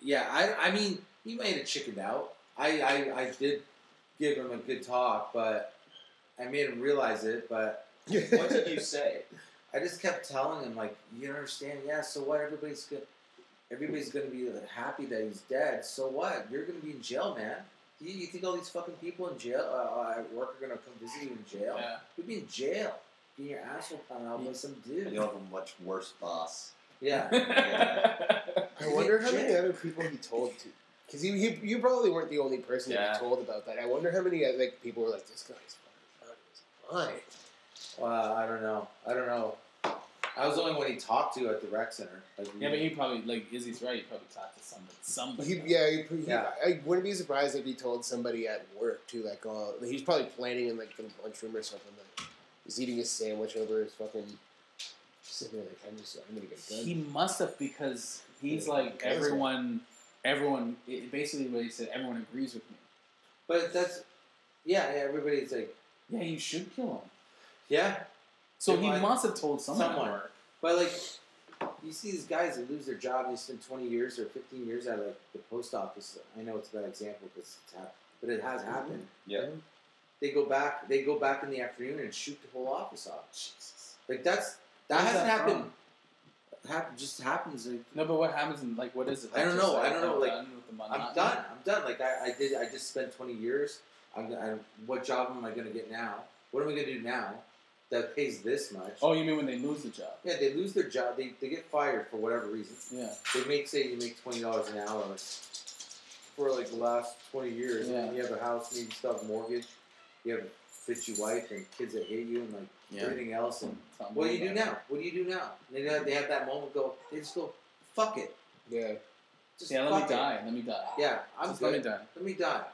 Speaker 4: yeah. I, I mean, he might have chickened out. I, I, I did give him a good talk, but I made him realize it. But
Speaker 6: what did you say?
Speaker 4: I just kept telling him like, you don't understand? Yeah. So what? Everybody's good. Everybody's gonna be happy that he's dead. So what? You're gonna be in jail, man. You, you think all these fucking people in jail uh, at work are gonna come visit you in jail?
Speaker 3: Yeah.
Speaker 4: You'd be in jail, getting your asshole pounded out by some dude.
Speaker 6: And You'll have a much worse boss.
Speaker 4: Yeah.
Speaker 5: I wonder how many other people he told to. Because he, he, you probably weren't the only person that
Speaker 3: Yeah.
Speaker 5: he told about that. I wonder how many uh, like people were like, "This guy's fucking fine."
Speaker 4: Well, I don't know. I don't know. I was the only one he talked to at the rec center. Like,
Speaker 3: Yeah, but he probably like Izzy's right. He probably talked to somebody.
Speaker 5: But
Speaker 3: Somebody.
Speaker 5: he, yeah, he, he,
Speaker 4: Yeah.
Speaker 5: I wouldn't be surprised if he told somebody at work too. Like, oh, he was probably planning in like the lunchroom or something. Like, he's eating his sandwich over his fucking sitting there. Like, I'm just, I'm gonna get done.
Speaker 3: He must have because he's
Speaker 5: Yeah,
Speaker 3: like
Speaker 5: that's right.
Speaker 3: everyone. Everyone. It, basically, what he said. Everyone agrees with me.
Speaker 4: But that's yeah. yeah everybody's like
Speaker 3: Yeah, you should kill him.
Speaker 4: yeah.
Speaker 3: So
Speaker 4: Yeah,
Speaker 3: he
Speaker 4: well,
Speaker 3: must have told someone. at
Speaker 4: Someone.
Speaker 3: work.
Speaker 4: But like, you see these guys that lose their job. They spend twenty years or fifteen years at like the post office. I know it's a bad example because it's happened, but it has happened.
Speaker 6: Mm-hmm. Yeah.
Speaker 4: They go back. They go back in the afternoon and shoot the whole office off. Like that's that
Speaker 3: Where's
Speaker 4: hasn't
Speaker 3: that
Speaker 4: happened. Hap- just happens. Like,
Speaker 3: No, but what happens in like what is it?
Speaker 4: I don't know.
Speaker 3: Just,
Speaker 4: I don't know.
Speaker 3: I'm
Speaker 4: Like
Speaker 3: done with the monotony.
Speaker 4: I'm done. I'm done. Like I, I did. I just spent 20 years. I'm, I, what job am I going to get now? What am I going to do now that pays this much?
Speaker 3: Oh, you mean when they lose the job?
Speaker 4: Yeah, they lose their job. They, they get fired for whatever reason.
Speaker 3: Yeah.
Speaker 4: They make say you make twenty dollars an hour for like the last 20 years, and then
Speaker 3: Yeah.
Speaker 4: you have a house, maybe you still have a mortgage, you have a bitchy wife and kids that hate you, and like
Speaker 3: Yeah.
Speaker 4: everything else. And
Speaker 3: Something
Speaker 4: what do you do
Speaker 3: like
Speaker 4: now?
Speaker 3: that.
Speaker 4: What do you do now? And They have, they have that moment. Go. They just go. Fuck it.
Speaker 5: Yeah.
Speaker 4: Just
Speaker 3: Yeah, let me
Speaker 4: fuck it.
Speaker 3: die. Let me die.
Speaker 4: Yeah, I'm
Speaker 3: Just
Speaker 4: good.
Speaker 3: let me die.
Speaker 4: Let me die.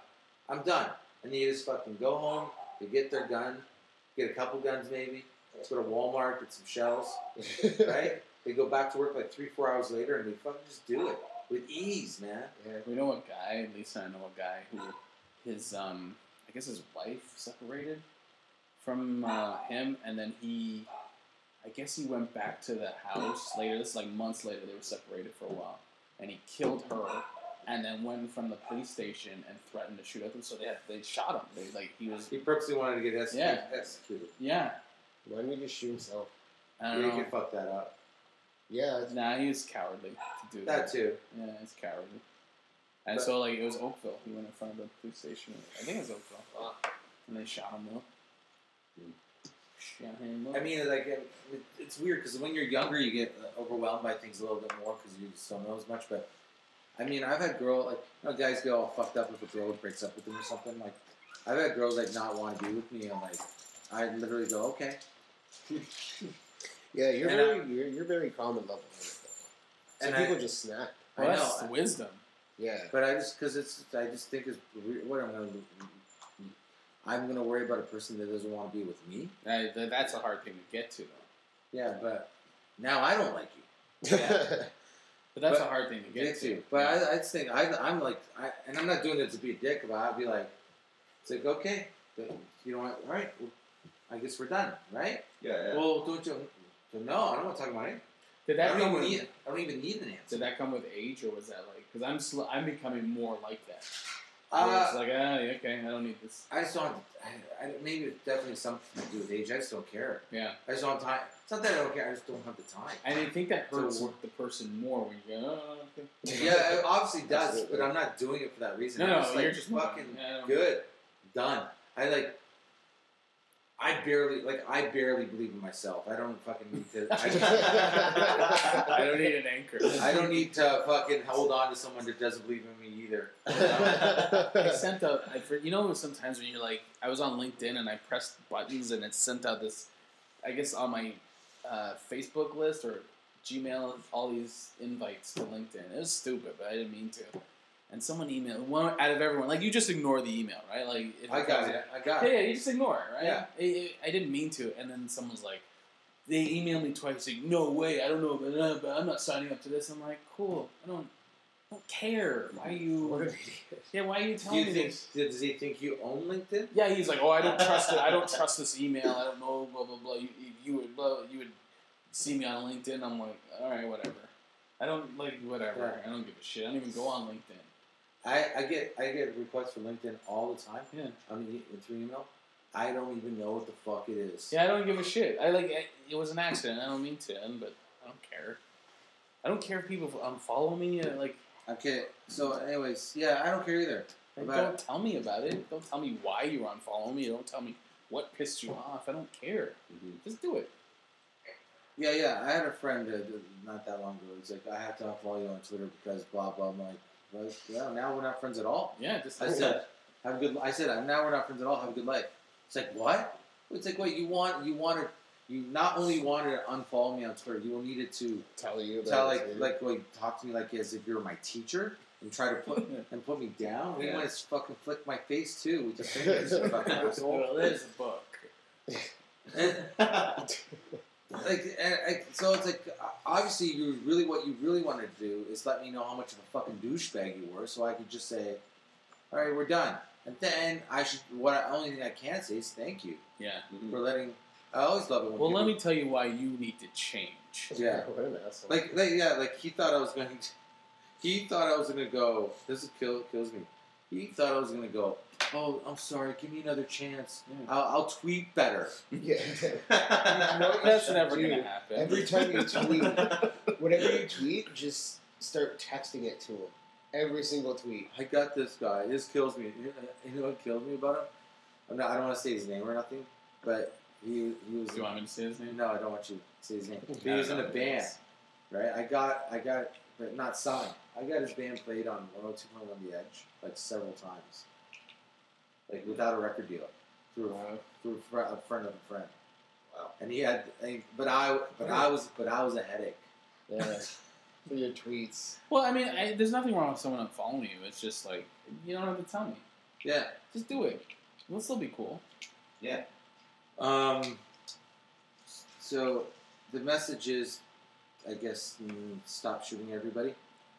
Speaker 4: I'm done. And you just fucking go home, you get their gun, get a couple guns maybe, let's go to Walmart, get some shells, right? They go back to work like three, four hours later and they fucking just do it with ease, man.
Speaker 5: Yeah.
Speaker 3: We know a guy, at least I know a guy who his um I guess his wife separated from uh, him and then he I guess he went back to the house later, this is like months later they were separated for a while. And he killed her and then went from the police station and threatened to shoot at them, so they they shot him. They like he was
Speaker 4: He purposely wanted to get ex-
Speaker 3: Yeah.
Speaker 4: executed.
Speaker 3: Yeah.
Speaker 5: Why didn't he just shoot himself?
Speaker 3: I
Speaker 4: Yeah,
Speaker 3: don't
Speaker 4: you
Speaker 3: know.
Speaker 4: can fuck that up.
Speaker 5: Yeah. it's-
Speaker 3: um, Nah, he was cowardly to do
Speaker 4: That
Speaker 3: that.
Speaker 4: too.
Speaker 3: Yeah, it's cowardly. And
Speaker 4: But-
Speaker 3: so like it was Oakville. He went in front of the police station. I think it was Oakville. And they shot him up. Hmm. Shot him up.
Speaker 4: I mean, like, it, it- it's weird because when you're younger, you get uh, overwhelmed by things a little bit more because you just don't know as much. But I mean, I've had girl like you know, guys get all fucked up if a girl breaks up with them or something. Like, I've had girls like not want to be with me, and like, I literally go, okay.
Speaker 5: Yeah, you're
Speaker 4: And
Speaker 5: very, you're, you're very calm and level headed. Some
Speaker 4: And I-
Speaker 5: people just snap.
Speaker 4: I
Speaker 3: well,
Speaker 4: know,
Speaker 3: that's the wisdom.
Speaker 5: Yeah.
Speaker 4: But I just because it's I just think it's weird. what I'm gonna I'm gonna worry about a person that doesn't want to be with me.
Speaker 3: That- that- that's a hard thing to get to, though.
Speaker 4: Yeah, but now I don't like you.
Speaker 3: But that's a
Speaker 4: But-
Speaker 3: hard thing to get
Speaker 4: Me
Speaker 3: to.
Speaker 4: too. But I, I just think I, I'm like, I, and I'm not doing it to be a dick, but I'd be like, it's like okay, but you know what? All right, well, I guess we're done, right?
Speaker 6: Yeah, yeah.
Speaker 4: Well, don't you? But no, I don't want to talk about it.
Speaker 3: did
Speaker 4: I
Speaker 3: that come
Speaker 4: don't even
Speaker 3: with
Speaker 4: need. I don't even need an answer.
Speaker 3: did that come with age, or was that like because I'm sl- I'm becoming more like that. Where it's
Speaker 4: Uh,
Speaker 3: like ah yeah, okay, I don't need this.
Speaker 4: I just don't. I, I, maybe it's definitely something to do with age. I just don't care.
Speaker 3: Yeah,
Speaker 4: I just don't have time. It's not that I don't care. I just don't have the time.
Speaker 3: and I think that
Speaker 4: So
Speaker 3: hurts
Speaker 4: we're-
Speaker 3: the person more when you go. Oh, okay.
Speaker 4: yeah, it obviously does,
Speaker 5: Absolutely.
Speaker 4: but I'm not doing it for that reason.
Speaker 3: No,
Speaker 4: I'm
Speaker 3: no,
Speaker 4: just like,
Speaker 3: you're just
Speaker 4: fucking
Speaker 3: yeah, I don't-
Speaker 4: good, done. I like. I barely like. I barely believe in myself. I don't fucking need to. I,
Speaker 3: I don't need an anchor.
Speaker 4: I don't need to fucking hold on to someone that doesn't believe in me either.
Speaker 3: I sent out. I, for- you know, sometimes when you're like, I was on LinkedIn and I pressed buttons and it sent out this. I guess on my uh, Facebook list or Gmail, all these invites to LinkedIn. It was stupid, but I didn't mean to. and someone emailed one out of everyone. Like you just ignore the email, right? Like if
Speaker 4: I got it. I got
Speaker 3: yeah,
Speaker 4: it.
Speaker 3: Yeah, you just ignore it, right?
Speaker 4: Yeah.
Speaker 3: I, I I didn't mean to, and then someone's like, they emailed me twice, like, no way, I don't know, but, uh, but I'm not signing up to this. I'm like, cool, I don't. I don't care. Why you? Yeah, why are you telling
Speaker 4: Do
Speaker 3: me
Speaker 4: you think,
Speaker 3: this?
Speaker 4: Does he think you own LinkedIn?
Speaker 3: Yeah, he's like, oh, I don't trust it. I don't trust this email. I don't know. Blah blah blah. You, you- you would blah, you would see me on LinkedIn. I'm like, all right, whatever. I don't like whatever. I don't give a shit. I don't even go on LinkedIn.
Speaker 4: I, I get I get requests from LinkedIn all the time.
Speaker 3: Yeah.
Speaker 4: I mean through email. I don't even know what the fuck it is.
Speaker 3: Yeah, I don't give a shit. I like I, it was an accident. I don't mean to, end, but I don't care. I don't care if people unfollow me. uh, Like,
Speaker 4: okay. So, anyways, yeah, I don't care either. about
Speaker 3: don't tell me about it. Don't tell me why you unfollow me. Don't tell me what pissed you off. I don't care. Just do it.
Speaker 4: Yeah, yeah. I had a friend uh, not that long ago. He's like, I have to unfollow you on Twitter because blah blah. I'm like, well, yeah, now we're not friends at all.
Speaker 3: Yeah, just
Speaker 4: I said, have a good. I said, now we're not friends at all. Have a good life. It's like what? It's like wait, you want you wanted you not only wanted to unfollow me on Twitter, you needed to
Speaker 5: tell you about
Speaker 4: tell
Speaker 5: it,
Speaker 4: like
Speaker 5: too.
Speaker 4: like wait, talk to me like as if you're my teacher and try to put and put me down. He
Speaker 3: Yeah.
Speaker 4: wants to fucking flick my face too with your fingers, you fucking asshole.
Speaker 3: Well, there's a book.
Speaker 4: Like, and, and, so it's like obviously you really what you really wanted to do is let me know how much of a fucking douchebag you were, so I could just say, "All right, we're done." And then I should what I, only thing I can say is thank you
Speaker 3: Yeah.
Speaker 4: for letting. I always love it when
Speaker 3: Well,
Speaker 4: people
Speaker 3: let me tell you why you need to change.
Speaker 4: Yeah.
Speaker 5: What an asshole.
Speaker 4: Like, like, yeah, like he thought I was going to. He thought I was going to go. This is kill, kills me. He thought I was going to go. Oh, I'm sorry. Give me another chance. I'll, I'll tweet better.
Speaker 5: Yeah.
Speaker 3: That's never gonna
Speaker 5: Dude,
Speaker 3: happen.
Speaker 5: Every time you tweet, whatever you tweet, just start texting it to him. Every single tweet.
Speaker 4: I got this guy. This kills me. You know- You know what killed me about him? I'm not, I don't want to say his name or nothing, but he he was.
Speaker 3: Do you want me to say his name?
Speaker 4: No, I don't want you to say his name. But he
Speaker 3: No,
Speaker 4: was in
Speaker 3: no,
Speaker 4: a
Speaker 3: it
Speaker 4: band,
Speaker 3: is.
Speaker 4: right? I got I got but not signed. I got his band played on 102.1 The Edge like several times, like without a record deal through a, through a, fr- a friend of a friend. Wow. And he had, and, but I but I was but I was a headache.
Speaker 5: Yeah. For your tweets.
Speaker 3: Well, I mean, I, there's nothing wrong with someone unfollowing you. It's just like you don't have to tell me.
Speaker 4: Yeah.
Speaker 3: Just do it. We'll still be cool.
Speaker 6: Yeah.
Speaker 4: Um. So the message is, I guess, mm, stop shooting everybody.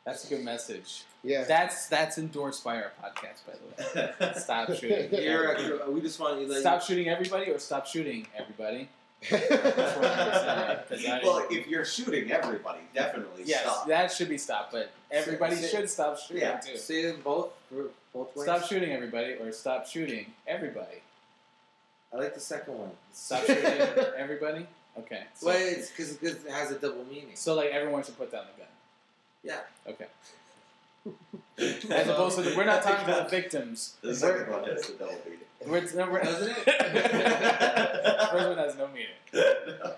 Speaker 3: That's a good message.
Speaker 5: Yeah.
Speaker 3: That's that's endorsed by our podcast, by the way. Stop shooting.
Speaker 4: You're a- uh, we just want you to let
Speaker 3: Stop shooting everybody, or stop shooting everybody. That's what I'm saying, 'cause I-
Speaker 6: well, if you're shooting everybody, definitely
Speaker 3: yes,
Speaker 6: stop.
Speaker 3: that should be stopped. But everybody
Speaker 4: Say-
Speaker 3: should stop shooting
Speaker 6: Yeah.
Speaker 3: too.
Speaker 4: you say them both both ways.
Speaker 3: Stop shooting everybody, or stop shooting everybody.
Speaker 4: I like the second one.
Speaker 3: Stop shooting everybody. Okay. So,
Speaker 4: well, it's because it has a double meaning.
Speaker 3: so like everyone should put down the gun.
Speaker 4: Yeah.
Speaker 3: Okay. As opposed to we're not talking about victims.
Speaker 6: The second one has the double beat.
Speaker 3: We're, no, we're,
Speaker 4: Doesn't it?
Speaker 3: the first one has no meaning.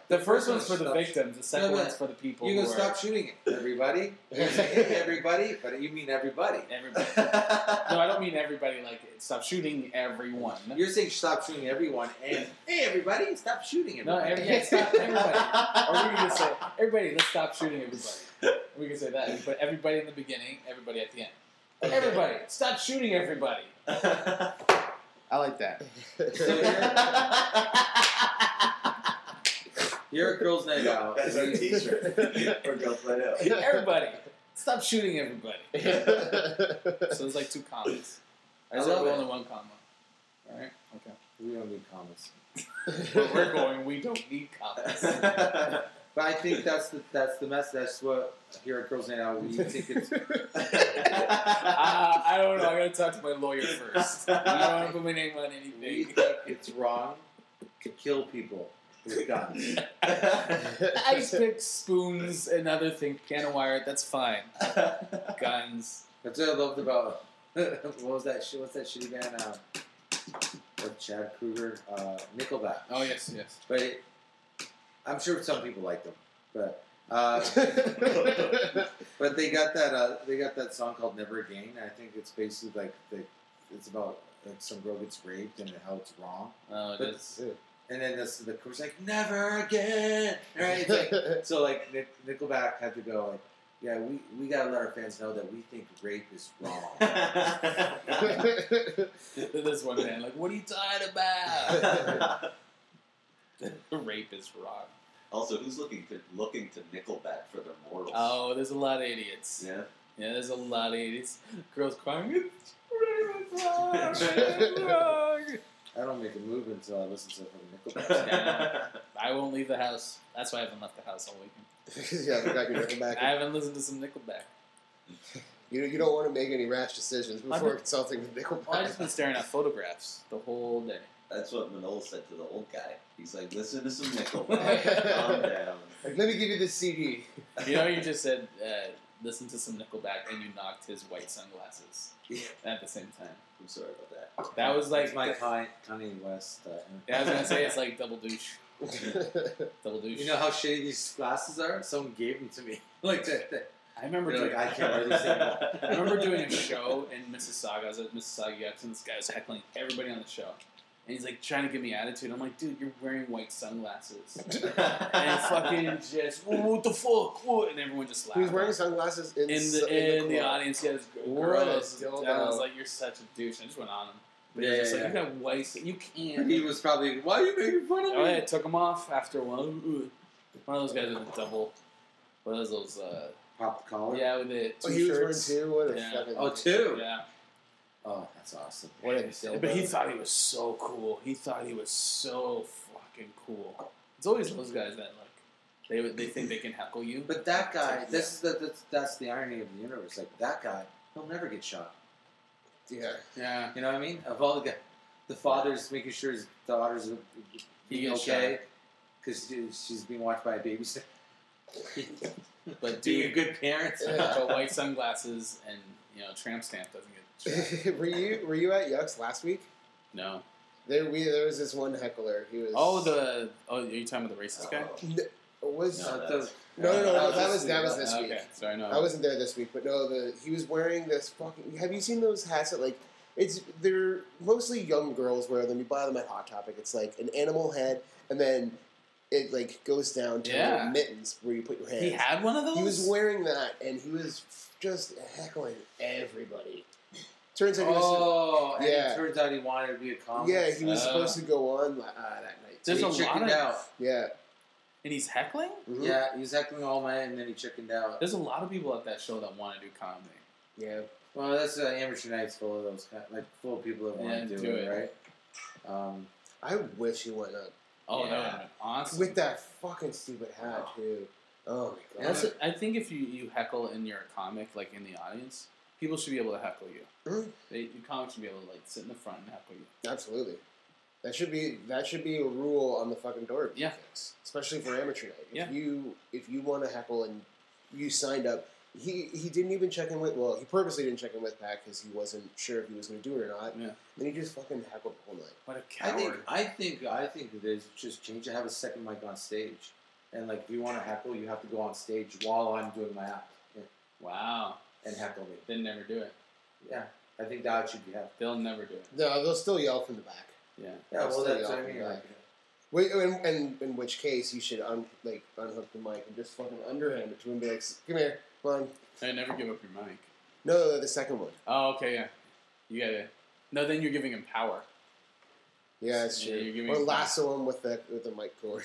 Speaker 3: The first one's for the
Speaker 4: Stop.
Speaker 3: victims. The second
Speaker 4: No, but
Speaker 3: one's for the people.
Speaker 4: You're gonna
Speaker 3: who are-
Speaker 4: stop shooting it, everybody. You're gonna say, hey, everybody, but you mean everybody.
Speaker 3: Everybody. No, I don't mean everybody. Like stop shooting everyone.
Speaker 4: You're saying stop shooting everyone, and hey, everybody, stop shooting
Speaker 3: No,
Speaker 4: everybody.
Speaker 3: every, yeah, stop everybody. Or we can just say everybody. Let's stop shooting everybody. We can say that. But everybody in the beginning, everybody at the end. Everybody, stop shooting everybody. I like that.
Speaker 4: You're a girls' night out.
Speaker 6: That's our T-shirt. or Girls Night Out.
Speaker 3: Everybody, stop shooting everybody. So it's like two commas.
Speaker 4: I
Speaker 3: Or is it
Speaker 4: love it.
Speaker 3: only one comma? All right. Okay.
Speaker 4: We don't need comments.
Speaker 3: Where we're going, we don't need commas. Uh,
Speaker 4: But I think that's the that's the message. That's what here at Girls Night Out we think it's
Speaker 3: I, I don't know. I gotta talk to my lawyer first. I don't want to put my name on
Speaker 4: we
Speaker 3: anything.
Speaker 4: think it's wrong to kill people with guns.
Speaker 3: Ice picks, spoons, and other thing, can of wire. That's fine. Guns.
Speaker 4: That's what I loved about what was that shit? What's that shitty band? Uh, with Chad Kruger, uh, Nickelback.
Speaker 3: Oh yes, yes.
Speaker 4: But it, I'm sure some people like them. But uh, but they got that uh, they got that song called Never Again. I think it's basically like the, it's about like some girl gets raped and how it's wrong.
Speaker 3: Oh, it
Speaker 4: But-
Speaker 3: is.
Speaker 4: And then this, the chorus like never again, right? It's like, so like Nick, Nickelback had to go like Yeah, we, we gotta let our fans know that we think rape is wrong.
Speaker 3: this one man, like, what are you talking about? Rape is wrong.
Speaker 6: Also, who's looking to looking to Nickelback for their morals?
Speaker 3: Oh, there's a lot of idiots.
Speaker 6: Yeah.
Speaker 3: Yeah, there's a lot of idiots. Girls crying. "It's rape is wrong, rape is wrong."
Speaker 4: I don't make a move until I listen to it from Nickelback.
Speaker 3: I won't leave the house. That's why I haven't left the house all weekend.
Speaker 5: Yeah, we got your Nickelback.
Speaker 3: I haven't listened to some Nickelback.
Speaker 5: You, you don't want to make any rash decisions
Speaker 3: I've
Speaker 5: before
Speaker 3: been-
Speaker 5: consulting with Nickelback.
Speaker 3: Well, I've just been staring at photographs the whole day.
Speaker 6: That's what Manol said to the old guy. He's like, listen to some Nickelback. Calm down.
Speaker 5: Like, let me give you this CD.
Speaker 3: You know, you just said uh, listen to some Nickelback, and you knocked his white sunglasses at the same time.
Speaker 6: I'm sorry about
Speaker 3: That was like
Speaker 4: It's my
Speaker 3: the-
Speaker 4: Kanye Kanye West. Uh,
Speaker 3: Yeah, I was gonna say it's like double douche. double douche.
Speaker 4: You know how shitty these glasses are? Someone gave them to me. Like that. that-
Speaker 3: I remember
Speaker 4: You're
Speaker 3: doing.
Speaker 4: like, I can't wear these anymore.
Speaker 3: I remember doing a show in Mississauga. I was at Mississauga Yucks, and this guy was heckling everybody on the show. And he's like trying to give me attitude. I'm like, dude, you're wearing white sunglasses. and fucking just, "Whoa, what the fuck? What? And everyone just laughed.
Speaker 5: He was wearing sunglasses in,
Speaker 3: in
Speaker 5: s-
Speaker 3: the in, the,
Speaker 5: club.
Speaker 3: audience. Yeah, this
Speaker 5: What
Speaker 3: girl.
Speaker 5: a
Speaker 3: was- and I was
Speaker 5: dildo.
Speaker 3: like, you're such a douche. And I just went on him. But
Speaker 4: Yeah,
Speaker 3: he was just
Speaker 4: yeah,
Speaker 3: like,
Speaker 4: yeah.
Speaker 3: you got white. sun- You can't.
Speaker 4: He was probably, why are you making fun of
Speaker 3: Oh,
Speaker 4: me?
Speaker 3: yeah, I took him off after a while. Ooh. One of those guys with a double. One of those. Uh,
Speaker 4: Pop the collar.
Speaker 3: yeah, with the
Speaker 5: Oh,
Speaker 3: two
Speaker 5: he was wearing
Speaker 3: shirts.
Speaker 5: two. What a
Speaker 3: Yeah.
Speaker 5: fucking.
Speaker 4: Oh, two.
Speaker 3: Yeah.
Speaker 4: Oh, that's awesome.
Speaker 5: What a
Speaker 3: But he
Speaker 5: dildo.
Speaker 3: thought he was so cool. He thought he was so fucking cool. It's always those guys that like they they think they can heckle you.
Speaker 4: But that guy, this is the, that's, that's the irony of the universe. Like that guy, he'll never get shot.
Speaker 5: Yeah.
Speaker 3: yeah,
Speaker 4: You know what I mean? Of all the guys, the father's making sure his daughter's are
Speaker 3: He
Speaker 4: being
Speaker 3: gets
Speaker 4: okay because she's being watched by a babysitter.
Speaker 3: but
Speaker 4: being a
Speaker 3: dude,
Speaker 4: good parent.
Speaker 3: but white sunglasses and you know tramp stamp doesn't get
Speaker 5: were you were you at Yucks last week?
Speaker 3: no.
Speaker 5: There we there was this one heckler. He was
Speaker 3: Oh the oh are you talking about the racist guy?
Speaker 5: N- was
Speaker 4: No,
Speaker 5: no,
Speaker 4: that's-
Speaker 5: no, no, no,
Speaker 4: that was
Speaker 5: that
Speaker 4: this
Speaker 5: was
Speaker 4: week.
Speaker 5: that was this week.
Speaker 3: Okay, sorry no.
Speaker 5: I wasn't there this week, but no, the he was wearing this fucking. Have you seen those hats that like? It's they're mostly young girls wear them. You buy them at Hot Topic. It's like an animal head, and then it like goes down to
Speaker 3: Yeah.
Speaker 5: little mittens where you put your hands.
Speaker 3: He had one of those.
Speaker 5: He was wearing that, and he was just heckling everybody. Turns out, he was,
Speaker 4: Oh, and
Speaker 5: Yeah.
Speaker 4: it turns out he wanted to be a comic.
Speaker 5: yeah, he was
Speaker 3: Uh.
Speaker 5: supposed to go on uh, that night.
Speaker 3: There's
Speaker 4: he
Speaker 3: a lot
Speaker 4: chickened
Speaker 3: of
Speaker 4: out. Mm-hmm.
Speaker 5: Yeah,
Speaker 3: and he's heckling.
Speaker 5: Mhm.
Speaker 4: Yeah, he was heckling all night and then he chickened out.
Speaker 3: There's a lot of people at that show that want to do comedy.
Speaker 5: yeah.
Speaker 4: Well, that's uh, amateur nights full of those kind, like full of people that
Speaker 3: Yeah,
Speaker 4: want to do,
Speaker 3: do
Speaker 4: it,
Speaker 3: it.
Speaker 4: right? Um,
Speaker 5: I wish he went up
Speaker 3: Oh
Speaker 4: Yeah.
Speaker 3: that would have been awesome.
Speaker 5: with that fucking stupid hat too. Oh my god.
Speaker 3: That's I think if you, you heckle and you're a comic, like in the audience, people should be able to heckle you.
Speaker 5: Mhm.
Speaker 3: They, the comics should be able to like sit in the front and heckle you.
Speaker 5: Absolutely. That should be that should be a rule on the fucking door. of
Speaker 3: Yeah.
Speaker 5: things, Especially for amateur night. If
Speaker 3: Yeah.
Speaker 5: you if you want to heckle and you signed up, he he didn't even check in with well he purposely didn't check in with Pat because he wasn't sure if he was going to do it or not.
Speaker 3: Yeah.
Speaker 5: Then he just fucking heckled the whole night.
Speaker 3: What a
Speaker 4: I
Speaker 3: coward!
Speaker 4: think I think I think there's just change. I have a second mic on stage, and like if you want to heckle, you have to go on stage while I'm doing my act and,
Speaker 3: wow,
Speaker 4: and heckle me.
Speaker 3: they never do it.
Speaker 4: Yeah, I think that should be happening.
Speaker 3: They'll never do it.
Speaker 5: No, they'll still yell from the back.
Speaker 3: Yeah.
Speaker 4: Yeah, well,
Speaker 5: Still
Speaker 4: that's
Speaker 5: yell
Speaker 4: what I
Speaker 5: from the
Speaker 4: mean.
Speaker 5: back.
Speaker 4: Like,
Speaker 5: Wait, and, and in which case you should un, like unhook the mic and just fucking underhand it to him and be like, "Come here, come on."
Speaker 3: They never give up your mic.
Speaker 5: No, the second one.
Speaker 3: Oh, okay, yeah. You gotta. No, then you're giving him power
Speaker 5: Yeah, it's
Speaker 3: Yeah,
Speaker 5: true.
Speaker 3: you're giving
Speaker 5: or
Speaker 3: him-
Speaker 5: lasso him with the with the mic cord.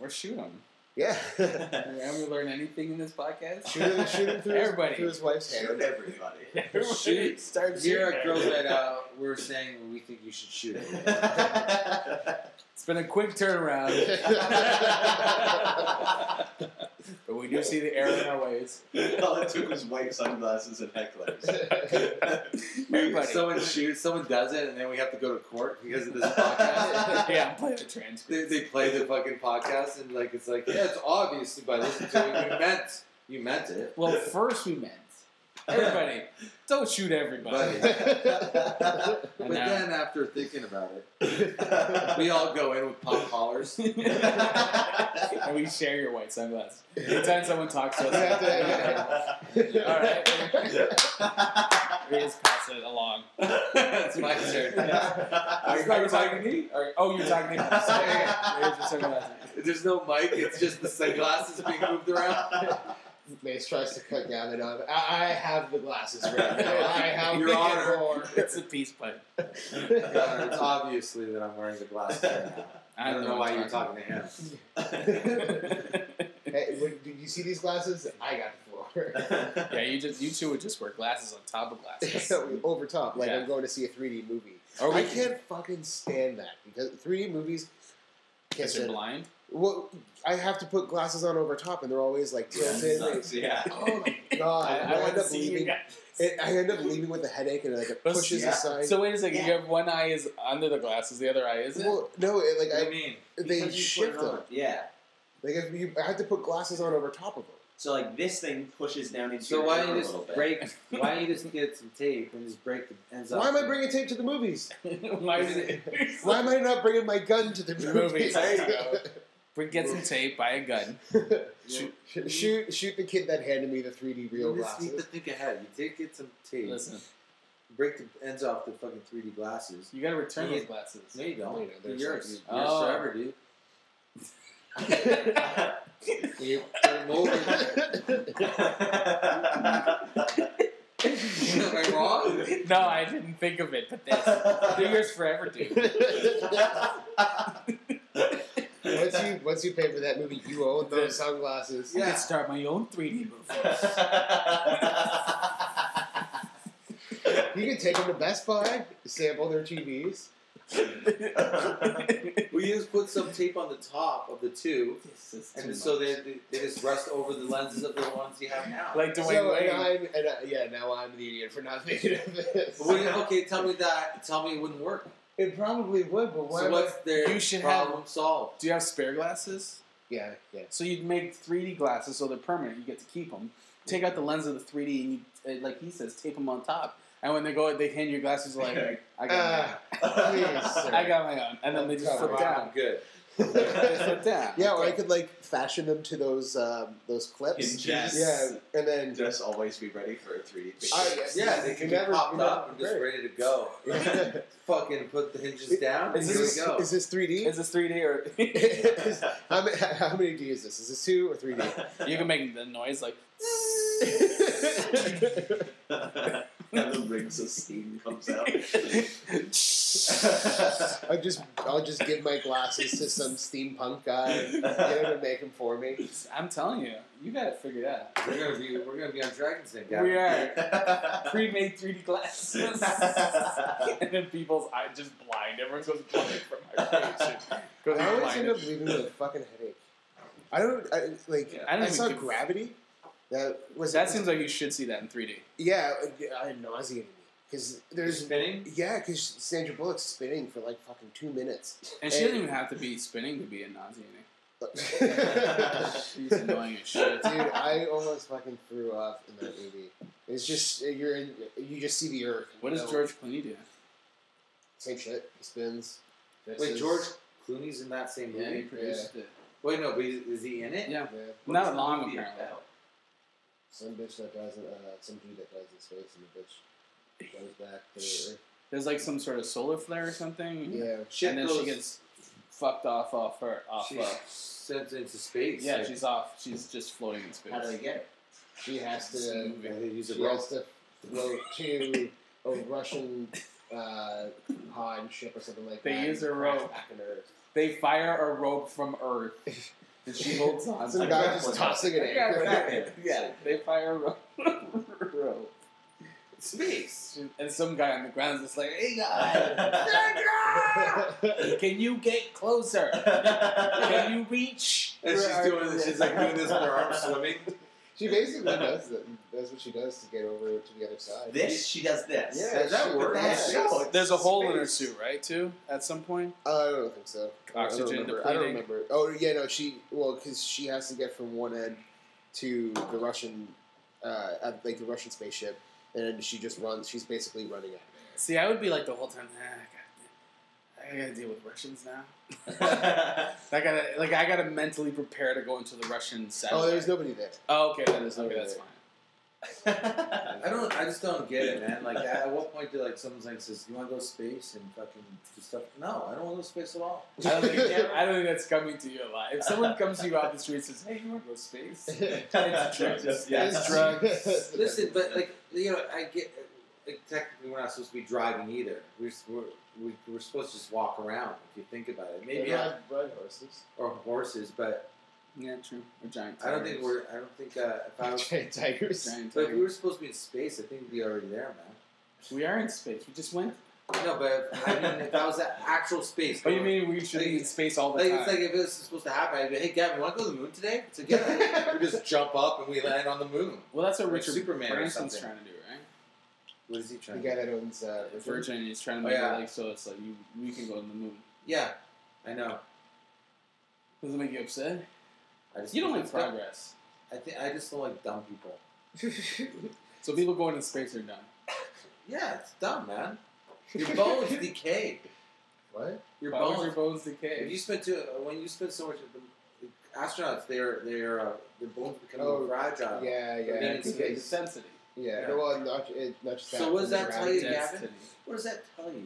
Speaker 3: or shoot him.
Speaker 5: Yeah.
Speaker 3: Have we learned anything in this podcast?
Speaker 5: Shoot him, shoot him through,
Speaker 3: Everybody.
Speaker 5: His, through his wife's
Speaker 6: Shoot
Speaker 5: hand.
Speaker 6: everybody.
Speaker 3: Everybody
Speaker 4: Shoot.
Speaker 3: Start
Speaker 4: Here
Speaker 3: shooting.
Speaker 4: at Girls Night Out, we're saying we think you should shoot it.
Speaker 3: It's been a quick turnaround, but we do see the error in our ways.
Speaker 6: All it took was white sunglasses and
Speaker 3: Everybody.
Speaker 4: Someone shoots, someone does it, and then we have to go to court because of this podcast.
Speaker 3: yeah, play the transcript.
Speaker 4: they, they play the fucking podcast, and like it's like, yeah, it's obvious by listening to it. You meant, you meant it.
Speaker 3: Well, first we meant everybody. Don't shoot everybody.
Speaker 4: But, but
Speaker 3: And now-
Speaker 4: then after thinking about it, we all go in with pop collars.
Speaker 3: and we share your white sunglasses. Anytime someone talks to
Speaker 5: Yeah,
Speaker 3: us,
Speaker 5: yeah,
Speaker 3: all right, we just pass it along.
Speaker 4: That's my turn.
Speaker 3: Are you, are you talking to me? Or- oh, you're talking to me. So, yeah, yeah, There's your sunglasses.
Speaker 4: There's no mic. It's just the sunglasses being moved around.
Speaker 5: Mace tries to cut down it on. I, I have the glasses right now. I have
Speaker 4: Your
Speaker 5: the
Speaker 4: Honor.
Speaker 5: roar.
Speaker 3: It's a peace pipe.
Speaker 4: it's obviously that I'm wearing the glasses right now. I don't know
Speaker 5: what
Speaker 4: why
Speaker 5: I'm
Speaker 4: you're talking to him.
Speaker 5: Hey, what, did you see these glasses? I got the floor.
Speaker 3: yeah, you just you two would just wear glasses on top of glasses.
Speaker 5: over top, like
Speaker 3: Yeah.
Speaker 5: I'm going to see a 3D movie.
Speaker 3: Are we-
Speaker 5: I can't fucking stand that because 3D movies. Can't
Speaker 3: Because you're
Speaker 5: stand it.
Speaker 3: blind.
Speaker 5: Well, I have to put glasses on over top, and they're always like tilted.
Speaker 6: sucks, yeah.
Speaker 5: Oh my god!
Speaker 3: I- I
Speaker 5: And
Speaker 3: wanna
Speaker 5: end up
Speaker 3: see you
Speaker 5: leaving.
Speaker 3: guys.
Speaker 5: It, I end up leaving with a headache, and like it pushes
Speaker 3: Yeah.
Speaker 5: aside.
Speaker 3: So wait a second. You have one eye is under the glasses, the other eye isn't.
Speaker 5: well, no, it, like I
Speaker 4: mean,
Speaker 5: they shift them.
Speaker 6: Yeah.
Speaker 5: Like if you, I had to put glasses on over top of them.
Speaker 6: So like this thing pushes down into
Speaker 4: So
Speaker 6: your
Speaker 4: why
Speaker 6: ear
Speaker 4: don't
Speaker 6: a
Speaker 4: you
Speaker 6: little
Speaker 4: just
Speaker 6: bit.
Speaker 4: break? Why don't you just get some tape and just break the ends
Speaker 5: Why
Speaker 4: off?
Speaker 5: am I bringing tape to the movies?
Speaker 3: Why is it?
Speaker 5: Why am I not bringing my gun to the
Speaker 3: The
Speaker 5: movies?
Speaker 3: movies. There you go. We get some tape, buy a gun.
Speaker 5: shoot, shoot, shoot the kid that handed me the 3D real
Speaker 4: You just need to
Speaker 5: glasses.
Speaker 4: think ahead. You take get some tape.
Speaker 3: Listen,
Speaker 4: break the ends off the fucking 3D glasses.
Speaker 3: you gotta return
Speaker 4: Yeah.
Speaker 3: those glasses.
Speaker 4: No, you
Speaker 5: No,
Speaker 4: don't.
Speaker 5: you don't.
Speaker 4: They're
Speaker 5: They're
Speaker 4: yours.
Speaker 5: yours.
Speaker 4: Yours
Speaker 3: Oh.
Speaker 4: forever, dude. you turn them over. oh. Am I wrong?
Speaker 3: Oh. No, I didn't think of it, but that's they're yours forever, dude.
Speaker 5: once you once you pay for that movie, you own those sunglasses.
Speaker 3: I could start my own 3D movie.
Speaker 5: You can take them to Best Buy, sample their TVs.
Speaker 4: We just put some tape on the top of the two,
Speaker 3: This is
Speaker 4: and
Speaker 3: too
Speaker 4: so
Speaker 3: much.
Speaker 4: they, they just rest over the lenses of the ones you have now.
Speaker 3: like Dwayne
Speaker 5: so,
Speaker 3: Wade.
Speaker 5: and I'm, and I, yeah, now I'm the idiot for not thinking of this.
Speaker 4: But wait, okay, tell me that. Tell me it wouldn't work.
Speaker 5: It probably would, but why?
Speaker 4: so
Speaker 5: would-
Speaker 4: what's their
Speaker 3: You should have-
Speaker 4: problem solved?
Speaker 3: Do you have spare glasses?
Speaker 5: yeah, yeah.
Speaker 3: So you'd make 3D glasses so they're permanent. You get to keep them. Take out the lens of the 3D and, you, uh, like he says, tape them on top. And when they go, they hand you glasses like, I got,
Speaker 4: Ah,
Speaker 5: Uh, please,
Speaker 3: my,
Speaker 5: sir.
Speaker 3: own. I got my own. And then they just
Speaker 5: Cover
Speaker 3: flip
Speaker 5: it.
Speaker 3: down.
Speaker 4: Good.
Speaker 3: They flip down.
Speaker 5: yeah, or I could like fashion them to those um, those clips.
Speaker 6: Ingest.
Speaker 5: Yeah, and then
Speaker 6: Just always be ready for a 3D picture.
Speaker 5: I-
Speaker 4: Yeah, they can be
Speaker 5: Never-
Speaker 4: popped
Speaker 5: never
Speaker 4: up and just
Speaker 5: prepared.
Speaker 4: ready to go. Fucking put the hinges down and
Speaker 5: is
Speaker 4: here we
Speaker 5: this
Speaker 4: go.
Speaker 5: is this 3D?
Speaker 3: Is this 3D or
Speaker 5: Is- how, many, how many D is this? Is this two or three D?
Speaker 3: you can make the noise like
Speaker 6: and the rings of steam comes out.
Speaker 5: I just I'll just give my glasses to some steampunk guy you know, to make them for me.
Speaker 3: I'm telling you, you got it figured out.
Speaker 4: we're gonna be we're gonna be on Dragon's Den, guys.
Speaker 3: We are pre-made 3D glasses, and then people's eye just blind. Everyone goes blind from my creation. Goes
Speaker 5: I always
Speaker 3: blind.
Speaker 5: end up leaving with a fucking headache. I don't I, like.
Speaker 3: Yeah, I
Speaker 5: I,
Speaker 3: don't even
Speaker 5: saw
Speaker 3: give-
Speaker 5: Gravity. That was
Speaker 3: That seems like you should see that in 3D.
Speaker 5: yeah. I it nauseated me because there's
Speaker 4: spinning.
Speaker 5: yeah because Sandra Bullock's spinning for like fucking two minutes.
Speaker 3: And she doesn't
Speaker 5: And-
Speaker 3: even have to be spinning to be a nauseating.
Speaker 5: Dude,
Speaker 3: She's annoying as shit.
Speaker 5: I almost fucking threw up in that movie. It's just you're in, you just see the earth.
Speaker 3: What does
Speaker 5: No,
Speaker 3: George Clooney do?
Speaker 5: Same shit. He spins.
Speaker 4: Wait,
Speaker 5: Misses.
Speaker 4: George Clooney's in that same
Speaker 3: Yeah, he
Speaker 4: movie.
Speaker 3: produced it.
Speaker 4: Wait, no, but is, is he in it?
Speaker 3: Yeah,
Speaker 5: Yeah.
Speaker 4: What's
Speaker 3: not
Speaker 4: the
Speaker 3: long
Speaker 4: movie
Speaker 3: apparently.
Speaker 4: about?
Speaker 5: Some bitch that dies in uh, some dude that dies in space and the bitch goes back to the earth.
Speaker 3: There's like some sort of solar flare or something.
Speaker 5: Yeah.
Speaker 4: Shit
Speaker 3: and then
Speaker 4: goes,
Speaker 3: she gets fucked off off her off.
Speaker 4: she's
Speaker 3: of-
Speaker 4: sent into space.
Speaker 3: yeah,
Speaker 4: like,
Speaker 3: she's off. She's just floating in space.
Speaker 6: How do they get it?
Speaker 5: She has to. uh,
Speaker 3: Smooth
Speaker 4: yeah, they use a
Speaker 5: She
Speaker 4: rope.
Speaker 5: has to float to a Russian uh, pod ship or something like
Speaker 3: They
Speaker 5: that.
Speaker 3: use
Speaker 5: and
Speaker 3: a
Speaker 5: crash
Speaker 3: rope.
Speaker 5: Back in Earth.
Speaker 3: They fire a rope from Earth. And she holds on.
Speaker 5: Some
Speaker 3: to
Speaker 5: guy
Speaker 3: it.
Speaker 5: just tossing an
Speaker 3: Yeah,
Speaker 5: anchor.
Speaker 3: right. yeah, they fire a rope. rope.
Speaker 4: space.
Speaker 3: And some guy on the ground is just like, hey guys, Sandra! can you get closer? Can you reach?
Speaker 4: And she's doing this. She's like doing this with her arms swimming.
Speaker 5: She basically does that. That's what she does to get over to the other side.
Speaker 6: This she does this.
Speaker 5: Yeah,
Speaker 4: Does that
Speaker 5: she-
Speaker 4: work?
Speaker 5: yeah.
Speaker 6: That's so-
Speaker 3: There's a hole in her
Speaker 6: space.
Speaker 3: suit, right? Too at some point.
Speaker 5: Uh, I don't think so.
Speaker 3: Oxygen
Speaker 5: I don't remember. I don't
Speaker 3: depleting.
Speaker 5: remember. Oh yeah, no, she well because she has to get from one end to the Russian, uh, at, like the Russian spaceship, and she just runs. She's basically running out of
Speaker 3: See, I would be like the whole time. Nah, I, gotta, I gotta deal with Russians now. I gotta like I gotta mentally prepare to go into the Russian
Speaker 5: there.
Speaker 3: satellite.
Speaker 5: Oh, there's nobody there.
Speaker 3: Oh, okay, that is okay.
Speaker 5: Okay.
Speaker 3: That's fine.
Speaker 4: I don't. I just don't get it, man. Like, at what point do like someone's like says, "You want to go to space and fucking do stuff?" No, I don't want to go to space at all.
Speaker 3: I don't, think, I don't think that's coming to you a lot. If someone comes to you out the street and says, "Hey, you want to go to space?" It's drugs.
Speaker 6: Yeah.
Speaker 3: It's drugs.
Speaker 4: Listen, but like you know, I get like technically we're not supposed to be driving either. We're s- we're we- we're supposed to just walk around. If you think about it, maybe
Speaker 5: They
Speaker 4: not,
Speaker 5: ride, ride horses.
Speaker 4: or horses, but
Speaker 3: yeah, true. Or giant.
Speaker 4: I don't think
Speaker 3: tigers.
Speaker 4: we're. I don't think uh, if I was
Speaker 5: Giant tigers.
Speaker 3: Giant
Speaker 4: But if we were
Speaker 3: tigers.
Speaker 4: supposed to be in space, I think we'd be already there, man.
Speaker 3: We are in space. We just went.
Speaker 4: No, but if- I mean, if that was the actual space.
Speaker 3: What do you mean we should be in space all the
Speaker 4: Like,
Speaker 3: time?
Speaker 4: it's like if it was supposed to happen, I'd be hey, Gavin, want to go to the moon today? It's like, yeah. we just jump up and we land on the moon.
Speaker 3: well, that's what
Speaker 4: Like
Speaker 3: Richard
Speaker 4: Superman or
Speaker 3: Branson's
Speaker 4: something.
Speaker 3: trying to do, right?
Speaker 4: What is he
Speaker 5: The
Speaker 4: trying to
Speaker 5: guy that owns uh, Virgin.
Speaker 3: Virgin is trying to
Speaker 4: Oh,
Speaker 3: make
Speaker 4: yeah.
Speaker 3: it like so it's like you we can go to the moon.
Speaker 4: Yeah, I know.
Speaker 3: Does it make you upset?
Speaker 4: I just
Speaker 3: You don't
Speaker 4: think
Speaker 3: like
Speaker 4: it's dumb.
Speaker 3: progress.
Speaker 4: I think I just don't like dumb people.
Speaker 3: So people going to space are dumb.
Speaker 4: Yeah, it's dumb, man. Your bones decay.
Speaker 5: What?
Speaker 4: Your
Speaker 3: Why would
Speaker 4: bones.
Speaker 3: your bones
Speaker 4: If you
Speaker 3: decay.
Speaker 4: spend too, when you spend so much, the astronauts, they're they're uh, their bones become
Speaker 5: Oh,
Speaker 4: fragile.
Speaker 5: Yeah, yeah.
Speaker 4: Yeah, it's-
Speaker 5: it's-
Speaker 3: It's
Speaker 5: it's-
Speaker 3: density.
Speaker 5: yeah.
Speaker 4: yeah.
Speaker 5: No, well, not, it, not just that.
Speaker 4: So what does
Speaker 5: but
Speaker 4: that
Speaker 5: the
Speaker 4: tell you,
Speaker 5: gravity.
Speaker 4: Gavin?
Speaker 3: Density.
Speaker 4: What does that tell you?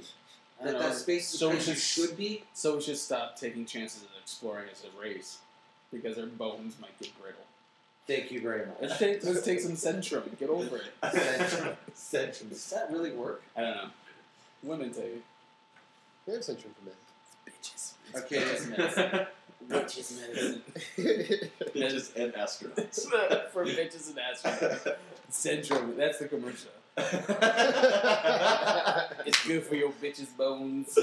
Speaker 3: I
Speaker 4: That
Speaker 3: don't know.
Speaker 4: that space is
Speaker 3: So
Speaker 4: the
Speaker 3: we
Speaker 4: place you
Speaker 3: should-
Speaker 4: should be.
Speaker 3: So we should stop taking chances of exploring as a race because our bones might get brittle.
Speaker 4: Thank you very much.
Speaker 3: Let's take, let's take some Centrum and get over it.
Speaker 4: Centrum. Centrum. Does that really work?
Speaker 3: I don't know. Women tell you.
Speaker 5: They have Centrum for men.
Speaker 3: Bitches.
Speaker 4: Okay.
Speaker 3: Bitches medicine. Bitches medicine.
Speaker 6: Bitches and astronauts.
Speaker 3: For bitches and astronauts. Centrum. That's the commercial. It's good for your bitches' bones.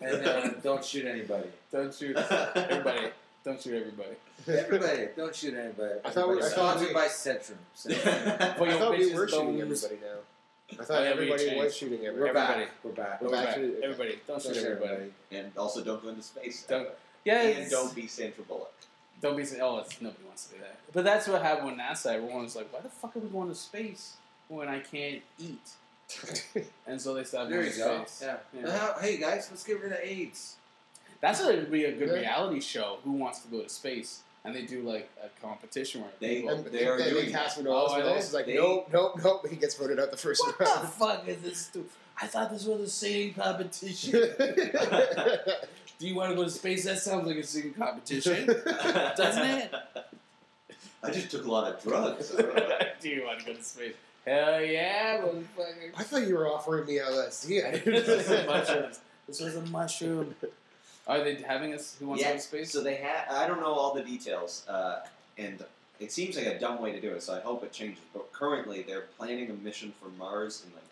Speaker 4: And uh, don't shoot anybody.
Speaker 3: Don't shoot everybody. Don't shoot everybody.
Speaker 4: Everybody, don't shoot anybody.
Speaker 5: I thought we-
Speaker 4: Everybody.
Speaker 5: I thought
Speaker 4: sponsored
Speaker 5: we-
Speaker 4: by Centrum. Centrum.
Speaker 3: For
Speaker 5: I
Speaker 3: your
Speaker 5: thought we
Speaker 3: bitches'
Speaker 5: were shooting
Speaker 3: bones.
Speaker 5: everybody now. I thought
Speaker 3: yeah, we
Speaker 5: everybody was
Speaker 3: changed.
Speaker 5: shooting
Speaker 4: We're
Speaker 5: everybody.
Speaker 4: back.
Speaker 3: Everybody.
Speaker 4: We're back.
Speaker 5: We're back to-
Speaker 3: Everybody. Don't shoot everybody.
Speaker 6: and also don't go into space.
Speaker 3: Don't. Yeah,
Speaker 6: and
Speaker 3: it's-
Speaker 6: don't be Sandra Bullock.
Speaker 3: Don't be saying, oh, it's, nobody wants to do that. But that's what happened with NASA. Everyone was like, why the fuck are we going to space when I can't eat? and so they stopped
Speaker 4: There
Speaker 3: going to
Speaker 4: you go.
Speaker 3: space.
Speaker 4: Yeah.
Speaker 3: Yeah.
Speaker 4: Well, how- Hey guys, let's get rid of AIDS.
Speaker 3: That's what would be a good
Speaker 5: Yeah.
Speaker 3: reality show. Who wants to go to space? And they do like a competition where
Speaker 6: They-
Speaker 3: people,
Speaker 5: And
Speaker 6: They are
Speaker 5: and
Speaker 6: doing
Speaker 5: they
Speaker 6: it.
Speaker 5: cast
Speaker 3: Oh,
Speaker 5: Manolis.
Speaker 3: are
Speaker 5: Manolis
Speaker 3: they?
Speaker 5: is like,
Speaker 6: They-
Speaker 5: nope, nope, nope. He gets voted out the first
Speaker 3: what the
Speaker 5: round.
Speaker 3: fuck is this? Stu- I thought this was a singing competition.
Speaker 5: Doesn't
Speaker 3: do you want to go to space? That sounds like a singing competition, doesn't it?
Speaker 6: I just took a lot of drugs.
Speaker 3: do you want to go to space? Hell yeah, motherfucker.
Speaker 5: I thought you were offering me LSD.
Speaker 3: this was a mushroom. This was a mushroom. Are they having us? Who wants to
Speaker 6: yeah,
Speaker 3: go to space?
Speaker 6: so they had. I don't know all the details, uh, and it seems like a dumb way to do it. So I hope it changes. But currently, they're planning a mission for Mars in like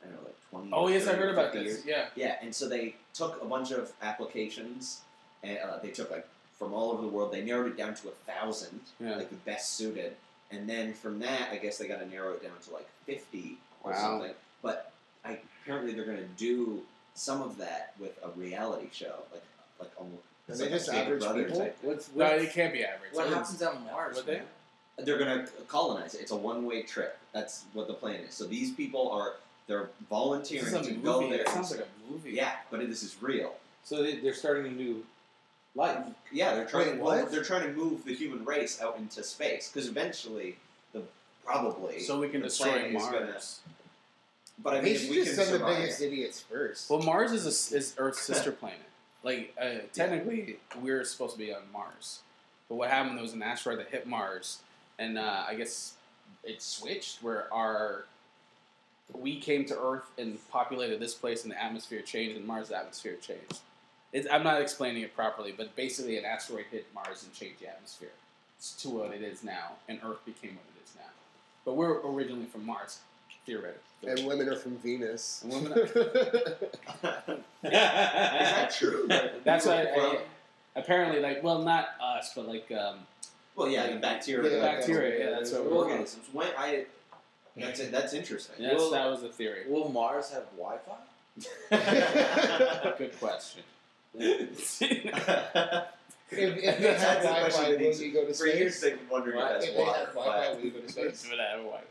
Speaker 6: I don't know, like twenty.
Speaker 3: oh yes, I
Speaker 6: 30,
Speaker 3: heard about
Speaker 6: 50 years.
Speaker 3: this. Yeah,
Speaker 6: Yeah, and so they took a bunch of applications, and uh, they took like from all over the world. They narrowed it down to a thousand,
Speaker 3: Yeah.
Speaker 6: like the best suited, and then from that, I guess they got to narrow it down to like fifty or
Speaker 3: Wow.
Speaker 6: something. But I, apparently, they're going to do some of that with a reality show, like like almost.
Speaker 5: Are
Speaker 6: it's
Speaker 5: they
Speaker 6: like a
Speaker 5: just
Speaker 6: Big
Speaker 5: average
Speaker 6: brother
Speaker 5: people?
Speaker 6: type.
Speaker 4: What's,
Speaker 3: no,
Speaker 4: what's
Speaker 3: it can't be average.
Speaker 4: what
Speaker 3: It's-
Speaker 4: happens on Mars?
Speaker 3: Would they?
Speaker 4: man?
Speaker 6: They're going to colonize it. It's a one-way trip. That's what the plan is. So these people are they're volunteering
Speaker 3: This is
Speaker 6: to
Speaker 3: a
Speaker 6: go
Speaker 3: movie.
Speaker 6: there.
Speaker 3: It sounds like a movie.
Speaker 6: yeah, but this is real.
Speaker 4: So they, they're starting a new life.
Speaker 6: Yeah, they're trying.
Speaker 5: Wait,
Speaker 6: well,
Speaker 5: what?
Speaker 6: they're trying to move the human race out into space because eventually, the probably.
Speaker 3: So we can
Speaker 6: the
Speaker 3: destroy
Speaker 6: plan is
Speaker 3: Mars.
Speaker 6: Gonna, but I mean,
Speaker 5: They
Speaker 6: if
Speaker 5: should
Speaker 6: we
Speaker 5: just
Speaker 6: can
Speaker 5: send the
Speaker 6: survive,
Speaker 5: biggest idiots first.
Speaker 3: Well, Mars is a, is Earth's sister planet. Like uh, technically, we're supposed to be on Mars, but what happened? There was an asteroid that hit Mars, and uh, I guess it switched where our we came to Earth and populated this place, and the atmosphere changed, and Mars' atmosphere changed. It's, I'm not explaining it properly, but basically, an asteroid hit Mars and changed the atmosphere It's to what it is now, and Earth became what it is now. But we're originally from Mars, theoretically.
Speaker 5: and women are from Venus.
Speaker 3: And women
Speaker 6: is that true?
Speaker 3: That's
Speaker 6: Well,
Speaker 3: why. I, apparently, like, well, not us, but like um,
Speaker 6: well, yeah,
Speaker 3: like,
Speaker 6: the bacteria,
Speaker 5: Yeah,
Speaker 3: bacteria.
Speaker 5: yeah,
Speaker 3: Yeah, that's
Speaker 5: yeah,
Speaker 3: what
Speaker 6: the
Speaker 3: we're working.
Speaker 6: organisms. When I, that's it. That's interesting.
Speaker 3: Yes,
Speaker 4: Well-
Speaker 3: that was the theory.
Speaker 4: Will Mars have Wi-Fi?
Speaker 3: Good question.
Speaker 5: If, if they
Speaker 6: That's
Speaker 5: had
Speaker 6: the question
Speaker 5: Wi-Fi,
Speaker 6: that
Speaker 5: will
Speaker 6: needs-
Speaker 5: you go to
Speaker 6: For years
Speaker 5: space?
Speaker 6: they've been wondering
Speaker 4: Why-
Speaker 6: if
Speaker 5: If
Speaker 6: that's
Speaker 5: they
Speaker 6: water.
Speaker 5: had Wi-Fi, will you go to space?
Speaker 3: Whatever, whatever.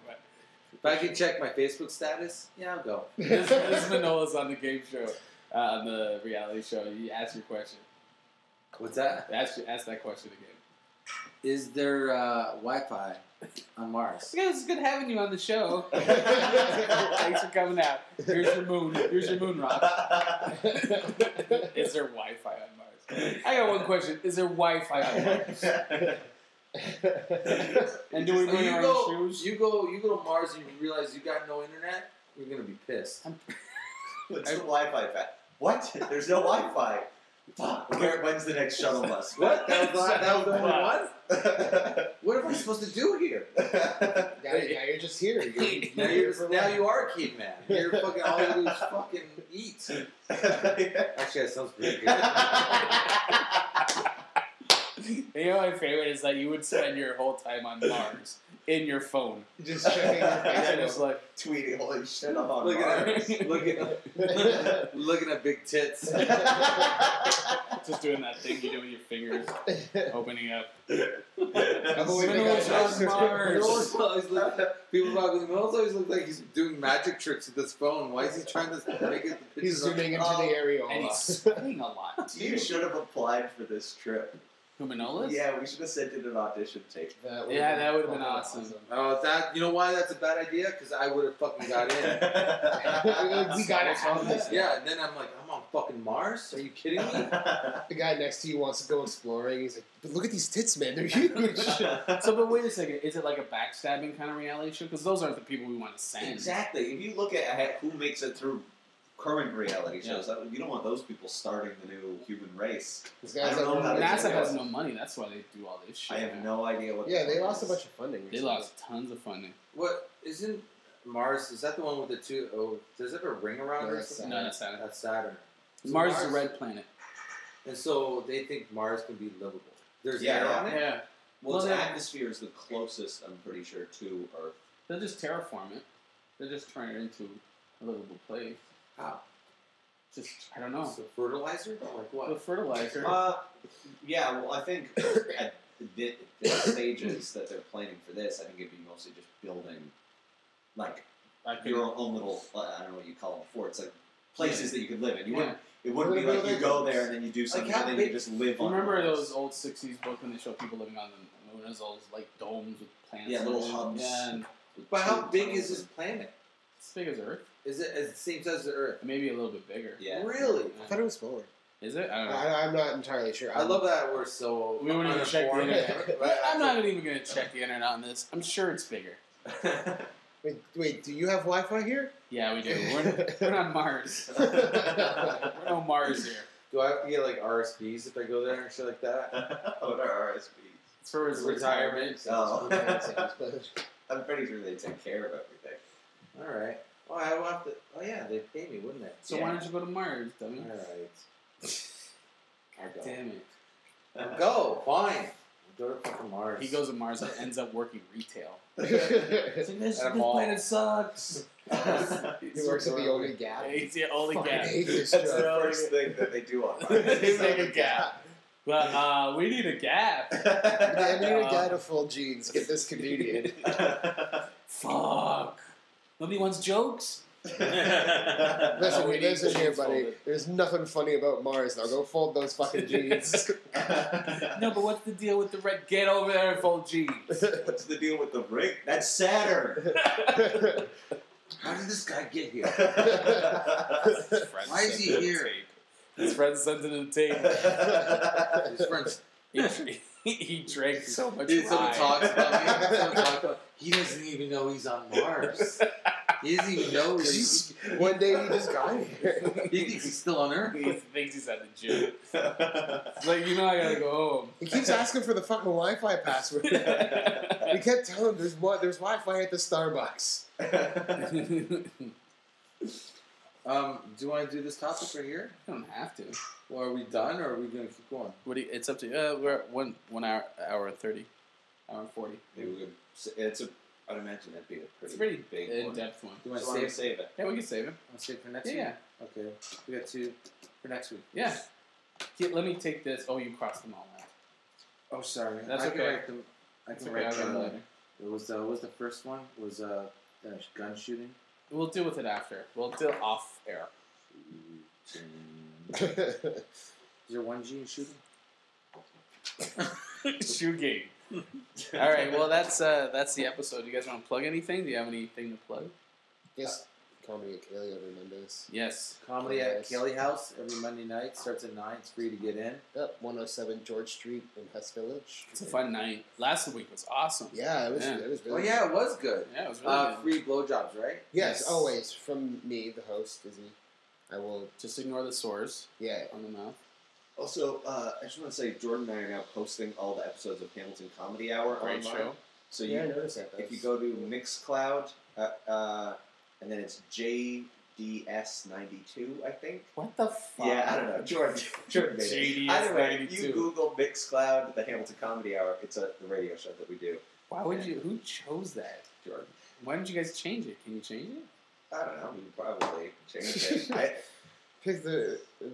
Speaker 4: If I could check my Facebook status, yeah, I'll go.
Speaker 3: This, this is Manola's on the game show, uh, on the reality show. You ask your question.
Speaker 4: What's that?
Speaker 3: Ask ask that question again.
Speaker 4: Is there uh, Wi-Fi on Mars?
Speaker 3: Yeah, it's good having you on the show. Thanks for coming out. Here's your moon. Here's your moon rock. Is there Wi-Fi on Mars? I got one question. Is there Wi-Fi on Mars? and do we
Speaker 4: So
Speaker 3: bring
Speaker 4: you
Speaker 3: our
Speaker 4: go,
Speaker 3: own shoes?
Speaker 4: You go, you go to Mars and you realize you got no internet. You're gonna be pissed.
Speaker 6: What's the Wi-Fi fact? What? There's no Wi-Fi. Fuck. Where, when's the next shuttle bus?
Speaker 4: What? That was the, that was the only one.
Speaker 6: what am I supposed to do here?
Speaker 5: Now, now you're just here. You're,
Speaker 4: Now, you're, now you are a kid man. You're fucking all you do is fucking eat. Actually, that sounds pretty good.
Speaker 3: You know, my favorite is that you would spend your whole time on Mars in your phone,
Speaker 5: Just
Speaker 3: checking your Facebook. Just like-
Speaker 6: tweeting, holy shit, I'm on
Speaker 4: Look at
Speaker 6: Mars.
Speaker 4: her. Looking at looking at big tits.
Speaker 3: just doing that thing you do with your fingers, opening up.
Speaker 5: I've always been
Speaker 4: Minerals on
Speaker 3: Mars.
Speaker 4: Minerals always look, people probably Minerals always look like he's doing magic tricks with his phone. Why is he trying to make it? the
Speaker 5: He's
Speaker 4: pictures on-
Speaker 5: zooming into
Speaker 6: Oh,
Speaker 5: the areola.
Speaker 3: And he's sweating a lot. Too.
Speaker 6: You should have applied for this trip.
Speaker 3: Humanolas?
Speaker 6: Yeah, we should have sent in an audition tape.
Speaker 5: That
Speaker 3: Yeah, that would have been
Speaker 5: fucking
Speaker 3: awesome.
Speaker 4: Oh, that you know why that's a bad idea? Because I would have fucking got in.
Speaker 5: awesome. we gotta have this.
Speaker 4: Yeah, and then I'm like, I'm on fucking Mars. Are you kidding me?
Speaker 5: The guy next to you wants to go exploring. He's like, but look at these tits, man. They're huge.
Speaker 3: So, but wait a second. Is it like a backstabbing kind of reality show? Because those aren't the people we want to send.
Speaker 6: Exactly. If you look at ha- who makes it through current reality shows, that, you don't want those people starting the new human race.
Speaker 5: These
Speaker 6: I
Speaker 5: guys
Speaker 6: don't know
Speaker 5: are-
Speaker 6: how they
Speaker 3: NASA
Speaker 6: do
Speaker 3: has
Speaker 6: it.
Speaker 3: no money. That's why they do all this shit.
Speaker 6: I have
Speaker 3: now.
Speaker 6: no idea what.
Speaker 5: yeah,
Speaker 6: the
Speaker 5: they
Speaker 6: point
Speaker 5: lost a
Speaker 6: is.
Speaker 5: bunch of funding.
Speaker 3: They lost tons of funding.
Speaker 4: What isn't Mars? Is that the one with the two? Oh, does it have a ring around
Speaker 5: No,
Speaker 4: it or
Speaker 5: that's
Speaker 4: something?
Speaker 3: No, that's not it.
Speaker 4: That's Saturn. So
Speaker 3: Mars is a red planet.
Speaker 4: And so they think Mars can be livable. There's
Speaker 6: Yeah,
Speaker 4: air
Speaker 6: yeah.
Speaker 4: on it.
Speaker 3: Yeah.
Speaker 6: Well,
Speaker 3: Well,
Speaker 6: its
Speaker 3: they-
Speaker 6: atmosphere is the closest, I'm pretty sure, to Earth.
Speaker 3: They'll just terraform it. They'll just turn it into a livable place.
Speaker 4: How?
Speaker 3: Just, I don't know.
Speaker 4: Oh. So fertilizer? Like
Speaker 3: With
Speaker 4: what?
Speaker 3: fertilizer.
Speaker 6: Uh, yeah, well, I think at the, the stages that they're planning for this, I think it'd be mostly just building, like
Speaker 3: I could-
Speaker 6: your own little. uh, I don't know what you call them for. It's like places that you could live in. You
Speaker 3: Yeah.
Speaker 6: wouldn't. It wouldn't be like you go there and then you do
Speaker 4: Like,
Speaker 6: something
Speaker 4: how
Speaker 6: and then
Speaker 4: big-
Speaker 6: you just live on.
Speaker 3: Remember
Speaker 6: Mars.
Speaker 3: those old 60s books when they show people living on the moon as all those, like domes with plants?
Speaker 6: Yeah, little
Speaker 3: in it?
Speaker 6: hubs.
Speaker 3: Yeah, and
Speaker 4: But how
Speaker 6: Two
Speaker 4: big is
Speaker 6: thousand.
Speaker 4: this planet?
Speaker 3: as big as Earth.
Speaker 4: Is it as the same size as the Earth?
Speaker 3: Maybe a little bit bigger.
Speaker 6: Yeah.
Speaker 4: Really?
Speaker 5: I thought it was smaller.
Speaker 3: Is it? I don't know.
Speaker 5: I, I'm not entirely sure. Um,
Speaker 4: I love that we're so.
Speaker 3: We wouldn't even check the
Speaker 4: uninformed.
Speaker 3: internet.
Speaker 4: Right,
Speaker 3: I'm not even going to check the internet on this. I'm sure it's bigger.
Speaker 5: Wait, wait, do you have Wi-Fi here?
Speaker 3: Yeah, we do. We're, we're on Mars. We're on Mars here.
Speaker 4: Do I have to get like RSPs if I go there and shit like that?
Speaker 6: what are RSPs?
Speaker 3: It's for his
Speaker 4: Retirement.
Speaker 3: retirement.
Speaker 6: Oh.
Speaker 5: That's
Speaker 6: I'm pretty sure they take care of everything.
Speaker 4: All right. Oh, I will have to. Oh yeah, they would pay me, wouldn't they?
Speaker 3: So why don't you go to Mars, dummy?
Speaker 4: All right.
Speaker 3: God damn it.
Speaker 4: I'll go. Fine. Go to fucking Mars.
Speaker 3: He goes to Mars and ends up working retail.
Speaker 5: he
Speaker 3: this,
Speaker 4: At a mall.
Speaker 3: sucks.
Speaker 5: works at the only Gap.
Speaker 3: He's the only
Speaker 5: Fucking
Speaker 3: gap.
Speaker 5: hate this
Speaker 6: That's the
Speaker 5: job.
Speaker 6: first thing that they do on
Speaker 3: He's
Speaker 6: Mars.
Speaker 3: like a gap. But uh, we need a gap.
Speaker 5: I need a
Speaker 3: Uh,
Speaker 5: guy to full jeans. Get this comedian.
Speaker 3: Fuck. Nobody wants jokes.
Speaker 5: Listen,
Speaker 3: we need
Speaker 5: listen here,
Speaker 3: jeans
Speaker 5: buddy.
Speaker 3: folded.
Speaker 5: There's nothing funny about Mars. Now go fold those fucking jeans.
Speaker 3: No, but what's the deal with the red? Get over there and fold jeans.
Speaker 6: What's the deal with the ring? That's Saturn.
Speaker 4: How did this guy get here?
Speaker 3: Why
Speaker 4: is he here?
Speaker 3: His friend sent him a tape.
Speaker 4: His friends.
Speaker 3: He, dr- he drank so much
Speaker 4: Dude, someone
Speaker 3: wine.
Speaker 4: talks about me. Someone talks about. He doesn't even know he's on Mars. He doesn't even know. He's,
Speaker 5: One day he just got here.
Speaker 4: he thinks he's still on Earth.
Speaker 3: He thinks he's at the gym. It's like, you know, I gotta go home.
Speaker 5: He keeps asking for the fucking Wi-Fi password. we kept telling him there's Wi- there's Wi-Fi at the Starbucks.
Speaker 3: you
Speaker 4: Um, do you want to do this topic right here?
Speaker 3: don't have to.
Speaker 4: Well, are we done, or are we going to keep going?
Speaker 3: What do you, it's up to you. Uh, we're at one one hour hour and thirty, hour and forty.
Speaker 6: Maybe we could, it's a. I'd imagine that'd be a pretty,
Speaker 3: It's a pretty
Speaker 6: big
Speaker 3: in
Speaker 6: one.
Speaker 3: depth one.
Speaker 4: Do you want
Speaker 6: So
Speaker 4: to
Speaker 6: I'm gonna
Speaker 4: save?
Speaker 6: save it.
Speaker 3: Yeah, we can save him.
Speaker 4: Want to save for next
Speaker 3: Yeah,
Speaker 4: week?
Speaker 3: yeah,
Speaker 4: Okay, we got two for next week.
Speaker 3: yeah. Here, let me take this. Oh, you crossed them all out.
Speaker 4: Oh, sorry.
Speaker 3: That's
Speaker 4: I
Speaker 3: okay.
Speaker 4: Can write them, I
Speaker 3: It's
Speaker 4: can
Speaker 3: okay,
Speaker 4: write
Speaker 3: I'll
Speaker 4: down
Speaker 3: go
Speaker 4: the-
Speaker 3: later.
Speaker 4: It was uh, what was the first one was uh, uh gun shooting.
Speaker 3: We'll deal with it after. We'll deal off air.
Speaker 4: Is there one G in shooting?
Speaker 3: Shoe game. All right. Well, that's uh, that's the episode. Do you guys want to plug anything? Do you have anything to plug?
Speaker 5: Yes. Comedy at Kelly over Mendes.
Speaker 3: Yes.
Speaker 4: Comedy at Kelly House every Monday night. Starts at 9. It's free to get in.
Speaker 5: Yep, 107 George Street in Hess Village.
Speaker 3: It's a fun night. Last week was awesome.
Speaker 5: Yeah, it was- it was really
Speaker 4: Oh, yeah, it was good.
Speaker 3: Yeah, it was really
Speaker 4: Uh,
Speaker 3: good.
Speaker 4: free blowjobs, right?
Speaker 5: Yes, always from me, the host, Izzy. I will
Speaker 3: just ignore the sores.
Speaker 5: Yeah,
Speaker 3: on the mouth.
Speaker 6: Also, uh, I just want to say Jordan and I are now posting all the episodes of Hamilton Comedy Hour
Speaker 5: Great
Speaker 6: online.
Speaker 5: show.
Speaker 6: So
Speaker 5: Yeah,
Speaker 6: you,
Speaker 5: I noticed that,
Speaker 6: If
Speaker 5: that's-
Speaker 6: you go to Mixcloud, uh, uh, and then it's JDS92, I think.
Speaker 3: What the
Speaker 6: Yeah, I don't know. Jordan, Jordan made it. Either way, if you
Speaker 3: JDS92.
Speaker 6: Google Mixcloud, the Hamilton Comedy Hour, it's a the radio show that we do.
Speaker 3: Why would
Speaker 6: And
Speaker 3: you? Who chose that?
Speaker 6: Jordan.
Speaker 3: Why didn't you guys change it? Can you change it?
Speaker 6: I don't know. You probably changed it. I,
Speaker 5: pick the. uh,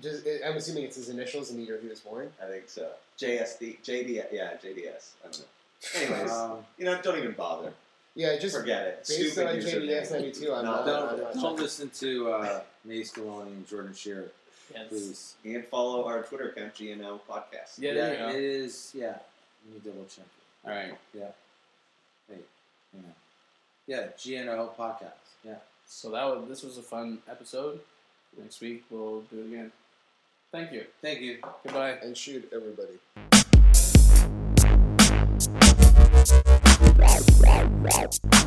Speaker 5: Just, I'm assuming it's his initials and the year he was born.
Speaker 6: I think so. JSD, JD, yeah, JDS. I don't know. Anyways, you know, don't even bother.
Speaker 5: Yeah, just
Speaker 6: forget it.
Speaker 5: based
Speaker 6: Stupid
Speaker 5: on
Speaker 6: username.
Speaker 5: JDS 92, I'm
Speaker 6: No,
Speaker 5: not-
Speaker 6: don't-
Speaker 5: I'm not-
Speaker 6: don't
Speaker 4: Don't listen to uh, Mace Maloney and Jordan Shearer.
Speaker 3: Yes.
Speaker 4: Please.
Speaker 6: And follow our Twitter account, GNO Podcast.
Speaker 4: Yeah, yeah it is. Yeah. Let me double check.
Speaker 3: All right.
Speaker 4: Yeah. Hey, you know. Yeah, GNO podcast. Yeah.
Speaker 3: So that was, this was a fun episode. Next week we'll do it again. Thank you.
Speaker 4: Thank you.
Speaker 3: Goodbye.
Speaker 5: And shoot everybody.
Speaker 10: Wow, wow, wow.